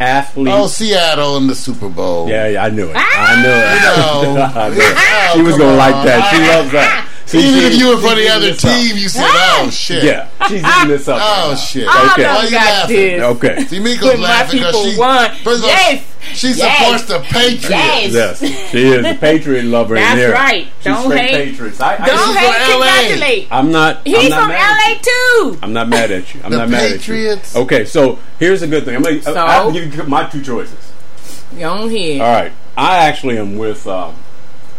[SPEAKER 5] athlete.
[SPEAKER 3] Oh, Seattle in the Super Bowl.
[SPEAKER 5] yeah, yeah, I knew it.
[SPEAKER 4] Ah!
[SPEAKER 5] I knew it.
[SPEAKER 3] No.
[SPEAKER 5] <laughs> I knew it.
[SPEAKER 3] Oh,
[SPEAKER 5] She was
[SPEAKER 3] come
[SPEAKER 5] gonna
[SPEAKER 3] on.
[SPEAKER 5] like that. She loves that. See,
[SPEAKER 3] Even
[SPEAKER 5] she-
[SPEAKER 3] if you were
[SPEAKER 5] she's
[SPEAKER 3] for the
[SPEAKER 5] eating
[SPEAKER 3] other
[SPEAKER 5] this up.
[SPEAKER 3] team, you said, "Oh shit."
[SPEAKER 5] Yeah, she's
[SPEAKER 3] <laughs>
[SPEAKER 5] eating this up.
[SPEAKER 3] Oh shit.
[SPEAKER 4] All
[SPEAKER 5] Okay.
[SPEAKER 4] of
[SPEAKER 3] Why
[SPEAKER 4] them
[SPEAKER 3] you
[SPEAKER 4] got
[SPEAKER 3] laughing?
[SPEAKER 4] this.
[SPEAKER 5] Okay.
[SPEAKER 3] See, Miko's
[SPEAKER 4] But my
[SPEAKER 3] laughing because
[SPEAKER 4] people
[SPEAKER 3] she.
[SPEAKER 4] won.
[SPEAKER 3] First of all,
[SPEAKER 4] Yes.
[SPEAKER 3] She
[SPEAKER 4] Yes.
[SPEAKER 3] supports the Patriots.
[SPEAKER 4] Yes.
[SPEAKER 5] Yes, she
[SPEAKER 4] <laughs>
[SPEAKER 5] is a Patriot lover in
[SPEAKER 4] That's
[SPEAKER 5] there.
[SPEAKER 4] right.
[SPEAKER 5] She's
[SPEAKER 4] Don't
[SPEAKER 5] straight
[SPEAKER 4] hate.
[SPEAKER 5] Patriots. I, I,
[SPEAKER 4] Don't
[SPEAKER 3] from
[SPEAKER 4] hate.
[SPEAKER 3] LA.
[SPEAKER 4] Congratulate.
[SPEAKER 5] I'm not.
[SPEAKER 4] He's
[SPEAKER 5] I'm not
[SPEAKER 4] from
[SPEAKER 5] mad at you.
[SPEAKER 4] LA too.
[SPEAKER 5] I'm not mad at you. I'm
[SPEAKER 3] The
[SPEAKER 5] not mad
[SPEAKER 3] Patriots.
[SPEAKER 5] at you. Okay, so here's a good thing. I'm gonna,
[SPEAKER 4] So?
[SPEAKER 5] I have to give you my two choices.
[SPEAKER 4] Go on here.
[SPEAKER 5] All right, I actually am with um,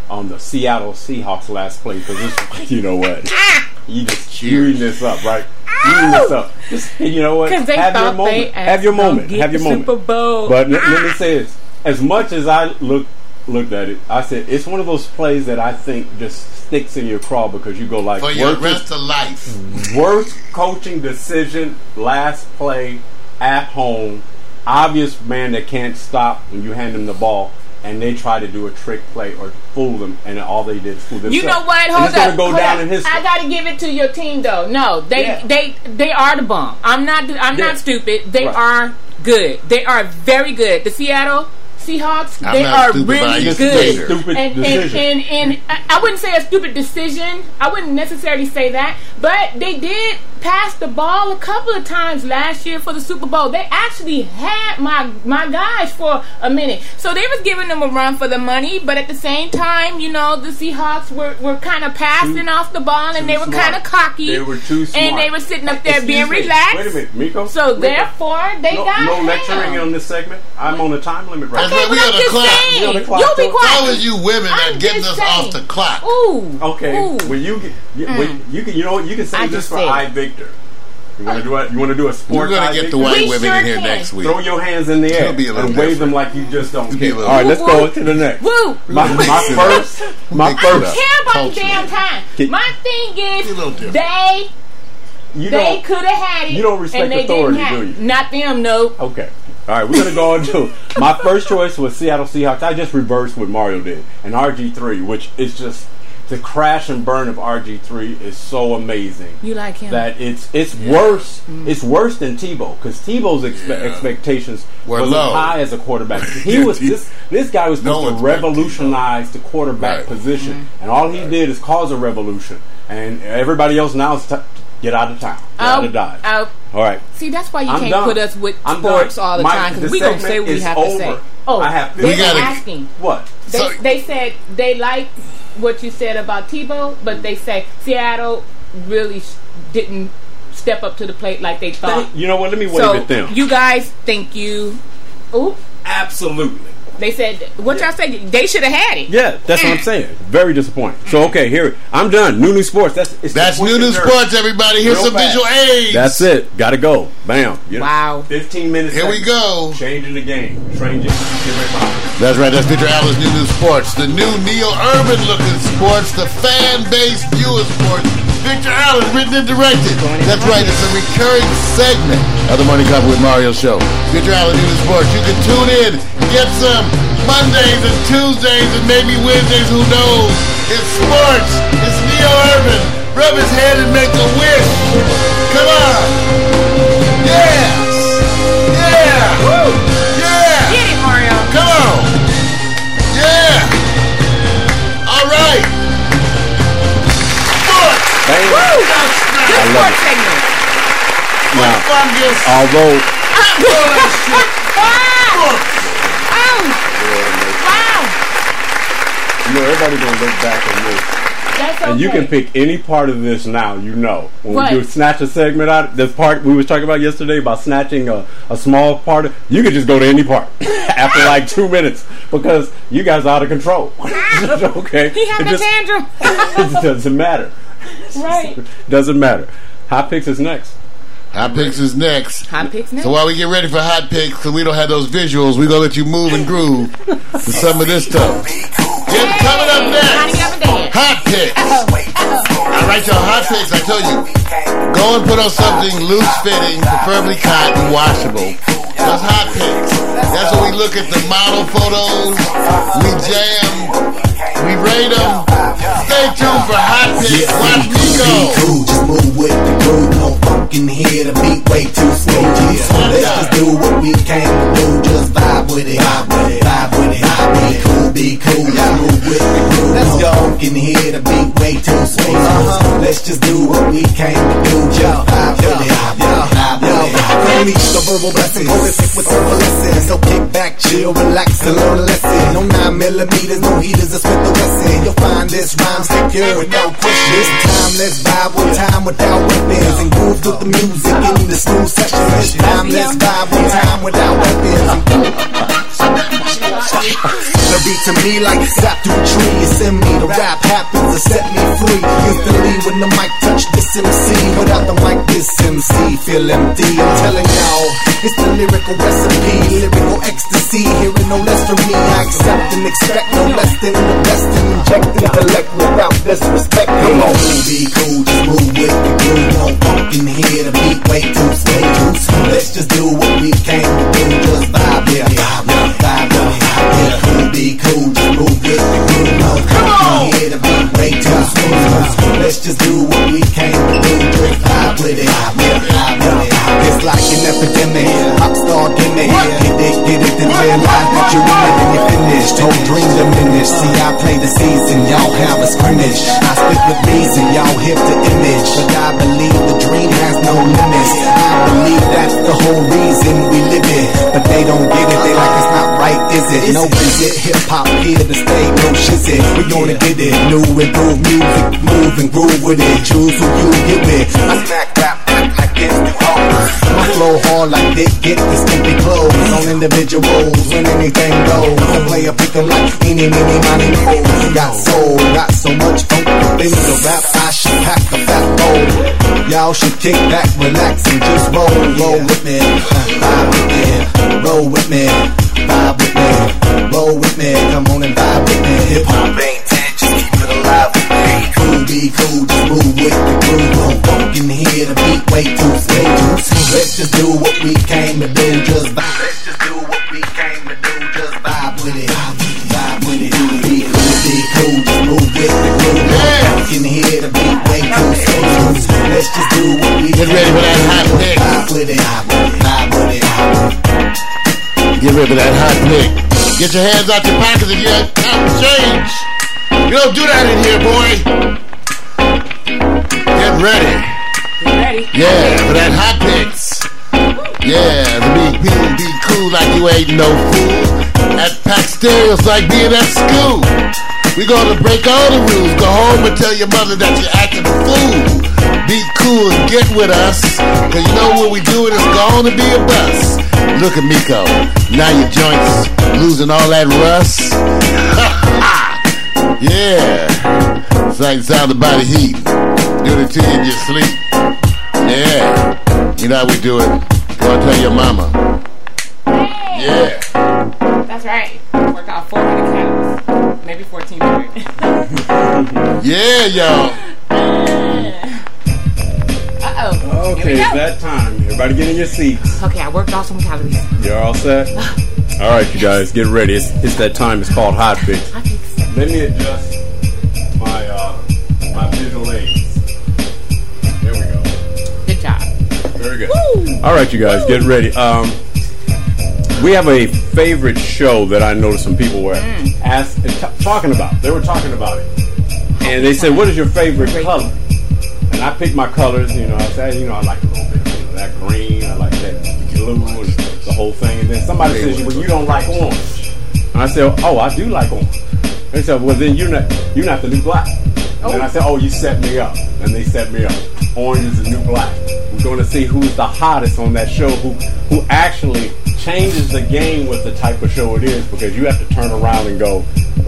[SPEAKER 5] on the Seattle Seahawks last play because
[SPEAKER 4] <laughs>
[SPEAKER 5] this, you know what,
[SPEAKER 4] Ah,
[SPEAKER 5] you just chewing this up, right? Chewing this up. Just, you know what?
[SPEAKER 4] Because they
[SPEAKER 5] have your
[SPEAKER 4] thought
[SPEAKER 5] moment.
[SPEAKER 4] they
[SPEAKER 5] have your
[SPEAKER 4] asked them
[SPEAKER 5] moment.
[SPEAKER 4] to get
[SPEAKER 5] Have your
[SPEAKER 4] the
[SPEAKER 5] moment.
[SPEAKER 4] Super Bowl. Ah!
[SPEAKER 5] But let- let me say this: as much as I look looked at it, I said it's one of those plays that I think just sticks in your craw because you go like,
[SPEAKER 3] For your
[SPEAKER 5] "Work this
[SPEAKER 3] rest of life.
[SPEAKER 5] Worst coaching decision, last play at home. Obvious man that can't stop when you hand him the ball, and they try to do a trick play or fool them, and all they did is fool themselves.
[SPEAKER 4] You know what?
[SPEAKER 5] And
[SPEAKER 4] Hold
[SPEAKER 5] it's
[SPEAKER 4] up.
[SPEAKER 5] gonna go
[SPEAKER 4] Hold
[SPEAKER 5] down
[SPEAKER 4] up.
[SPEAKER 5] in history.
[SPEAKER 4] I gotta give it to your team though. No, they
[SPEAKER 5] Yeah.
[SPEAKER 4] they they are the bomb. I'm not I'm
[SPEAKER 5] Yeah.
[SPEAKER 4] not stupid. They
[SPEAKER 5] Right.
[SPEAKER 4] are good. They are very good. The Seattle Seahawks,
[SPEAKER 3] I'm
[SPEAKER 4] they
[SPEAKER 3] not
[SPEAKER 4] are
[SPEAKER 3] stupid, but I
[SPEAKER 4] really
[SPEAKER 3] used to
[SPEAKER 4] good.
[SPEAKER 3] be.
[SPEAKER 5] stupid
[SPEAKER 4] And, and,
[SPEAKER 5] decision.
[SPEAKER 4] and and I I wouldn't say a stupid decision. I wouldn't necessarily say that, but they did pass the ball a couple of times last year for the Super Bowl. They actually had my my guys for a minute, so they was giving them a run for the money. But at the same time, you know, the Seahawks were, were kind of passing off the ball, and
[SPEAKER 5] too
[SPEAKER 4] they were
[SPEAKER 5] smart.
[SPEAKER 4] kind of cocky.
[SPEAKER 5] They were too smart.
[SPEAKER 4] and they were sitting up there
[SPEAKER 5] Excuse
[SPEAKER 4] being
[SPEAKER 5] me.
[SPEAKER 4] relaxed.
[SPEAKER 5] Wait a minute, Miko.
[SPEAKER 4] So
[SPEAKER 5] Miko.
[SPEAKER 4] therefore, they
[SPEAKER 5] no,
[SPEAKER 4] got
[SPEAKER 5] no
[SPEAKER 4] him.
[SPEAKER 5] lecturing on this segment. I'm on a time limit right
[SPEAKER 3] That's
[SPEAKER 5] now.
[SPEAKER 3] right.
[SPEAKER 4] Okay,
[SPEAKER 3] We
[SPEAKER 4] but
[SPEAKER 3] on the
[SPEAKER 4] I'm just
[SPEAKER 3] clock.
[SPEAKER 4] saying,
[SPEAKER 5] We on the clock.
[SPEAKER 4] you'll be
[SPEAKER 5] So-
[SPEAKER 4] quiet.
[SPEAKER 3] How is you women
[SPEAKER 4] I'm
[SPEAKER 3] not getting us
[SPEAKER 4] just
[SPEAKER 3] off the
[SPEAKER 4] saying.
[SPEAKER 3] clock?
[SPEAKER 4] Ooh.
[SPEAKER 5] Okay,
[SPEAKER 4] Ooh. Mm.
[SPEAKER 5] when you get, you, when you can, you know what? You can say
[SPEAKER 4] I
[SPEAKER 5] this
[SPEAKER 4] just
[SPEAKER 5] for
[SPEAKER 4] said.
[SPEAKER 5] I Victor. You want to do it? You want to do a
[SPEAKER 3] We're
[SPEAKER 5] sport?
[SPEAKER 3] gonna
[SPEAKER 5] I
[SPEAKER 3] get the
[SPEAKER 5] Victor?
[SPEAKER 3] white
[SPEAKER 4] We
[SPEAKER 3] women
[SPEAKER 4] sure
[SPEAKER 3] in here
[SPEAKER 4] can.
[SPEAKER 3] next week.
[SPEAKER 5] Throw your hands in the air
[SPEAKER 3] It'll be a little
[SPEAKER 5] and wave them like you just don't
[SPEAKER 3] be a
[SPEAKER 5] care. All
[SPEAKER 3] little
[SPEAKER 5] right, let's go
[SPEAKER 4] different.
[SPEAKER 5] to the next.
[SPEAKER 4] Woo.
[SPEAKER 5] My, my first, my
[SPEAKER 3] Pick it
[SPEAKER 4] I
[SPEAKER 5] first.
[SPEAKER 3] up.
[SPEAKER 4] care about
[SPEAKER 3] Culture.
[SPEAKER 4] the damn time.
[SPEAKER 5] Get-
[SPEAKER 4] My thing
[SPEAKER 3] Be a little
[SPEAKER 4] is,
[SPEAKER 3] different.
[SPEAKER 4] they
[SPEAKER 5] You
[SPEAKER 4] they
[SPEAKER 5] don't.
[SPEAKER 4] could have had it.
[SPEAKER 5] you don't respect
[SPEAKER 4] and they
[SPEAKER 5] authority,
[SPEAKER 4] didn't have
[SPEAKER 5] do you?
[SPEAKER 4] It. Not them, no.
[SPEAKER 5] Okay. All right, we're gonna go on to my first choice was Seattle Seahawks. I just reversed what Mario did and RG three, which is just the crash and burn of RG3 is so amazing
[SPEAKER 4] You like him?
[SPEAKER 5] that it's it's worse it's worse than Tebow because Tebow's expe-
[SPEAKER 3] Mm. Yeah.
[SPEAKER 5] expectations
[SPEAKER 3] Were
[SPEAKER 5] were was
[SPEAKER 3] low.
[SPEAKER 5] as high as
[SPEAKER 3] <laughs>
[SPEAKER 5] a quarterback. He was
[SPEAKER 3] Te-
[SPEAKER 5] this this guy was
[SPEAKER 3] No
[SPEAKER 5] supposed
[SPEAKER 3] one's
[SPEAKER 5] to
[SPEAKER 3] back Tebow.
[SPEAKER 5] revolutionize the quarterback
[SPEAKER 3] Right.
[SPEAKER 5] position,
[SPEAKER 4] Mm-hmm.
[SPEAKER 5] and all he did is cause a revolution. And everybody else now is t- get out of town, get out
[SPEAKER 4] Oh,
[SPEAKER 5] of dodge.
[SPEAKER 4] oh.
[SPEAKER 5] All right.
[SPEAKER 4] See, that's why you
[SPEAKER 5] I'm
[SPEAKER 4] can't
[SPEAKER 5] done.
[SPEAKER 4] put us with
[SPEAKER 5] I'm
[SPEAKER 4] sports
[SPEAKER 5] done.
[SPEAKER 4] all the
[SPEAKER 5] My-
[SPEAKER 4] time because
[SPEAKER 5] the
[SPEAKER 4] we don't
[SPEAKER 5] segment
[SPEAKER 4] say what we
[SPEAKER 5] is
[SPEAKER 4] have to say.
[SPEAKER 5] over.
[SPEAKER 4] Oh,
[SPEAKER 5] I have-
[SPEAKER 4] they
[SPEAKER 5] We
[SPEAKER 4] were
[SPEAKER 3] gotta-
[SPEAKER 4] asking.
[SPEAKER 5] What?
[SPEAKER 4] They,
[SPEAKER 3] So-
[SPEAKER 4] they said they like what you said about Tebow, but they say Seattle really s- didn't step up to the plate like they thought.
[SPEAKER 5] you know what? Let me wave
[SPEAKER 4] so
[SPEAKER 5] at them.
[SPEAKER 4] you guys think you? Oop!
[SPEAKER 5] absolutely.
[SPEAKER 4] They said what y'all say. They should have had it.
[SPEAKER 5] Yeah, that's
[SPEAKER 4] Eh.
[SPEAKER 5] what I'm saying. Very disappointing. So okay, here I'm done. New New Sports. That's it's
[SPEAKER 3] That's
[SPEAKER 5] the
[SPEAKER 3] new
[SPEAKER 5] point
[SPEAKER 3] to
[SPEAKER 5] of nerve.
[SPEAKER 3] sports, everybody. Here's
[SPEAKER 5] Real
[SPEAKER 3] some
[SPEAKER 5] fast.
[SPEAKER 3] visual aids.
[SPEAKER 5] That's it. Got to go. Bam. You know,
[SPEAKER 4] Wow.
[SPEAKER 5] 15 minutes.
[SPEAKER 3] Here we
[SPEAKER 5] left.
[SPEAKER 3] go.
[SPEAKER 5] Changing the game. Changing.
[SPEAKER 3] That's right. That's Victor Allen's new new sports, the new neo-urban looking sports, the fan-based viewer sports. Victor Allen, written and directed. That's right. It's a recurring segment of the Morning Cup with Mario show. Victor Allen, new new sports. You can tune in, get some Mondays and Tuesdays and maybe Wednesdays. Who knows? It's sports. It's neo-urban. Rub his head and make a wish. Come on. Yes. Yeah. Woo. Yeah.
[SPEAKER 4] Get it, Mario.
[SPEAKER 3] Come on. Yeah. All right. Sports.
[SPEAKER 5] Bam.
[SPEAKER 3] That's not
[SPEAKER 4] Good
[SPEAKER 5] love
[SPEAKER 4] sports segment.
[SPEAKER 5] Now,
[SPEAKER 3] fun. Just
[SPEAKER 5] although
[SPEAKER 4] Ah!
[SPEAKER 3] sports.
[SPEAKER 4] Oh! Wow!
[SPEAKER 5] you know everybody's gonna look back on this,
[SPEAKER 4] That's okay.
[SPEAKER 5] and you can pick any part of this now. You know when
[SPEAKER 4] What?
[SPEAKER 5] we do snatch a segment out, the part we was talking about yesterday about snatching a, a small part. Of, you could just go to any part <laughs> after like two minutes because you guys are out of control. <laughs> okay,
[SPEAKER 4] He had
[SPEAKER 5] It
[SPEAKER 4] a
[SPEAKER 5] just- <laughs>
[SPEAKER 4] tantrum.
[SPEAKER 5] it doesn't matter.
[SPEAKER 4] right.
[SPEAKER 5] Doesn't matter. Hot picks is next.
[SPEAKER 3] Hot picks is next.
[SPEAKER 4] Hot picks now.
[SPEAKER 3] So while we get ready for hot picks, because we don't have those visuals, we gonna let you move and groove to some of this stuff. It's coming up next.
[SPEAKER 4] Hottie up and down.
[SPEAKER 3] Hot picks. All right, y'all. Hot picks. I told you. Go and put on something loose fitting, preferably cotton, washable. That's hot picks. That's when we look at the model photos. We jam. We rate them. Stay tuned for hot picks. Watch me go.
[SPEAKER 7] Be cool, just move with the groove. No fucking here, the beat way too slow. Yeah. So let's just do what we came to do. Just vibe with it, vibe with it, vibe with it. Vibe be cool, be cool, just move with the groove. Let's no go. fucking here, the beat way too slow. So let's just do what we came to do. Just vibe with it, vibe with it, vibe with it. Come eat the verbal blessings, holistic with several lessons. So kick back, chill, relax, and learn a lesson. No nine millimeters, no heaters, a Smith and Wesson. You'll find this rhyme secure without question. This time, let's vibe with time without weapons and groove to the music in the smooth session. This time, let's vibe with time without weapons and the beat to me like zap through trees. Send me the rap happens to set me free. Instantly when the mic touch this MC. Without the mic, this MC feel empty. I'm telling y'all, it's the lyrical recipe, lyrical ecstasy. Hearing no less from me, I accept and expect no less than the best. And inject and collect without disrespect. Come on, be cool, just move with the groove. No funk in here, the beat way too slow. Too slow. Let's just do what we came to do. Just vibe, yeah, vibe, yeah, vibe, yeah, vibe, yeah. Cool, be cool, just move with the groove. No funk in here, the beat way too slow. Too slow. Let's just do what we came to do. Just vibe with it, vibe, yeah, vibe, yeah, vibe. It's like an epidemic, pop star gimmick. Get it, get it, then realize that you're in it and you're finished. Don't dream diminish. See, I play the season, y'all have a scrimmage. I spit with reason, y'all hip the image. But I believe the dream has no limits. I believe that's the whole reason we live it. But they don't get it, they like it's not right, is it? No, is it hip hop here to stay? No shiz it. We gonna get it. New and groove music, move and groove with it. Choose who you give it. I smack rap like I guess you are. My flow hard like they get this empty clothes on individuals when anything goes. I play a pick 'em like any, any, money, mo. Got soul, got so much funk. They need to rap, I should pack a fat bowl. Y'all should kick back, relax, and just roll. Roll with me, vibe with me, roll with me, vibe with me, roll with me. Come on and vibe with me. Hip hop ain't dead, just keep it alive with me. Cool, be cool, just move with the groove. Don't funk in here, the beat way too slow. Let's just do what we came to do, just vibe. Let's just do what we came to do, just vibe with it. Vibe with it, be cool, be cool, just move with hit the groove.
[SPEAKER 3] Yeah.
[SPEAKER 7] You can hear the beat they go so loose. Let's just do what we
[SPEAKER 3] Get ready for that hot pick.
[SPEAKER 7] Vibe with it, vibe with it, vibe with it.
[SPEAKER 3] Get rid of that hot pick. Get your hands out your pockets if you have got change. You don't do that in here, boy. Get ready.
[SPEAKER 4] You ready?
[SPEAKER 3] Yeah, for that hot picks. Yeah, to be cool, be cool like you ain't no fool. At pack stereos like being at school. We gonna break all the rules. Go home and tell your mother that you're acting a fool. Be cool and get with us. Cause you know what we doing is gonna be a bust. Look at Miko. Now your joints losing all that rust. <laughs> yeah. It's like sound of body heat. Doing it to you in your sleep. Yeah. You know how we do it. Go and tell your mama. Yeah.
[SPEAKER 4] That's right. Work out 400 calories. Maybe 1400.
[SPEAKER 3] Yeah, y'all.
[SPEAKER 4] Uh oh.
[SPEAKER 5] Okay, it's that time. Everybody get in your seats.
[SPEAKER 4] Okay, I worked off some calories.
[SPEAKER 5] You're all set? all right, you guys, get ready. It's, it's that time. It's called Hot Fix.
[SPEAKER 4] I think so.
[SPEAKER 5] Let me adjust my uh, my visual aids. There we go.
[SPEAKER 4] Good job.
[SPEAKER 5] Very good. All right, you guys, get ready. Um, we have a favorite show that I noticed some people were
[SPEAKER 4] Mm.
[SPEAKER 5] ask, t- talking about. They were talking about it, and they said, "What is your favorite color?" And I picked my colors. You know, I said, "You know, I like a little bit of that green. I like that blue, and the whole thing." And then somebody says, "Well, you don't like orange." And I said, "Oh, I do like orange." They said, "Well, then you're not you're not the new black." And then I said, "Oh, you set me up," and they set me up. Orange is the new black. We're going to see who's the hottest on that show, who who actually changes the game with the type of show it is, because you have to turn around and go,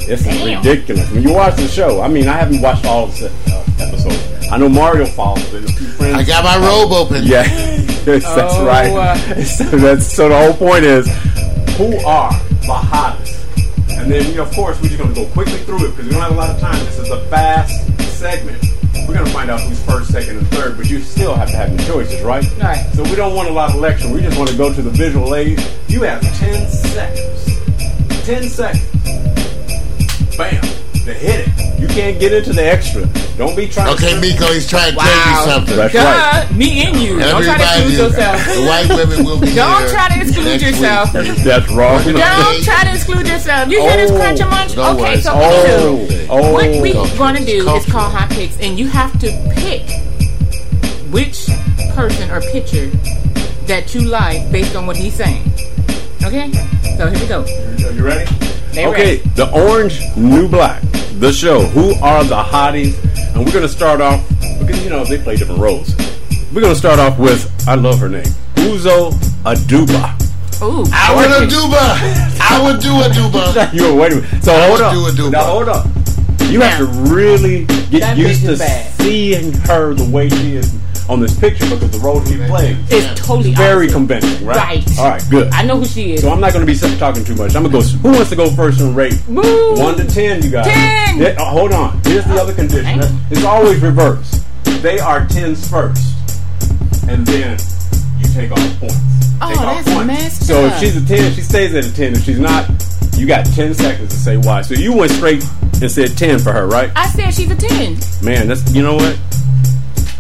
[SPEAKER 5] "This is ridiculous." When you watch the show, I mean, I haven't watched all the se- uh, episodes. I know Mario follows it. A few friends.
[SPEAKER 3] I got my robe open.
[SPEAKER 5] Yeah, <laughs> yes, that's
[SPEAKER 4] Oh,
[SPEAKER 5] right.
[SPEAKER 4] uh,
[SPEAKER 5] <laughs> so, that's, so the whole point is, who are the hottest? And then, you know, of course, we're just going to go quickly through it because we don't have a lot of time. This is a fast segment. We're going to find out who's first, second, and third, but you still have to have your choices, right?
[SPEAKER 4] Right.
[SPEAKER 5] So we don't want a lot of lecture. We just want to go to the visual aid. You have 10 seconds. 10 seconds bam, to hit it. You can't get into the extra. Don't be trying to.
[SPEAKER 3] Okay, Miko, he's trying to tell you
[SPEAKER 4] Wow.
[SPEAKER 3] something.
[SPEAKER 5] That's
[SPEAKER 4] Duh, <laughs>
[SPEAKER 5] right.
[SPEAKER 4] me and you. Don't try to
[SPEAKER 3] Everybody,
[SPEAKER 4] exclude
[SPEAKER 3] the
[SPEAKER 4] yourself.
[SPEAKER 3] white women will be
[SPEAKER 4] <laughs> Don't
[SPEAKER 3] here
[SPEAKER 4] try to exclude
[SPEAKER 3] next
[SPEAKER 4] yourself.
[SPEAKER 3] Week.
[SPEAKER 5] That's wrong.
[SPEAKER 4] Don't try to exclude yourself. You hear this
[SPEAKER 5] Oh,
[SPEAKER 4] crunch munch?
[SPEAKER 3] no
[SPEAKER 4] Okay,
[SPEAKER 3] worries.
[SPEAKER 4] so what we do-
[SPEAKER 5] Oh, oh.
[SPEAKER 4] What we
[SPEAKER 3] Culture.
[SPEAKER 4] gonna do
[SPEAKER 3] Culture.
[SPEAKER 4] is call hot picks, and you have to pick which person or picture that you like based on what he's saying. Okay, so here we go.
[SPEAKER 5] Are you ready?
[SPEAKER 4] They
[SPEAKER 5] okay,
[SPEAKER 4] ready.
[SPEAKER 5] the orange, new black, the show. Who are the hotties? And we're gonna start off because you know they play different roles. We're gonna start off with I love her name, Uzo Aduba. <laughs>
[SPEAKER 4] Ooh,
[SPEAKER 3] I would a
[SPEAKER 4] gorgeous.
[SPEAKER 3] duba. I would do a
[SPEAKER 4] <laughs>
[SPEAKER 3] duba.
[SPEAKER 5] you were waiting. So hold
[SPEAKER 3] would
[SPEAKER 5] up.
[SPEAKER 3] do Aduba.
[SPEAKER 5] Now hold up. You have to really get
[SPEAKER 4] That
[SPEAKER 5] used
[SPEAKER 4] bitch
[SPEAKER 5] to
[SPEAKER 4] is bad.
[SPEAKER 5] seeing her the way she is on this picture because the role she plays
[SPEAKER 4] It's totally
[SPEAKER 5] very
[SPEAKER 4] opposite.
[SPEAKER 5] conventional, right?
[SPEAKER 4] Right.
[SPEAKER 5] All right, good.
[SPEAKER 4] I know who she is.
[SPEAKER 5] So I'm not going to be sitting talking too much. I'm going to go. Who wants to go first and rate?
[SPEAKER 4] Woo!
[SPEAKER 5] One to ten, you guys.
[SPEAKER 4] Ten!
[SPEAKER 5] Yeah, uh, hold on. Here's the other condition. It's always reversed. They are tens first, and then you take off points.
[SPEAKER 4] Oh,
[SPEAKER 5] take off
[SPEAKER 4] that's
[SPEAKER 5] points.
[SPEAKER 4] messed
[SPEAKER 5] So if
[SPEAKER 4] up.
[SPEAKER 5] she's a ten, she stays at a ten. If she's not, you got ten seconds to say why. So you went straight and said ten for her, right?
[SPEAKER 4] I said she's a ten.
[SPEAKER 5] Man, that's you know what?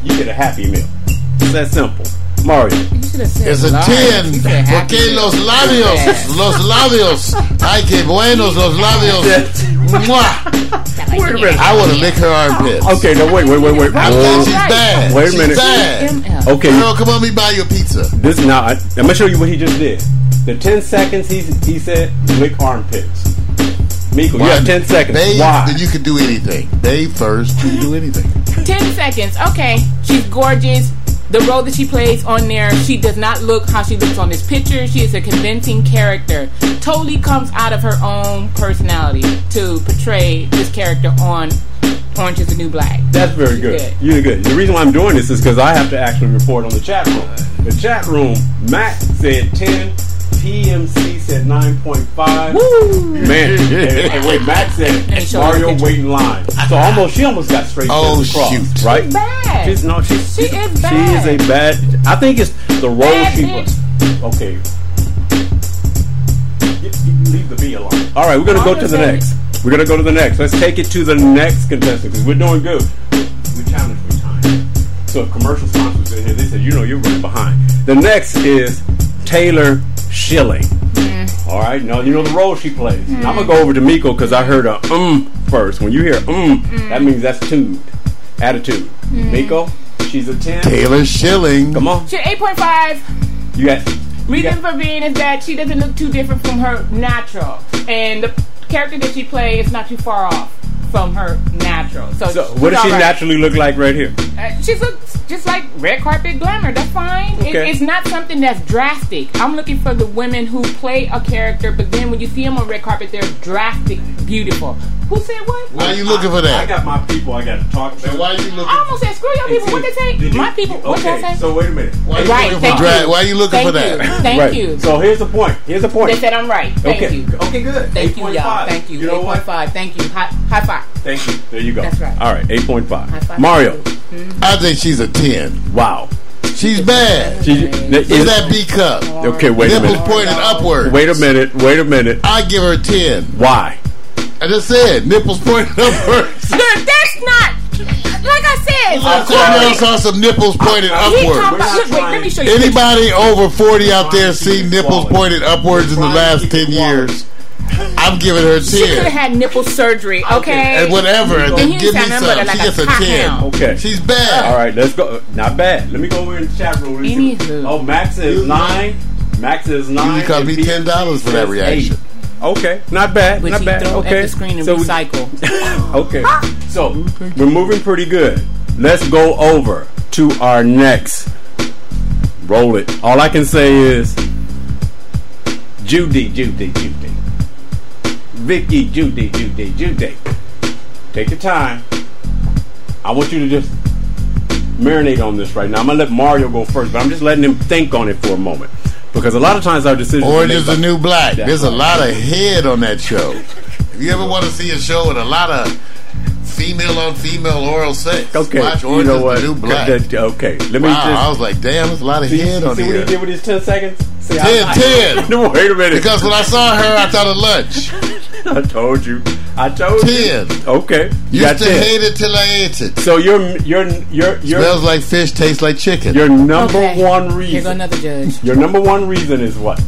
[SPEAKER 5] You get a happy meal. It's that simple. Mario,
[SPEAKER 4] You should have said
[SPEAKER 3] It's a
[SPEAKER 4] lies.
[SPEAKER 3] ten.
[SPEAKER 4] You said happy.
[SPEAKER 3] Porque los labios, los labios. Ay, que buenos los labios. Mwah. I would have licked her armpits.
[SPEAKER 5] Okay, no, wait, wait, wait, wait.
[SPEAKER 3] I'm glad she's
[SPEAKER 5] Whoa.
[SPEAKER 4] Right.
[SPEAKER 3] bad.
[SPEAKER 5] Wait a minute.
[SPEAKER 3] She's bad.
[SPEAKER 4] ML.
[SPEAKER 5] Okay,
[SPEAKER 3] Girl, come on, me buy you a pizza.
[SPEAKER 5] This now, I, I'm gonna show you what he just did. The 10 seconds he he said lick armpits. Miko, you have 10 seconds.
[SPEAKER 3] They,
[SPEAKER 5] Why?
[SPEAKER 3] Then you can do anything. They first can do anything.
[SPEAKER 4] Ten seconds. Okay. She's gorgeous. The role that she plays on there, she does not look how she looks on this picture. She is a convincing character. Totally comes out of her own personality to portray this character on Orange is the New Black.
[SPEAKER 5] That's very good.
[SPEAKER 4] good.
[SPEAKER 5] You're good. The reason why I'm doing this is because I have to actually report on the chat room. The chat room, Matt said 10, PMC said 9.5. Man, and, and wait, Matt
[SPEAKER 4] And
[SPEAKER 5] said
[SPEAKER 4] show the
[SPEAKER 5] Mario
[SPEAKER 4] picture.
[SPEAKER 5] wait in line. So almost she almost got straight
[SPEAKER 3] Oh,
[SPEAKER 5] across,
[SPEAKER 3] shoot.
[SPEAKER 5] right?
[SPEAKER 4] Bad.
[SPEAKER 5] She's no, she's,
[SPEAKER 4] She
[SPEAKER 5] she's-
[SPEAKER 4] is bad.
[SPEAKER 5] She is a bad. I think it's the role
[SPEAKER 4] Bad
[SPEAKER 5] she
[SPEAKER 4] bitch.
[SPEAKER 5] was. Okay. Get- get- Leave the B alone. All right, we're gonna go to the
[SPEAKER 4] Mario
[SPEAKER 5] next. We're gonna go to the next. Let's take it to the next contestant because we're doing good. We challenged for time. So if commercial sponsors in here, they said, you know, you're running behind. The next is Taylor Schilling. All right, now you know the role she plays. Now I'm gonna go over to Miko because I heard a um first. When you hear um, that means that's tuned, attitude.
[SPEAKER 4] Mm.
[SPEAKER 5] Miko, she's a ten.
[SPEAKER 3] Taylor Schilling.
[SPEAKER 5] Come on,
[SPEAKER 4] She's 8.5.
[SPEAKER 5] you got. You
[SPEAKER 4] Reason
[SPEAKER 5] got
[SPEAKER 4] for being is that she doesn't look too different from her natural, and the character that she plays is not too far off from her natural. So,
[SPEAKER 5] so what
[SPEAKER 4] she's
[SPEAKER 5] does she
[SPEAKER 4] all right.
[SPEAKER 5] naturally look like right here?
[SPEAKER 4] Uh, she looks just like red carpet glamour. That's fine. It,
[SPEAKER 5] Okay.
[SPEAKER 4] it's not something that's drastic. I'm looking for the women who play a character, but then when you see them on red carpet, they're drastic, beautiful. Who said what?
[SPEAKER 3] Why are you looking for that?
[SPEAKER 5] got my people. I got to talk to.
[SPEAKER 3] Now, why are you looking?
[SPEAKER 4] I almost said screw your people. What they say? My people. What did I say?
[SPEAKER 5] wait a minute.
[SPEAKER 3] Why are you
[SPEAKER 4] Right,
[SPEAKER 3] looking
[SPEAKER 4] thank
[SPEAKER 3] for dra-
[SPEAKER 4] you.
[SPEAKER 3] Why are you looking
[SPEAKER 4] Thank
[SPEAKER 3] for that?
[SPEAKER 4] you. Thank
[SPEAKER 5] right.
[SPEAKER 4] you.
[SPEAKER 5] So here's the point. Here's the point.
[SPEAKER 4] They said I'm right. Thank
[SPEAKER 5] okay.
[SPEAKER 4] you.
[SPEAKER 5] Okay. Good.
[SPEAKER 4] Thank you, y'all.
[SPEAKER 5] 8.5.
[SPEAKER 4] Thank you.
[SPEAKER 5] You know what?
[SPEAKER 4] 8.5. Thank you. High, high five.
[SPEAKER 5] Thank you. There you go.
[SPEAKER 4] That's right.
[SPEAKER 5] All right. Eight point five.
[SPEAKER 4] High five.
[SPEAKER 5] Mario.
[SPEAKER 3] I think she's a ten.
[SPEAKER 5] Wow.
[SPEAKER 3] She's bad.
[SPEAKER 5] She-
[SPEAKER 3] Is
[SPEAKER 5] is-
[SPEAKER 3] that B cup?
[SPEAKER 5] okay? Wait a
[SPEAKER 3] Nipples
[SPEAKER 5] minute.
[SPEAKER 3] pointed upward.
[SPEAKER 5] Wait a minute. Wait a minute.
[SPEAKER 3] I give her a ten.
[SPEAKER 5] Why?
[SPEAKER 3] I just said nipples pointed
[SPEAKER 5] <laughs>
[SPEAKER 3] upward.
[SPEAKER 4] Look, that's not. Like I said,
[SPEAKER 3] I thought y'all saw some nipples pointed
[SPEAKER 4] he talking
[SPEAKER 3] upward.
[SPEAKER 4] about. Look, wait, let me show you.
[SPEAKER 3] Anybody over forty out there see nipples pointed upwards in the last ten years? I'm giving her a
[SPEAKER 4] She <laughs> could have
[SPEAKER 3] ten.
[SPEAKER 4] had nipple surgery, okay?
[SPEAKER 3] And whatever,
[SPEAKER 4] And you
[SPEAKER 3] give me
[SPEAKER 4] sound
[SPEAKER 3] some.
[SPEAKER 4] nothing but
[SPEAKER 3] She
[SPEAKER 4] like a
[SPEAKER 3] gets a
[SPEAKER 4] cock
[SPEAKER 3] ten.
[SPEAKER 4] hound.
[SPEAKER 5] Okay.
[SPEAKER 3] She's bad.
[SPEAKER 5] All right. Let's go. Not bad. Let me go over in the chat room. and see-
[SPEAKER 4] Anywho.
[SPEAKER 5] Oh, Max is
[SPEAKER 3] You-
[SPEAKER 5] nine. Max is
[SPEAKER 3] You
[SPEAKER 5] nine.
[SPEAKER 3] need to cost
[SPEAKER 5] and
[SPEAKER 3] me
[SPEAKER 5] Pete
[SPEAKER 3] ten dollars for that
[SPEAKER 5] is
[SPEAKER 3] reaction.
[SPEAKER 5] eight. Okay, not bad,
[SPEAKER 4] Which
[SPEAKER 5] not
[SPEAKER 4] he
[SPEAKER 5] bad.
[SPEAKER 4] threw
[SPEAKER 5] okay,
[SPEAKER 4] at the screen and
[SPEAKER 5] So we- <laughs>
[SPEAKER 4] recycle.
[SPEAKER 5] Okay. So we're moving pretty good. Let's go over to our next. Roll it. All I can say is Judy, Judy, Judy. Vicky, Judy, Judy, Judy. Take your time. I want you to just marinate on this right now. I'm gonna let Mario go first, but I'm just letting him think on it for a moment. Because a lot of times our decisions are
[SPEAKER 3] Orange
[SPEAKER 5] made
[SPEAKER 3] is
[SPEAKER 5] by-
[SPEAKER 3] the New Black.
[SPEAKER 5] That's
[SPEAKER 3] There's a
[SPEAKER 5] right.
[SPEAKER 3] lot of head on that show. If you ever want to see a show with a lot of female on female oral sex,
[SPEAKER 5] Okay,
[SPEAKER 3] watch
[SPEAKER 5] you
[SPEAKER 3] Orange
[SPEAKER 5] know
[SPEAKER 3] is
[SPEAKER 5] what?
[SPEAKER 3] the New Black.
[SPEAKER 5] That- okay, let me
[SPEAKER 3] wow, I
[SPEAKER 5] just
[SPEAKER 3] was like, damn, there's a lot of
[SPEAKER 5] See,
[SPEAKER 3] head
[SPEAKER 5] see
[SPEAKER 3] on
[SPEAKER 5] what he
[SPEAKER 3] here.
[SPEAKER 5] did with his 10 seconds? See, I-
[SPEAKER 3] Ten,
[SPEAKER 5] I-
[SPEAKER 3] ten.
[SPEAKER 5] <laughs> No, wait a minute.
[SPEAKER 3] Because when I saw her, I thought of lunch.
[SPEAKER 5] I told you. I told you.
[SPEAKER 3] Ten.
[SPEAKER 5] Okay. You got
[SPEAKER 3] Used to
[SPEAKER 5] 10.
[SPEAKER 3] hate it till I ate it.
[SPEAKER 5] So your your your your
[SPEAKER 3] Smells like fish, tastes like chicken.
[SPEAKER 5] your number
[SPEAKER 4] Okay.
[SPEAKER 5] one
[SPEAKER 4] Here go
[SPEAKER 5] reason.
[SPEAKER 4] another judge.
[SPEAKER 5] Your number one reason is what?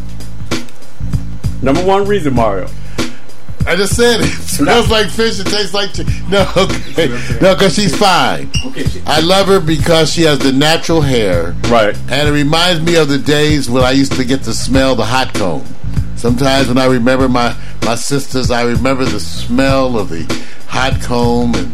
[SPEAKER 5] Number one reason, Mario.
[SPEAKER 3] I just said it. <laughs> Smells like fish, it tastes like chicken. No, <laughs> okay. No, because she's fine.
[SPEAKER 5] Okay.
[SPEAKER 3] I love her because she has the natural hair.
[SPEAKER 5] Right.
[SPEAKER 3] And it reminds me of the days when I used to get to smell the hot comb. Sometimes when I remember my, my sisters, I remember the smell of the hot comb, and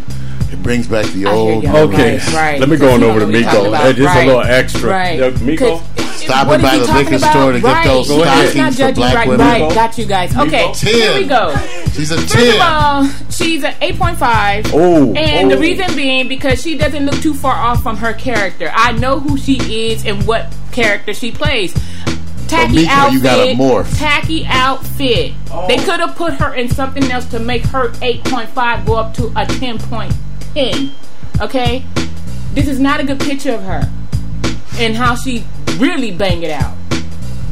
[SPEAKER 3] it brings back the
[SPEAKER 4] I hear
[SPEAKER 3] old.
[SPEAKER 4] you.
[SPEAKER 3] memories.
[SPEAKER 5] Okay.
[SPEAKER 4] Right, right.
[SPEAKER 5] Let me go
[SPEAKER 4] You
[SPEAKER 5] on
[SPEAKER 4] don't
[SPEAKER 5] over to
[SPEAKER 4] know what you're
[SPEAKER 5] Miko.
[SPEAKER 4] talking about.
[SPEAKER 5] Hey, just a
[SPEAKER 4] Right.
[SPEAKER 5] little extra.
[SPEAKER 4] Right.
[SPEAKER 5] Yeah, Miko.
[SPEAKER 4] 'Cause-
[SPEAKER 3] Stop
[SPEAKER 4] what
[SPEAKER 3] and
[SPEAKER 4] is
[SPEAKER 3] buy
[SPEAKER 4] he
[SPEAKER 3] the
[SPEAKER 4] talking
[SPEAKER 3] liquor
[SPEAKER 4] about?
[SPEAKER 3] store to get
[SPEAKER 4] Right.
[SPEAKER 3] those
[SPEAKER 4] Let's
[SPEAKER 5] stockings
[SPEAKER 4] not
[SPEAKER 3] for
[SPEAKER 4] judge you.
[SPEAKER 3] black
[SPEAKER 4] right,
[SPEAKER 3] women.
[SPEAKER 4] Right, got you guys. Okay,
[SPEAKER 5] Miko.
[SPEAKER 4] here we
[SPEAKER 3] Ten.
[SPEAKER 4] go.
[SPEAKER 3] She's a
[SPEAKER 4] First of
[SPEAKER 3] ten.
[SPEAKER 4] all, she's an 8.5.
[SPEAKER 5] Oh,
[SPEAKER 4] and
[SPEAKER 5] oh.
[SPEAKER 4] the reason being because she doesn't look too far off from her character. I know who she is and what character she plays. Tacky
[SPEAKER 3] Miko,
[SPEAKER 4] outfit.
[SPEAKER 3] Oh, you gotta morph.
[SPEAKER 4] Tacky outfit. They could have put her in something else to make her 8.5 go up to a 10.10. Okay? This is not a good picture of her and how she really bang it out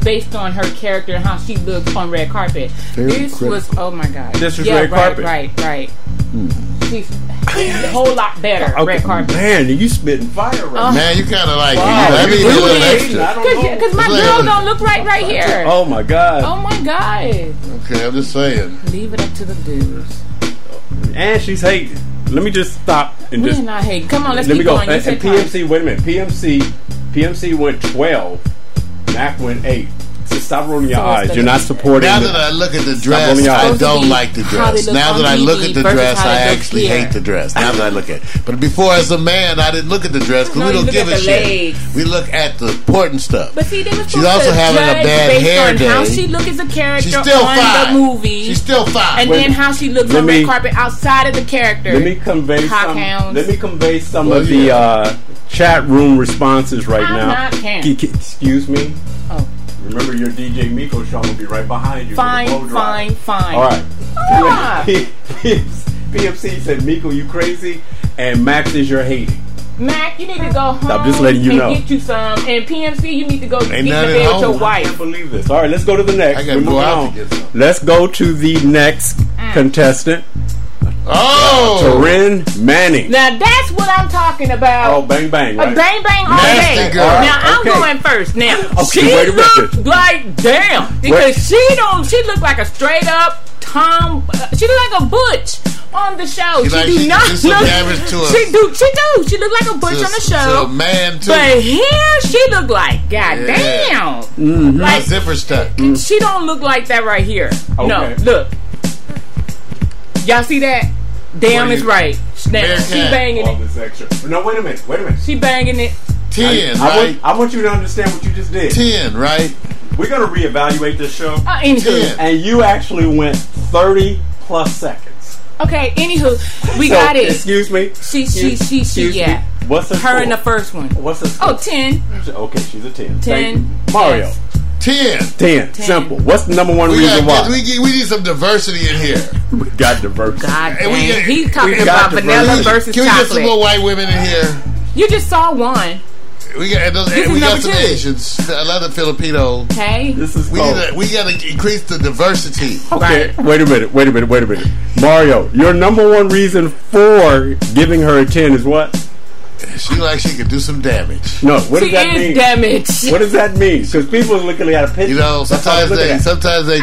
[SPEAKER 4] based on her character and how she looks on red carpet.
[SPEAKER 3] Very
[SPEAKER 4] this was oh my god.
[SPEAKER 5] This was
[SPEAKER 4] yeah,
[SPEAKER 5] red
[SPEAKER 4] right,
[SPEAKER 5] carpet.
[SPEAKER 4] Right, right.
[SPEAKER 3] Hmm.
[SPEAKER 4] She's a whole lot better red carpet.
[SPEAKER 5] Man, you spitting fire right now.
[SPEAKER 3] Man, you kind of like.
[SPEAKER 5] Wow,
[SPEAKER 3] Let me
[SPEAKER 5] you
[SPEAKER 3] get a
[SPEAKER 5] really
[SPEAKER 3] little
[SPEAKER 5] hating. I
[SPEAKER 3] extra.
[SPEAKER 5] don't know.
[SPEAKER 4] Because my
[SPEAKER 3] Wait a
[SPEAKER 4] girl
[SPEAKER 3] minute.
[SPEAKER 4] don't look right right here. Oh.
[SPEAKER 5] Oh my God.
[SPEAKER 4] my god.
[SPEAKER 3] Okay, I'm just saying.
[SPEAKER 4] Leave it up to the dudes.
[SPEAKER 5] And she's hating. Let me just stop and
[SPEAKER 4] We
[SPEAKER 5] just
[SPEAKER 4] are not hating. Come on, let's
[SPEAKER 5] Let
[SPEAKER 4] keep
[SPEAKER 5] me go.
[SPEAKER 4] going. You
[SPEAKER 5] And,
[SPEAKER 4] said
[SPEAKER 5] and
[SPEAKER 4] cards.
[SPEAKER 5] PMC, wait a minute. PMC, PMC went twelve. Mac went eight. So stop rolling your
[SPEAKER 4] So what's
[SPEAKER 5] eyes.
[SPEAKER 4] the-
[SPEAKER 5] You're not supporting.
[SPEAKER 3] Now
[SPEAKER 5] the-
[SPEAKER 3] that I look at the dress,
[SPEAKER 5] rolling your
[SPEAKER 3] I
[SPEAKER 5] eyes.
[SPEAKER 3] don't like the
[SPEAKER 4] How they
[SPEAKER 3] dress.
[SPEAKER 4] look
[SPEAKER 3] Now
[SPEAKER 4] on
[SPEAKER 3] that I look
[SPEAKER 4] TV
[SPEAKER 3] at the
[SPEAKER 4] versus
[SPEAKER 3] dress,
[SPEAKER 4] how
[SPEAKER 3] I
[SPEAKER 4] they look
[SPEAKER 3] actually
[SPEAKER 4] here.
[SPEAKER 3] hate the dress. Now that I look at it. But before, as a man, I didn't look at the dress because
[SPEAKER 4] No,
[SPEAKER 3] we
[SPEAKER 4] you
[SPEAKER 3] don't
[SPEAKER 4] look
[SPEAKER 3] give
[SPEAKER 4] at
[SPEAKER 3] a
[SPEAKER 4] the
[SPEAKER 3] shit.
[SPEAKER 4] legs.
[SPEAKER 3] We look at the important stuff.
[SPEAKER 4] But see, they were supposed
[SPEAKER 3] also
[SPEAKER 4] to
[SPEAKER 3] having a
[SPEAKER 4] judge
[SPEAKER 3] bad
[SPEAKER 4] based
[SPEAKER 3] hair
[SPEAKER 4] on how
[SPEAKER 3] day.
[SPEAKER 4] she look as a character
[SPEAKER 3] She's still
[SPEAKER 4] on
[SPEAKER 3] five.
[SPEAKER 4] the movie,
[SPEAKER 3] She's still five.
[SPEAKER 4] and
[SPEAKER 5] Wait.
[SPEAKER 4] then how she looks
[SPEAKER 5] Let
[SPEAKER 4] on
[SPEAKER 5] me-
[SPEAKER 4] red carpet outside of the character.
[SPEAKER 5] let me convey
[SPEAKER 4] Cock
[SPEAKER 5] some.
[SPEAKER 4] hounds.
[SPEAKER 5] Let me convey some
[SPEAKER 3] Well,
[SPEAKER 5] of the
[SPEAKER 3] yeah.
[SPEAKER 5] uh, chat room responses right
[SPEAKER 4] I'm
[SPEAKER 5] now.
[SPEAKER 4] not can.
[SPEAKER 5] K- k- excuse me.
[SPEAKER 4] Oh.
[SPEAKER 5] Remember, your DJ Miko show will be right behind you. with a blow
[SPEAKER 4] Fine,
[SPEAKER 5] dryer.
[SPEAKER 4] fine, fine.
[SPEAKER 5] All right. <laughs>
[SPEAKER 4] Ah.
[SPEAKER 5] PMC said, "Miko, you crazy," and Max is your hating.
[SPEAKER 4] Mac, you need to go home.
[SPEAKER 5] just letting you
[SPEAKER 4] and
[SPEAKER 5] know.
[SPEAKER 4] Get you some, and PMC, you need to go get in the
[SPEAKER 3] nothing
[SPEAKER 4] bed with your
[SPEAKER 3] home.
[SPEAKER 5] I can't
[SPEAKER 4] wife.
[SPEAKER 5] believe this. All right, let's go to the next.
[SPEAKER 3] I gotta
[SPEAKER 5] We're
[SPEAKER 3] go
[SPEAKER 5] moving
[SPEAKER 3] out
[SPEAKER 5] on.
[SPEAKER 3] to get some.
[SPEAKER 4] Mm.
[SPEAKER 5] Let's go to the next contestant.
[SPEAKER 3] Oh,
[SPEAKER 5] Taryn Manning.
[SPEAKER 4] Now that's what I'm talking about.
[SPEAKER 5] Oh, bang bang.
[SPEAKER 4] A
[SPEAKER 5] Right?
[SPEAKER 4] bang bang all
[SPEAKER 3] Nasty
[SPEAKER 4] day.
[SPEAKER 3] girl.
[SPEAKER 4] Now I'm
[SPEAKER 5] Okay.
[SPEAKER 4] going first. Now
[SPEAKER 5] Okay,
[SPEAKER 4] she
[SPEAKER 5] wait a minute.
[SPEAKER 4] looked like damn because
[SPEAKER 5] Wait.
[SPEAKER 4] she don't. She looked like a straight up Tom. uh, She looked like a butch on the show.
[SPEAKER 3] She
[SPEAKER 4] She,
[SPEAKER 3] like-
[SPEAKER 4] do
[SPEAKER 3] she-
[SPEAKER 4] not
[SPEAKER 3] this look
[SPEAKER 4] look.
[SPEAKER 3] average to a-
[SPEAKER 4] she do. She do. She looked like a butch
[SPEAKER 3] To-
[SPEAKER 4] on the
[SPEAKER 3] to a
[SPEAKER 4] show.
[SPEAKER 3] man too.
[SPEAKER 4] But here she looked like God
[SPEAKER 3] Yeah.
[SPEAKER 4] damn.
[SPEAKER 3] My
[SPEAKER 5] Mm-hmm.
[SPEAKER 4] Like
[SPEAKER 3] zipper stuck.
[SPEAKER 5] Mm.
[SPEAKER 4] she don't look like that right here. No,
[SPEAKER 5] Okay.
[SPEAKER 4] look. Y'all see that? Damn
[SPEAKER 3] What
[SPEAKER 4] is
[SPEAKER 3] is-
[SPEAKER 4] right. Now
[SPEAKER 3] Bearcat.
[SPEAKER 4] she banging
[SPEAKER 5] All
[SPEAKER 4] it.
[SPEAKER 5] this extra. No, wait a minute. Wait a minute.
[SPEAKER 4] She banging it.
[SPEAKER 3] Ten,
[SPEAKER 5] I
[SPEAKER 3] right?
[SPEAKER 5] want, I want you to understand what you just did.
[SPEAKER 3] Ten, right?
[SPEAKER 5] We're gonna reevaluate this show,
[SPEAKER 4] Uh, anywho.
[SPEAKER 3] Ten.
[SPEAKER 5] and you actually went thirty plus seconds.
[SPEAKER 4] Okay, anywho, we
[SPEAKER 5] So,
[SPEAKER 4] got it.
[SPEAKER 5] Excuse me.
[SPEAKER 4] She, she, she, she,
[SPEAKER 5] Excuse me.
[SPEAKER 4] yeah.
[SPEAKER 5] What's her
[SPEAKER 4] Her
[SPEAKER 5] score?
[SPEAKER 4] in the first one.
[SPEAKER 5] What's the score?
[SPEAKER 4] Oh, 10.
[SPEAKER 5] Okay, she's a
[SPEAKER 4] 10.
[SPEAKER 5] ten. Thank you. Mario.
[SPEAKER 4] Yes.
[SPEAKER 3] Ten.
[SPEAKER 5] Ten. Simple. What's the number one
[SPEAKER 3] We,
[SPEAKER 5] reason
[SPEAKER 3] got,
[SPEAKER 5] why?
[SPEAKER 3] we, get- we need some diversity in here.
[SPEAKER 5] We got diverse.
[SPEAKER 4] God
[SPEAKER 3] And we
[SPEAKER 4] dang.
[SPEAKER 3] get-
[SPEAKER 4] He's talking
[SPEAKER 5] we
[SPEAKER 4] about
[SPEAKER 5] got the
[SPEAKER 4] vanilla
[SPEAKER 5] version.
[SPEAKER 4] versus
[SPEAKER 3] Can we get some more
[SPEAKER 4] chocolate.
[SPEAKER 3] white women in here?
[SPEAKER 4] You just saw one.
[SPEAKER 3] We got, and those,
[SPEAKER 4] This
[SPEAKER 3] and
[SPEAKER 4] is
[SPEAKER 3] we got
[SPEAKER 4] number
[SPEAKER 3] some
[SPEAKER 4] two.
[SPEAKER 3] Asians, a lot of Filipino.
[SPEAKER 4] Okay?
[SPEAKER 5] This is
[SPEAKER 3] We
[SPEAKER 5] called-
[SPEAKER 4] Oh.
[SPEAKER 3] need to, we got to increase the diversity.
[SPEAKER 5] Okay,
[SPEAKER 4] Right.
[SPEAKER 5] wait a minute, wait a minute, wait a minute. Mario, your number one reason for giving her a 10 is what?
[SPEAKER 3] She like she could do some damage.
[SPEAKER 5] No, what
[SPEAKER 4] She
[SPEAKER 5] does that
[SPEAKER 4] is
[SPEAKER 5] mean?
[SPEAKER 4] damaged.
[SPEAKER 5] What does that mean? Because people are looking at a picture.
[SPEAKER 3] You know,
[SPEAKER 5] That's all
[SPEAKER 3] sometimes
[SPEAKER 5] looking
[SPEAKER 3] they,
[SPEAKER 5] at.
[SPEAKER 3] sometimes they,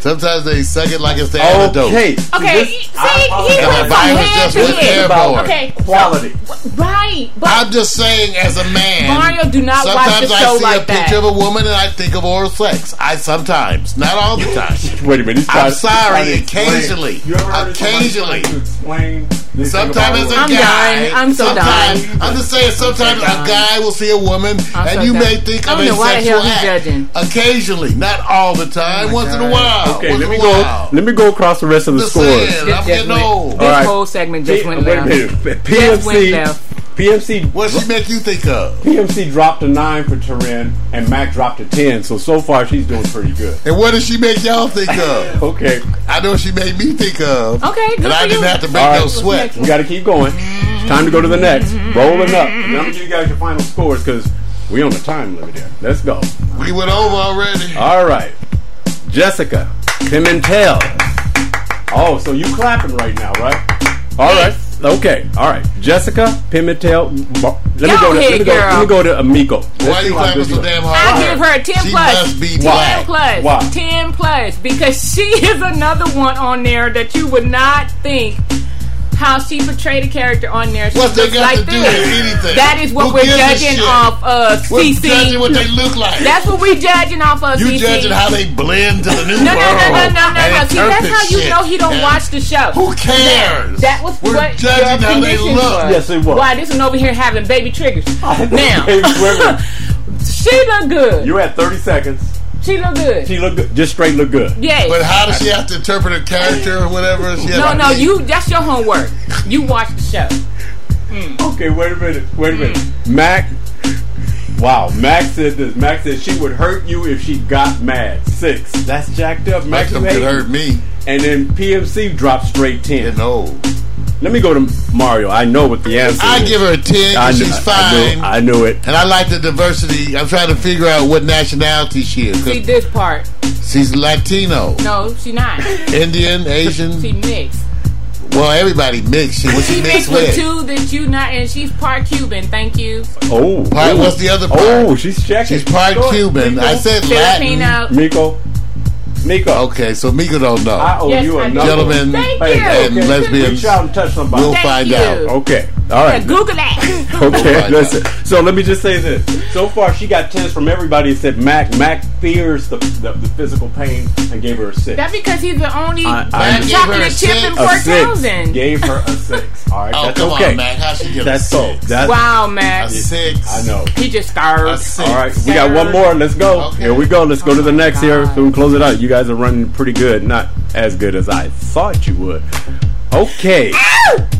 [SPEAKER 3] sometimes they suck it like it's the antidote.
[SPEAKER 5] Okay. so
[SPEAKER 4] Okay,
[SPEAKER 5] this-
[SPEAKER 4] see,
[SPEAKER 5] I-
[SPEAKER 4] he
[SPEAKER 5] I-
[SPEAKER 4] went from
[SPEAKER 3] virus
[SPEAKER 4] head
[SPEAKER 3] just
[SPEAKER 4] to
[SPEAKER 3] went
[SPEAKER 4] head.
[SPEAKER 3] airborne.
[SPEAKER 4] Okay,
[SPEAKER 5] Quality.
[SPEAKER 4] right, but
[SPEAKER 3] I'm just saying, as a man,
[SPEAKER 4] Mario, do not watch
[SPEAKER 3] sometimes
[SPEAKER 4] the
[SPEAKER 3] I
[SPEAKER 4] show
[SPEAKER 3] see a
[SPEAKER 4] like that.
[SPEAKER 3] picture of a woman and I think of oral sex. I sometimes, not all the time.
[SPEAKER 5] Wait a minute. he's
[SPEAKER 3] I'm
[SPEAKER 5] trying-
[SPEAKER 3] sorry,
[SPEAKER 5] trying to explain.
[SPEAKER 3] occasionally.
[SPEAKER 5] You ever heard of somebody
[SPEAKER 3] Occasionally.
[SPEAKER 5] trying to explain this thing
[SPEAKER 3] Sometimes as
[SPEAKER 5] about
[SPEAKER 3] a
[SPEAKER 4] I'm
[SPEAKER 5] women?
[SPEAKER 3] guy,
[SPEAKER 4] dying. I'm so
[SPEAKER 3] sometimes-
[SPEAKER 4] dying.
[SPEAKER 3] I'm just saying. Sometimes
[SPEAKER 4] so
[SPEAKER 3] a
[SPEAKER 4] dying.
[SPEAKER 3] guy will see a woman,
[SPEAKER 4] I'm
[SPEAKER 3] and
[SPEAKER 4] so
[SPEAKER 3] you may
[SPEAKER 4] dying.
[SPEAKER 3] think
[SPEAKER 4] I
[SPEAKER 3] of
[SPEAKER 4] don't
[SPEAKER 3] a
[SPEAKER 4] know why the
[SPEAKER 3] sexual
[SPEAKER 4] hell he's
[SPEAKER 3] act.
[SPEAKER 4] judging. Oh
[SPEAKER 3] Occasionally, not all the time. once in a while.
[SPEAKER 5] Okay,
[SPEAKER 3] once
[SPEAKER 5] let me
[SPEAKER 3] in a
[SPEAKER 5] go.
[SPEAKER 3] while.
[SPEAKER 5] Let me go across the rest of the
[SPEAKER 3] Just
[SPEAKER 5] scores.
[SPEAKER 3] saying,
[SPEAKER 4] this,
[SPEAKER 3] I'm
[SPEAKER 4] just
[SPEAKER 3] getting
[SPEAKER 4] went-
[SPEAKER 3] old.
[SPEAKER 4] this
[SPEAKER 5] Alright.
[SPEAKER 4] whole segment just
[SPEAKER 5] P-
[SPEAKER 4] went
[SPEAKER 5] wait a
[SPEAKER 4] left.
[SPEAKER 5] minute.
[SPEAKER 4] Just went
[SPEAKER 5] PMC.
[SPEAKER 4] left.
[SPEAKER 5] PMC.
[SPEAKER 3] What she make you think of?
[SPEAKER 5] PMC dropped a nine for Turin, and Mac dropped a ten. So so far she's doing pretty good.
[SPEAKER 3] And what does she make y'all think of?
[SPEAKER 5] Okay,
[SPEAKER 3] I know she made me think of.
[SPEAKER 4] Okay, good
[SPEAKER 3] and I
[SPEAKER 4] for
[SPEAKER 3] didn't
[SPEAKER 4] Oh, you.
[SPEAKER 3] have to break
[SPEAKER 5] All right.
[SPEAKER 3] no sweat.
[SPEAKER 5] we got to keep going. It's time to go to the next. Rolling up. And I'm gonna give you guys your final scores because we on the time limit here. Let's go.
[SPEAKER 3] We went over already.
[SPEAKER 5] All right, Jessica Pimentel. Oh, so you clapping right now, right? All right. Okay. All right. Jessica Pimentel. Mar- Let me
[SPEAKER 4] Go
[SPEAKER 5] go. To, let
[SPEAKER 4] ahead,
[SPEAKER 5] me go.
[SPEAKER 4] girl.
[SPEAKER 5] Let me go to Amico.
[SPEAKER 3] Why you clapping so damn hard?
[SPEAKER 4] I give her a 10
[SPEAKER 3] She
[SPEAKER 4] plus.
[SPEAKER 3] must be
[SPEAKER 4] 10
[SPEAKER 3] black.
[SPEAKER 4] plus.
[SPEAKER 5] Why?
[SPEAKER 4] 10 plus. Because <laughs> she is another one on there that you would not think how she portrayed a character on there. She
[SPEAKER 3] What's that
[SPEAKER 4] looks
[SPEAKER 3] got
[SPEAKER 4] like
[SPEAKER 3] to do
[SPEAKER 4] this.
[SPEAKER 3] with anything?
[SPEAKER 4] That is what
[SPEAKER 3] Who
[SPEAKER 4] we're
[SPEAKER 3] gives a
[SPEAKER 4] judging
[SPEAKER 3] shit?
[SPEAKER 4] off of
[SPEAKER 3] We're
[SPEAKER 4] CC.
[SPEAKER 3] judging what they look like.
[SPEAKER 4] that's what we're judging off of
[SPEAKER 3] you
[SPEAKER 4] CC.
[SPEAKER 3] judging how they blend to the new
[SPEAKER 4] no, no,
[SPEAKER 3] world.
[SPEAKER 4] no, no, no, no,
[SPEAKER 3] and
[SPEAKER 4] no. See, that's
[SPEAKER 3] interpret
[SPEAKER 4] how you
[SPEAKER 3] shit.
[SPEAKER 4] know he don't
[SPEAKER 3] And
[SPEAKER 4] watch the show.
[SPEAKER 3] Who cares?
[SPEAKER 4] That was
[SPEAKER 3] We're
[SPEAKER 4] what
[SPEAKER 3] judging
[SPEAKER 4] your
[SPEAKER 3] how they
[SPEAKER 4] condition
[SPEAKER 3] look.
[SPEAKER 4] was.
[SPEAKER 5] Yes, it was.
[SPEAKER 4] Why this one over here having baby triggers? now
[SPEAKER 5] <laughs> Hey, wait a minute.
[SPEAKER 4] she look good.
[SPEAKER 5] You had 30 seconds.
[SPEAKER 4] she look good.
[SPEAKER 5] She look good. Just straight look good.
[SPEAKER 4] yes.
[SPEAKER 3] But how does she have to interpret her character or whatever? She has
[SPEAKER 4] No,
[SPEAKER 3] to
[SPEAKER 4] no,
[SPEAKER 3] be-
[SPEAKER 4] you. That's your homework. You watch the show.
[SPEAKER 5] Okay, wait a minute. Wait a minute.
[SPEAKER 4] Hmm.
[SPEAKER 5] Mac. Wow, Mac said this. Mac said she would hurt you if she got mad. Six. That's jacked up. Mac
[SPEAKER 3] Like
[SPEAKER 5] is
[SPEAKER 3] them could
[SPEAKER 5] hating.
[SPEAKER 3] hurt me.
[SPEAKER 5] And then PMC dropped straight ten.
[SPEAKER 3] And old.
[SPEAKER 5] Let me go to Mario. I know what the answer
[SPEAKER 3] I
[SPEAKER 5] is.
[SPEAKER 3] give her a ten.
[SPEAKER 5] I
[SPEAKER 3] 'cause
[SPEAKER 5] knew-
[SPEAKER 3] she's
[SPEAKER 5] I
[SPEAKER 3] fine.
[SPEAKER 5] knew, I knew it.
[SPEAKER 3] and I like the diversity. I'm trying to figure out what nationality she is. 'cause
[SPEAKER 4] See this part?
[SPEAKER 3] she's Latino,
[SPEAKER 4] No, she not.
[SPEAKER 3] Indian, Asian.
[SPEAKER 4] She mixed.
[SPEAKER 3] Well, everybody mixed. She was
[SPEAKER 4] She
[SPEAKER 3] she mixed
[SPEAKER 4] mixed with
[SPEAKER 3] with.
[SPEAKER 4] two that you not, and she's part Cuban. Thank you.
[SPEAKER 5] Oh,
[SPEAKER 3] Part-
[SPEAKER 5] ooh.
[SPEAKER 3] what's the other part?
[SPEAKER 5] Oh, she's checking.
[SPEAKER 3] She's part
[SPEAKER 5] Go ahead,
[SPEAKER 3] Cuban.
[SPEAKER 5] Miko.
[SPEAKER 3] I said Latin.
[SPEAKER 4] Filipino.
[SPEAKER 5] Miko. Miko.
[SPEAKER 3] Okay, so Miko don't know.
[SPEAKER 5] I owe
[SPEAKER 4] Yes,
[SPEAKER 5] you
[SPEAKER 4] I do.
[SPEAKER 5] another
[SPEAKER 3] Gentlemen
[SPEAKER 4] Thank
[SPEAKER 5] Hey,
[SPEAKER 4] you.
[SPEAKER 3] and
[SPEAKER 5] okay.
[SPEAKER 3] lesbians,
[SPEAKER 5] Reach out and touch somebody.
[SPEAKER 3] we'll
[SPEAKER 4] Thank
[SPEAKER 3] find
[SPEAKER 4] you.
[SPEAKER 3] out.
[SPEAKER 5] Okay. All right.
[SPEAKER 4] Yeah, Google that.
[SPEAKER 3] <laughs> Oh,
[SPEAKER 5] Okay,
[SPEAKER 3] my
[SPEAKER 5] listen. So let me just say this. So far, she got tens from everybody except Mac. Mac fears the, the, the physical pain and gave her a six.
[SPEAKER 4] That's because he's the only
[SPEAKER 5] I- I
[SPEAKER 4] black
[SPEAKER 5] gave
[SPEAKER 3] her
[SPEAKER 4] chocolate
[SPEAKER 3] a
[SPEAKER 4] chip
[SPEAKER 3] six.
[SPEAKER 4] in
[SPEAKER 3] A
[SPEAKER 5] a
[SPEAKER 4] Fort
[SPEAKER 5] six.
[SPEAKER 4] Townsend.
[SPEAKER 5] Gave her a six.
[SPEAKER 3] <laughs>
[SPEAKER 5] All right,
[SPEAKER 3] Oh,
[SPEAKER 5] that's
[SPEAKER 3] come
[SPEAKER 5] okay.
[SPEAKER 3] on, Mac. How she get
[SPEAKER 5] That's
[SPEAKER 3] a
[SPEAKER 5] so.
[SPEAKER 3] six?
[SPEAKER 5] That's
[SPEAKER 4] Wow, man.
[SPEAKER 3] a six.
[SPEAKER 5] I know.
[SPEAKER 4] He just starved.
[SPEAKER 3] A six.
[SPEAKER 5] All right, we got one more. Let's go.
[SPEAKER 3] Okay.
[SPEAKER 5] Here we go. Let's go to the next here.
[SPEAKER 4] God.
[SPEAKER 5] So we can close it out. You guys are running pretty good. Not as good as I thought you would. Okay.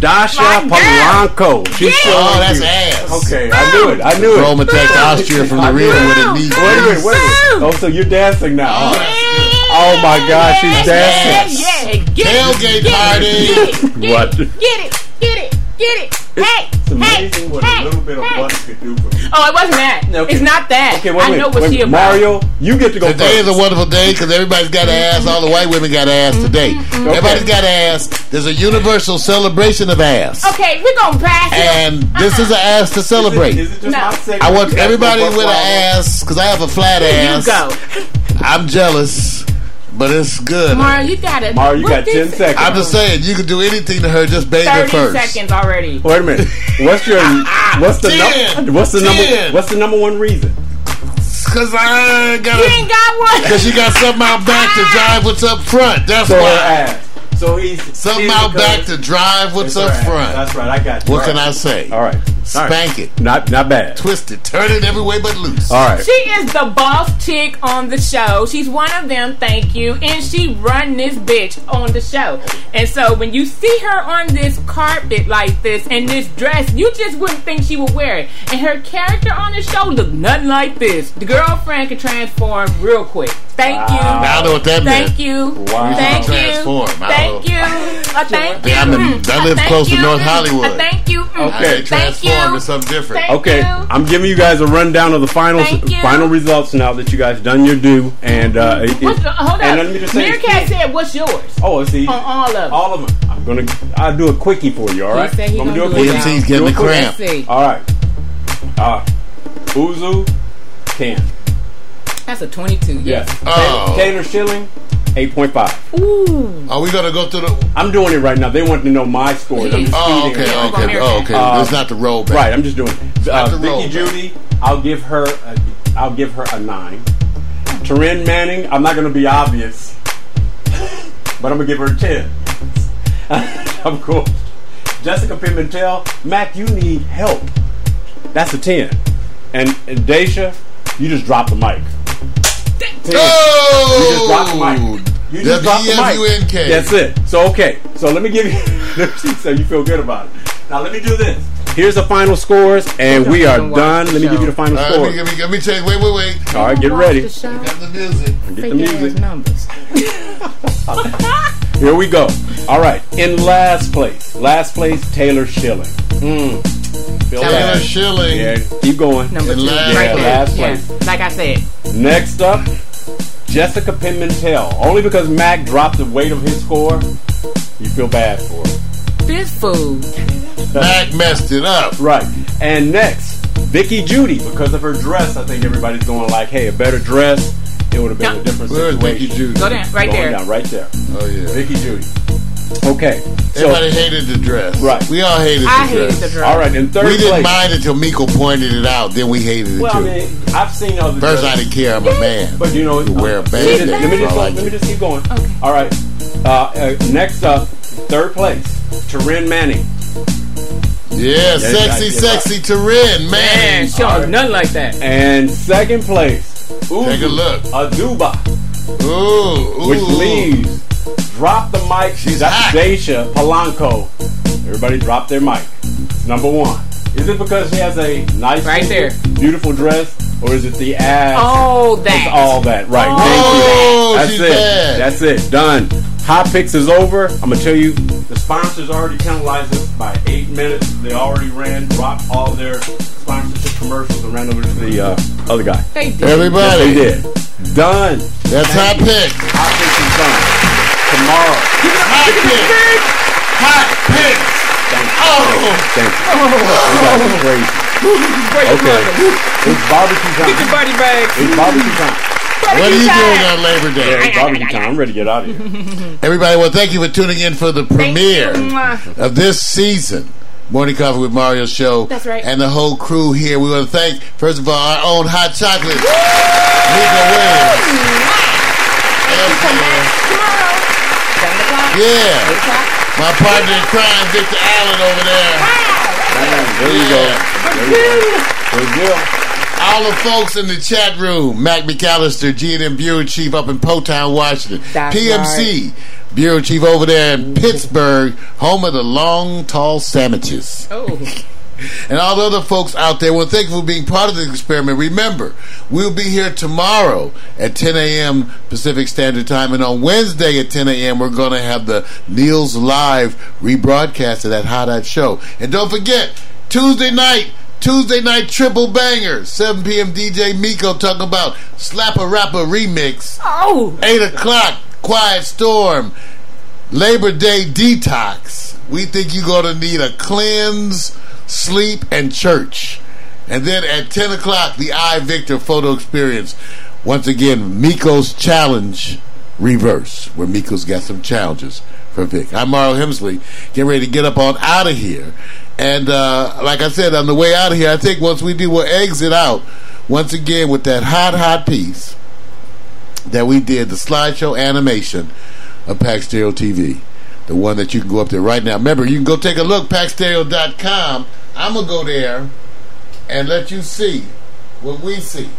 [SPEAKER 5] Dasha
[SPEAKER 4] My
[SPEAKER 5] Polanco. She's showing
[SPEAKER 3] Oh, that's
[SPEAKER 5] you.
[SPEAKER 3] ass.
[SPEAKER 5] Okay, I knew it. I knew it.
[SPEAKER 3] Rome attacked Austria from
[SPEAKER 5] I
[SPEAKER 3] the rear
[SPEAKER 5] knew
[SPEAKER 3] with
[SPEAKER 4] it.
[SPEAKER 3] a knee.
[SPEAKER 5] Wait a minute, wait a minute.
[SPEAKER 4] Woo!
[SPEAKER 5] Oh, so you're dancing now.
[SPEAKER 3] Oh, that's good.
[SPEAKER 5] Oh my God, she's
[SPEAKER 4] Yeah,
[SPEAKER 5] dancing.
[SPEAKER 4] yeah, yeah. Get it.
[SPEAKER 3] Tailgate
[SPEAKER 4] Get
[SPEAKER 3] party.
[SPEAKER 4] it. Get it.
[SPEAKER 5] What?
[SPEAKER 4] Get it. Get it. Get it. Hey.
[SPEAKER 8] amazing what
[SPEAKER 4] hey,
[SPEAKER 8] a little bit of
[SPEAKER 4] hey.
[SPEAKER 8] butter could do for you.
[SPEAKER 4] Oh, it wasn't that.
[SPEAKER 8] Okay.
[SPEAKER 4] It's not that.
[SPEAKER 8] Okay, wait,
[SPEAKER 4] I
[SPEAKER 8] wait,
[SPEAKER 4] know what
[SPEAKER 8] wait,
[SPEAKER 4] she about.
[SPEAKER 5] Mario, you get to go
[SPEAKER 3] Today is
[SPEAKER 5] first.
[SPEAKER 3] a wonderful day because everybody's got ass. All the white women got ass today. Everybody's got ass. There's a universal celebration of ass.
[SPEAKER 4] Okay, we're gonna pass it.
[SPEAKER 3] And this is an ass to
[SPEAKER 8] Is it-
[SPEAKER 3] celebrate.
[SPEAKER 8] is it just
[SPEAKER 4] No.
[SPEAKER 8] my segment?
[SPEAKER 3] I want
[SPEAKER 8] You guys
[SPEAKER 3] everybody
[SPEAKER 8] know what's
[SPEAKER 3] with an
[SPEAKER 8] wrong?
[SPEAKER 3] ass because I have a flat
[SPEAKER 4] You
[SPEAKER 3] ass.
[SPEAKER 4] go,
[SPEAKER 3] I'm jealous, but it's good.
[SPEAKER 4] Mario. You got it.
[SPEAKER 5] Mario, you got 10 seconds.
[SPEAKER 3] I'm just saying, you can do anything to her, just bathe her
[SPEAKER 4] Thirty
[SPEAKER 3] first.
[SPEAKER 4] seconds already.
[SPEAKER 5] Wait
[SPEAKER 3] <laughs>
[SPEAKER 5] a minute. What's your what's the
[SPEAKER 3] Ah, Ten.
[SPEAKER 5] number what's the
[SPEAKER 3] Ten.
[SPEAKER 5] number what's the number one reason?
[SPEAKER 3] Because I got
[SPEAKER 4] You
[SPEAKER 3] a
[SPEAKER 4] ain't got one.
[SPEAKER 3] Because you got something out back to drive what's up front. That's
[SPEAKER 5] So her
[SPEAKER 3] why.
[SPEAKER 5] ass.
[SPEAKER 8] So he's
[SPEAKER 3] Something
[SPEAKER 8] he's
[SPEAKER 3] out
[SPEAKER 8] because-
[SPEAKER 3] back to drive what's
[SPEAKER 8] That's
[SPEAKER 3] up
[SPEAKER 8] right.
[SPEAKER 3] front.
[SPEAKER 8] That's right. I got you.
[SPEAKER 3] What
[SPEAKER 8] All
[SPEAKER 3] can
[SPEAKER 8] right.
[SPEAKER 3] I say?
[SPEAKER 5] All right. All right.
[SPEAKER 3] Spank it,
[SPEAKER 5] Not not bad.
[SPEAKER 3] twist it, turn it every way but loose.
[SPEAKER 5] All
[SPEAKER 4] <laughs>
[SPEAKER 5] right.
[SPEAKER 4] She is the boss chick on the show. She's one of them, thank you. And she run this bitch on the show. And so when you see her on this carpet like this and this dress, you just wouldn't think she would wear it. And her character on the show looked nothing like this. The girlfriend could transform real quick. Thank
[SPEAKER 3] Now I know what that
[SPEAKER 4] you. Thank
[SPEAKER 3] meant.
[SPEAKER 4] you.
[SPEAKER 5] Wow.
[SPEAKER 4] Thank you.
[SPEAKER 3] Transform. I
[SPEAKER 4] Thank
[SPEAKER 3] don't-
[SPEAKER 4] you. A thank you.
[SPEAKER 3] Yeah, I'm in-
[SPEAKER 4] Mm.
[SPEAKER 3] I
[SPEAKER 4] A
[SPEAKER 3] live
[SPEAKER 4] thank
[SPEAKER 3] close to
[SPEAKER 4] you.
[SPEAKER 3] North
[SPEAKER 4] Mm.
[SPEAKER 3] Hollywood.
[SPEAKER 4] A Thank you. Mm.
[SPEAKER 5] Okay.
[SPEAKER 3] They
[SPEAKER 5] Thank
[SPEAKER 3] transform
[SPEAKER 4] you.
[SPEAKER 3] to something different.
[SPEAKER 4] Thank
[SPEAKER 5] Okay,
[SPEAKER 4] you.
[SPEAKER 5] I'm giving you guys a rundown of the final
[SPEAKER 4] Thank you.
[SPEAKER 5] final results now that you guys done your due and uh, it-
[SPEAKER 4] What's the, hold
[SPEAKER 5] and
[SPEAKER 4] up.
[SPEAKER 5] let me just say,
[SPEAKER 4] Meerkat said, "What's yours?"
[SPEAKER 5] oh see
[SPEAKER 4] on all of them.
[SPEAKER 5] all of them. I'm gonna I'll do a quickie for you. All right,
[SPEAKER 4] said Uh-uh. he
[SPEAKER 5] I'm
[SPEAKER 4] gonna do it
[SPEAKER 5] quickie.
[SPEAKER 4] now.
[SPEAKER 3] PMT's getting the
[SPEAKER 5] Do a quick-
[SPEAKER 3] cramp.
[SPEAKER 4] see,
[SPEAKER 5] All right, all right. Uzu, can
[SPEAKER 4] that's a twenty-two.
[SPEAKER 5] yes.
[SPEAKER 3] Oh.
[SPEAKER 5] Tanner Schilling, eight point five.
[SPEAKER 4] Ooh.
[SPEAKER 3] Are we going to go through the.
[SPEAKER 5] I'm doing it right now. They want to know my scores. I'm just
[SPEAKER 3] Oh,
[SPEAKER 5] feeding
[SPEAKER 3] okay,
[SPEAKER 5] them.
[SPEAKER 4] American.
[SPEAKER 3] okay, oh, okay.
[SPEAKER 5] Uh,
[SPEAKER 3] it's not the rollback.
[SPEAKER 5] Right, I'm just doing it.
[SPEAKER 3] Not
[SPEAKER 5] Uh,
[SPEAKER 3] the roll,
[SPEAKER 5] Vicky Judy, I'll give her, a, I'll give her a nine. Taryn Manning, I'm not going to be obvious, but I'm going to give her a ten. <laughs> of course. Jessica Pimentel, Mac, you need help. That's a ten. And, and Daisha, you just dropped the mic. 10. You just dropped
[SPEAKER 3] Oh!
[SPEAKER 5] the mic. You just dropped the mic.
[SPEAKER 3] WFUNK.
[SPEAKER 5] That's it. So okay. So let me give you. <laughs> so you feel good about it. Now let me do this. Here's the final scores, and we are
[SPEAKER 4] Don't watch
[SPEAKER 5] done.
[SPEAKER 4] the
[SPEAKER 5] Let me
[SPEAKER 4] show.
[SPEAKER 5] give you the final
[SPEAKER 3] All right, Uh, let, me,
[SPEAKER 5] score.
[SPEAKER 3] let, me, let me check. Wait, wait, wait.
[SPEAKER 5] All right, get ready.
[SPEAKER 4] The show
[SPEAKER 3] Got the music.
[SPEAKER 5] Get the
[SPEAKER 4] fake ass
[SPEAKER 5] music.
[SPEAKER 4] numbers.
[SPEAKER 5] Here we go. All right, in last place, last place, Taylor Schilling. Mm. Feel
[SPEAKER 3] Taylor
[SPEAKER 5] that.
[SPEAKER 3] Schilling.
[SPEAKER 5] Yeah, keep going.
[SPEAKER 4] Number
[SPEAKER 3] And
[SPEAKER 4] two,
[SPEAKER 3] last
[SPEAKER 4] right there.
[SPEAKER 5] last
[SPEAKER 4] yeah.
[SPEAKER 5] place.
[SPEAKER 4] Like I said,
[SPEAKER 5] Next up, Jessica Pimentel. Only because Mac dropped the weight of his score, you feel bad for her.
[SPEAKER 4] this fool.
[SPEAKER 3] Mac messed it up.
[SPEAKER 5] Right. And next, Vicky Judy, because of her dress, I think everybody's going like, hey, a better dress, it would have been
[SPEAKER 4] Yeah.
[SPEAKER 5] a different
[SPEAKER 3] Where's Vicky
[SPEAKER 5] situation.
[SPEAKER 3] Judy?
[SPEAKER 4] Go down, right
[SPEAKER 5] Going
[SPEAKER 4] there.
[SPEAKER 5] down, right there.
[SPEAKER 3] Oh, yeah.
[SPEAKER 5] Vicky Judy. Okay. So,
[SPEAKER 3] Everybody hated the dress.
[SPEAKER 5] Right.
[SPEAKER 3] We all hated the
[SPEAKER 4] I
[SPEAKER 3] dress.
[SPEAKER 4] hated the dress.
[SPEAKER 5] all right, in third
[SPEAKER 3] We didn't
[SPEAKER 5] place.
[SPEAKER 3] mind until Miko pointed it out. Then we hated it
[SPEAKER 5] well, I
[SPEAKER 3] too.
[SPEAKER 5] mean, I've seen other
[SPEAKER 3] First, I
[SPEAKER 5] dresses,
[SPEAKER 3] didn't care. I'm a man.
[SPEAKER 5] but you know,
[SPEAKER 3] You wear a
[SPEAKER 5] let me
[SPEAKER 3] band-aid,
[SPEAKER 5] just- Let
[SPEAKER 3] so
[SPEAKER 5] me
[SPEAKER 3] I
[SPEAKER 5] just,
[SPEAKER 3] like
[SPEAKER 5] let
[SPEAKER 3] it.
[SPEAKER 5] me just keep going. All right. Uh, uh, next up, third place, Taryn Manning.
[SPEAKER 3] yeah, sexy,
[SPEAKER 5] yeah,
[SPEAKER 3] sexy Turin,
[SPEAKER 4] Man,
[SPEAKER 3] man.
[SPEAKER 4] she don't look nothing like that.
[SPEAKER 5] And second place, Uzu
[SPEAKER 3] Take a look.
[SPEAKER 5] Aduba.
[SPEAKER 3] Ooh, ooh.
[SPEAKER 5] which leaves drop the mic.
[SPEAKER 3] She's
[SPEAKER 5] That's
[SPEAKER 3] hot.
[SPEAKER 5] Daisha Polanco. Everybody drop their mic. It's number one. Is it because she has a nice,
[SPEAKER 4] Right there.
[SPEAKER 5] beautiful dress, or is it the ass?
[SPEAKER 4] All
[SPEAKER 5] It's
[SPEAKER 4] that.
[SPEAKER 5] all that, right?
[SPEAKER 4] All
[SPEAKER 3] Oh,
[SPEAKER 5] Thank
[SPEAKER 3] she's
[SPEAKER 5] you. That's it.
[SPEAKER 3] bad.
[SPEAKER 5] That's it. Done. Hot picks is over. I'm gonna tell you, the sponsors already penalized us by eight minutes. They already ran, dropped all their sponsorship commercials, and ran over to the uh, other guy.
[SPEAKER 4] They did.
[SPEAKER 5] Yes,
[SPEAKER 3] Everybody,
[SPEAKER 5] they did. Done.
[SPEAKER 3] that's hot pick.
[SPEAKER 5] Hot picks is done. Tomorrow.
[SPEAKER 3] Hot pick. Hot pick. Oh,
[SPEAKER 5] Thank you. You guys are <laughs> crazy. Okay. It's barbecue
[SPEAKER 4] Get your
[SPEAKER 5] time.
[SPEAKER 4] body bags.
[SPEAKER 5] It's barbecue time.
[SPEAKER 3] what are you doing on Labor Day?
[SPEAKER 5] It's barbecue time. I'm ready to get out of here.
[SPEAKER 3] Everybody, well, thank you for tuning in for the
[SPEAKER 4] Thank you.
[SPEAKER 3] premiere
[SPEAKER 4] Mwah.
[SPEAKER 3] of this season. Morning Coffee with Mario show.
[SPEAKER 4] That's right.
[SPEAKER 3] And the whole crew here. We want to thank, first of all, our own hot chocolate, Mika Williams.
[SPEAKER 4] Come back tomorrow. Seven o'clock.
[SPEAKER 3] Yeah,
[SPEAKER 4] Eight o'clock.
[SPEAKER 3] my partner in crime, Victor Allen, over there.
[SPEAKER 5] There you go. There you go. Good deal.
[SPEAKER 3] All the folks in the chat room: Mac McAllister, G and M Bureau Chief up in Potown, Washington.
[SPEAKER 4] That's
[SPEAKER 3] PMC Bureau Chief over there in Pittsburgh, home of the long, tall sandwiches.
[SPEAKER 4] Oh.
[SPEAKER 3] and all the other folks out there. Well, thank you for being part of this experiment. Remember, we'll be here tomorrow at 10 a.m. Pacific Standard Time, and on Wednesday at 10 a.m. we're going to have the Neil's Live rebroadcast of that Hot Hot Show. And don't forget. Tuesday night, Tuesday night triple banger. 7 p.m. DJ Miko talking about Slap a Rapper remix.
[SPEAKER 4] Oh,
[SPEAKER 3] 8 o'clock, Quiet Storm, Labor Day Detox. We think you're going to need a cleanse, sleep, and church. And then at 10 o'clock, the I Victor photo experience. Once again, Miko's challenge reverse, where Miko's got some challenges for Vic. I'm Marl Hemsley, getting ready to get up on out of here. And uh, like I said, on the way out of here, I think once we do, we'll exit out once again with that hot, hot piece that we did the slideshow animation of Pax Stereo TV. The one that you can go up there right now. Remember, you can go take a look, paxstereo.com. I'm going to go there and let you see what we see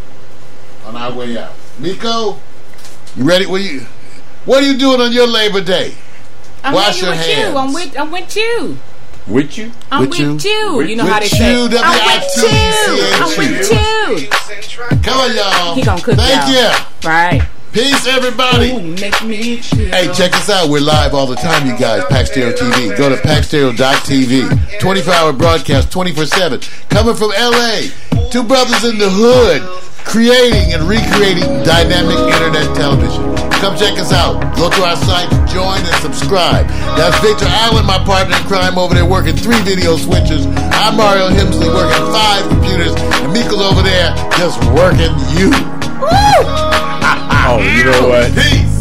[SPEAKER 3] on our way out. Miko, you ready? What are you, what are you doing on your Labor Day?
[SPEAKER 4] I'm
[SPEAKER 3] Wash
[SPEAKER 4] hanging
[SPEAKER 3] your
[SPEAKER 4] with
[SPEAKER 3] hands.
[SPEAKER 4] you. I'm with I'm with you.
[SPEAKER 5] With you?
[SPEAKER 4] I'm
[SPEAKER 3] With
[SPEAKER 4] with,
[SPEAKER 3] you.
[SPEAKER 4] you.
[SPEAKER 5] With-
[SPEAKER 4] You know how they
[SPEAKER 3] with
[SPEAKER 4] say.
[SPEAKER 3] you,
[SPEAKER 4] I'm with you. I'm
[SPEAKER 3] W-I-T-C-H-U.
[SPEAKER 4] with you.
[SPEAKER 3] Come on, y'all.
[SPEAKER 4] He gonna cook
[SPEAKER 3] Thank
[SPEAKER 4] y'all. Right.
[SPEAKER 3] you. Peace, everybody.
[SPEAKER 4] Ooh, make me chill.
[SPEAKER 3] Hey, check us out. We're live all the time, you guys. Paxstereo TV. Go to paxstereo.tv. 24 hour broadcast, 24 7. Coming from LA. Two brothers in the hood, creating and recreating dynamic internet television. Come check us out. Go to our site, join, and subscribe. That's Victor Allen, my partner in crime, over there working three video switches. I'm Mario Hemsley, working five computers. And Miko's over there just working you.
[SPEAKER 5] Oh, you know what?
[SPEAKER 3] Peace.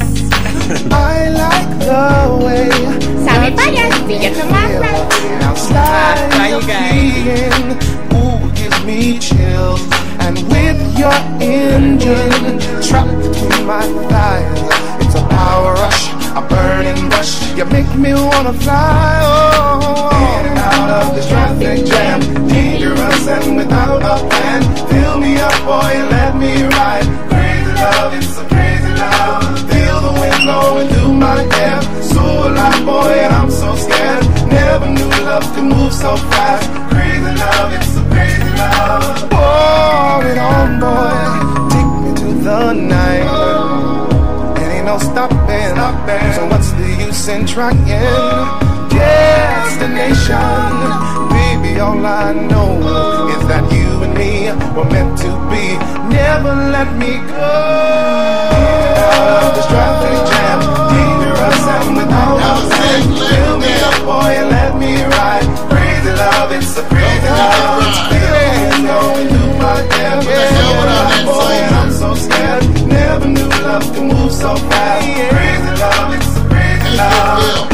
[SPEAKER 2] I like the way
[SPEAKER 9] Sorry, bye. See you tomorrow.
[SPEAKER 2] now slide
[SPEAKER 4] Bye,
[SPEAKER 2] your
[SPEAKER 4] you guys.
[SPEAKER 2] key in. Ooh, gives me chills. And with your engine trapped between my thighs, it's a power rush, a burning rush. You make me wanna fly. Oh, in and out of this traffic jam, dangerous and without a plan. Fill me up, boy, and let me ride. Crazy love, it's a crazy love. Feel the wind blowing through my hair. So alive, boy, and I'm so scared. Never knew love could move so fast. Crazy love, it's a crazy love. Pour it on, boy. Take me to the night. And ain't no stopping. So what's the use in trying? Destination, baby. All I know is that you and me were meant to be. Never let me go. Out of this traffic jam, dangerous and without a plan. Fill me up, boy, and let me ride. Crazy love, it's a crazy love. Feel it going through my head. Yeah, boy, and I'm so scared. Never knew love could move so fast. Crazy love, it's a crazy love.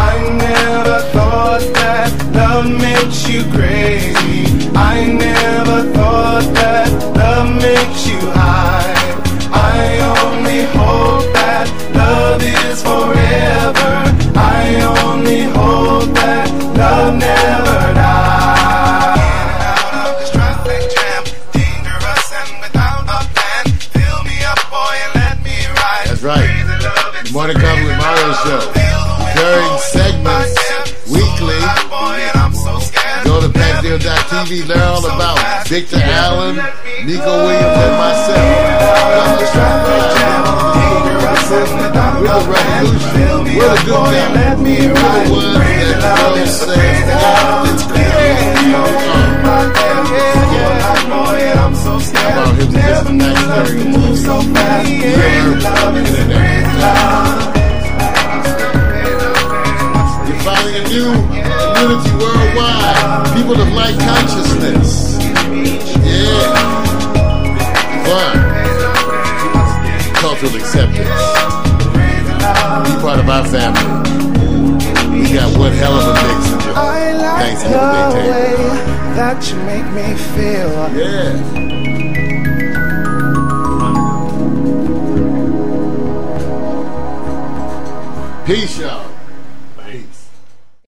[SPEAKER 2] I never thought that love makes you crazy. I never thought that love makes you high. I only hope that love is forever. I only hope that love never dies. Out of this traffic jam, dangerous and without a plan. Fill me up, boy, and let me ride.
[SPEAKER 3] That's right.
[SPEAKER 2] Crazy love, it's
[SPEAKER 3] Morning Coffee with Mario Show. During segments weekly, go to PaxDeal.tv, learn all about Victor Allen, Nico Williams, and myself. We're the revolution. We're the good guys. We're the ones that really say love is You're finding a new community worldwide. People of light consciousness. Yeah. Fun. Cultural acceptance. Be part of our family. We got one hell of a mix of
[SPEAKER 2] I like
[SPEAKER 3] Thanksgiving
[SPEAKER 2] the
[SPEAKER 3] Day
[SPEAKER 2] way
[SPEAKER 3] table.
[SPEAKER 2] that you make me feel.
[SPEAKER 3] Yeah. Peace, y'all.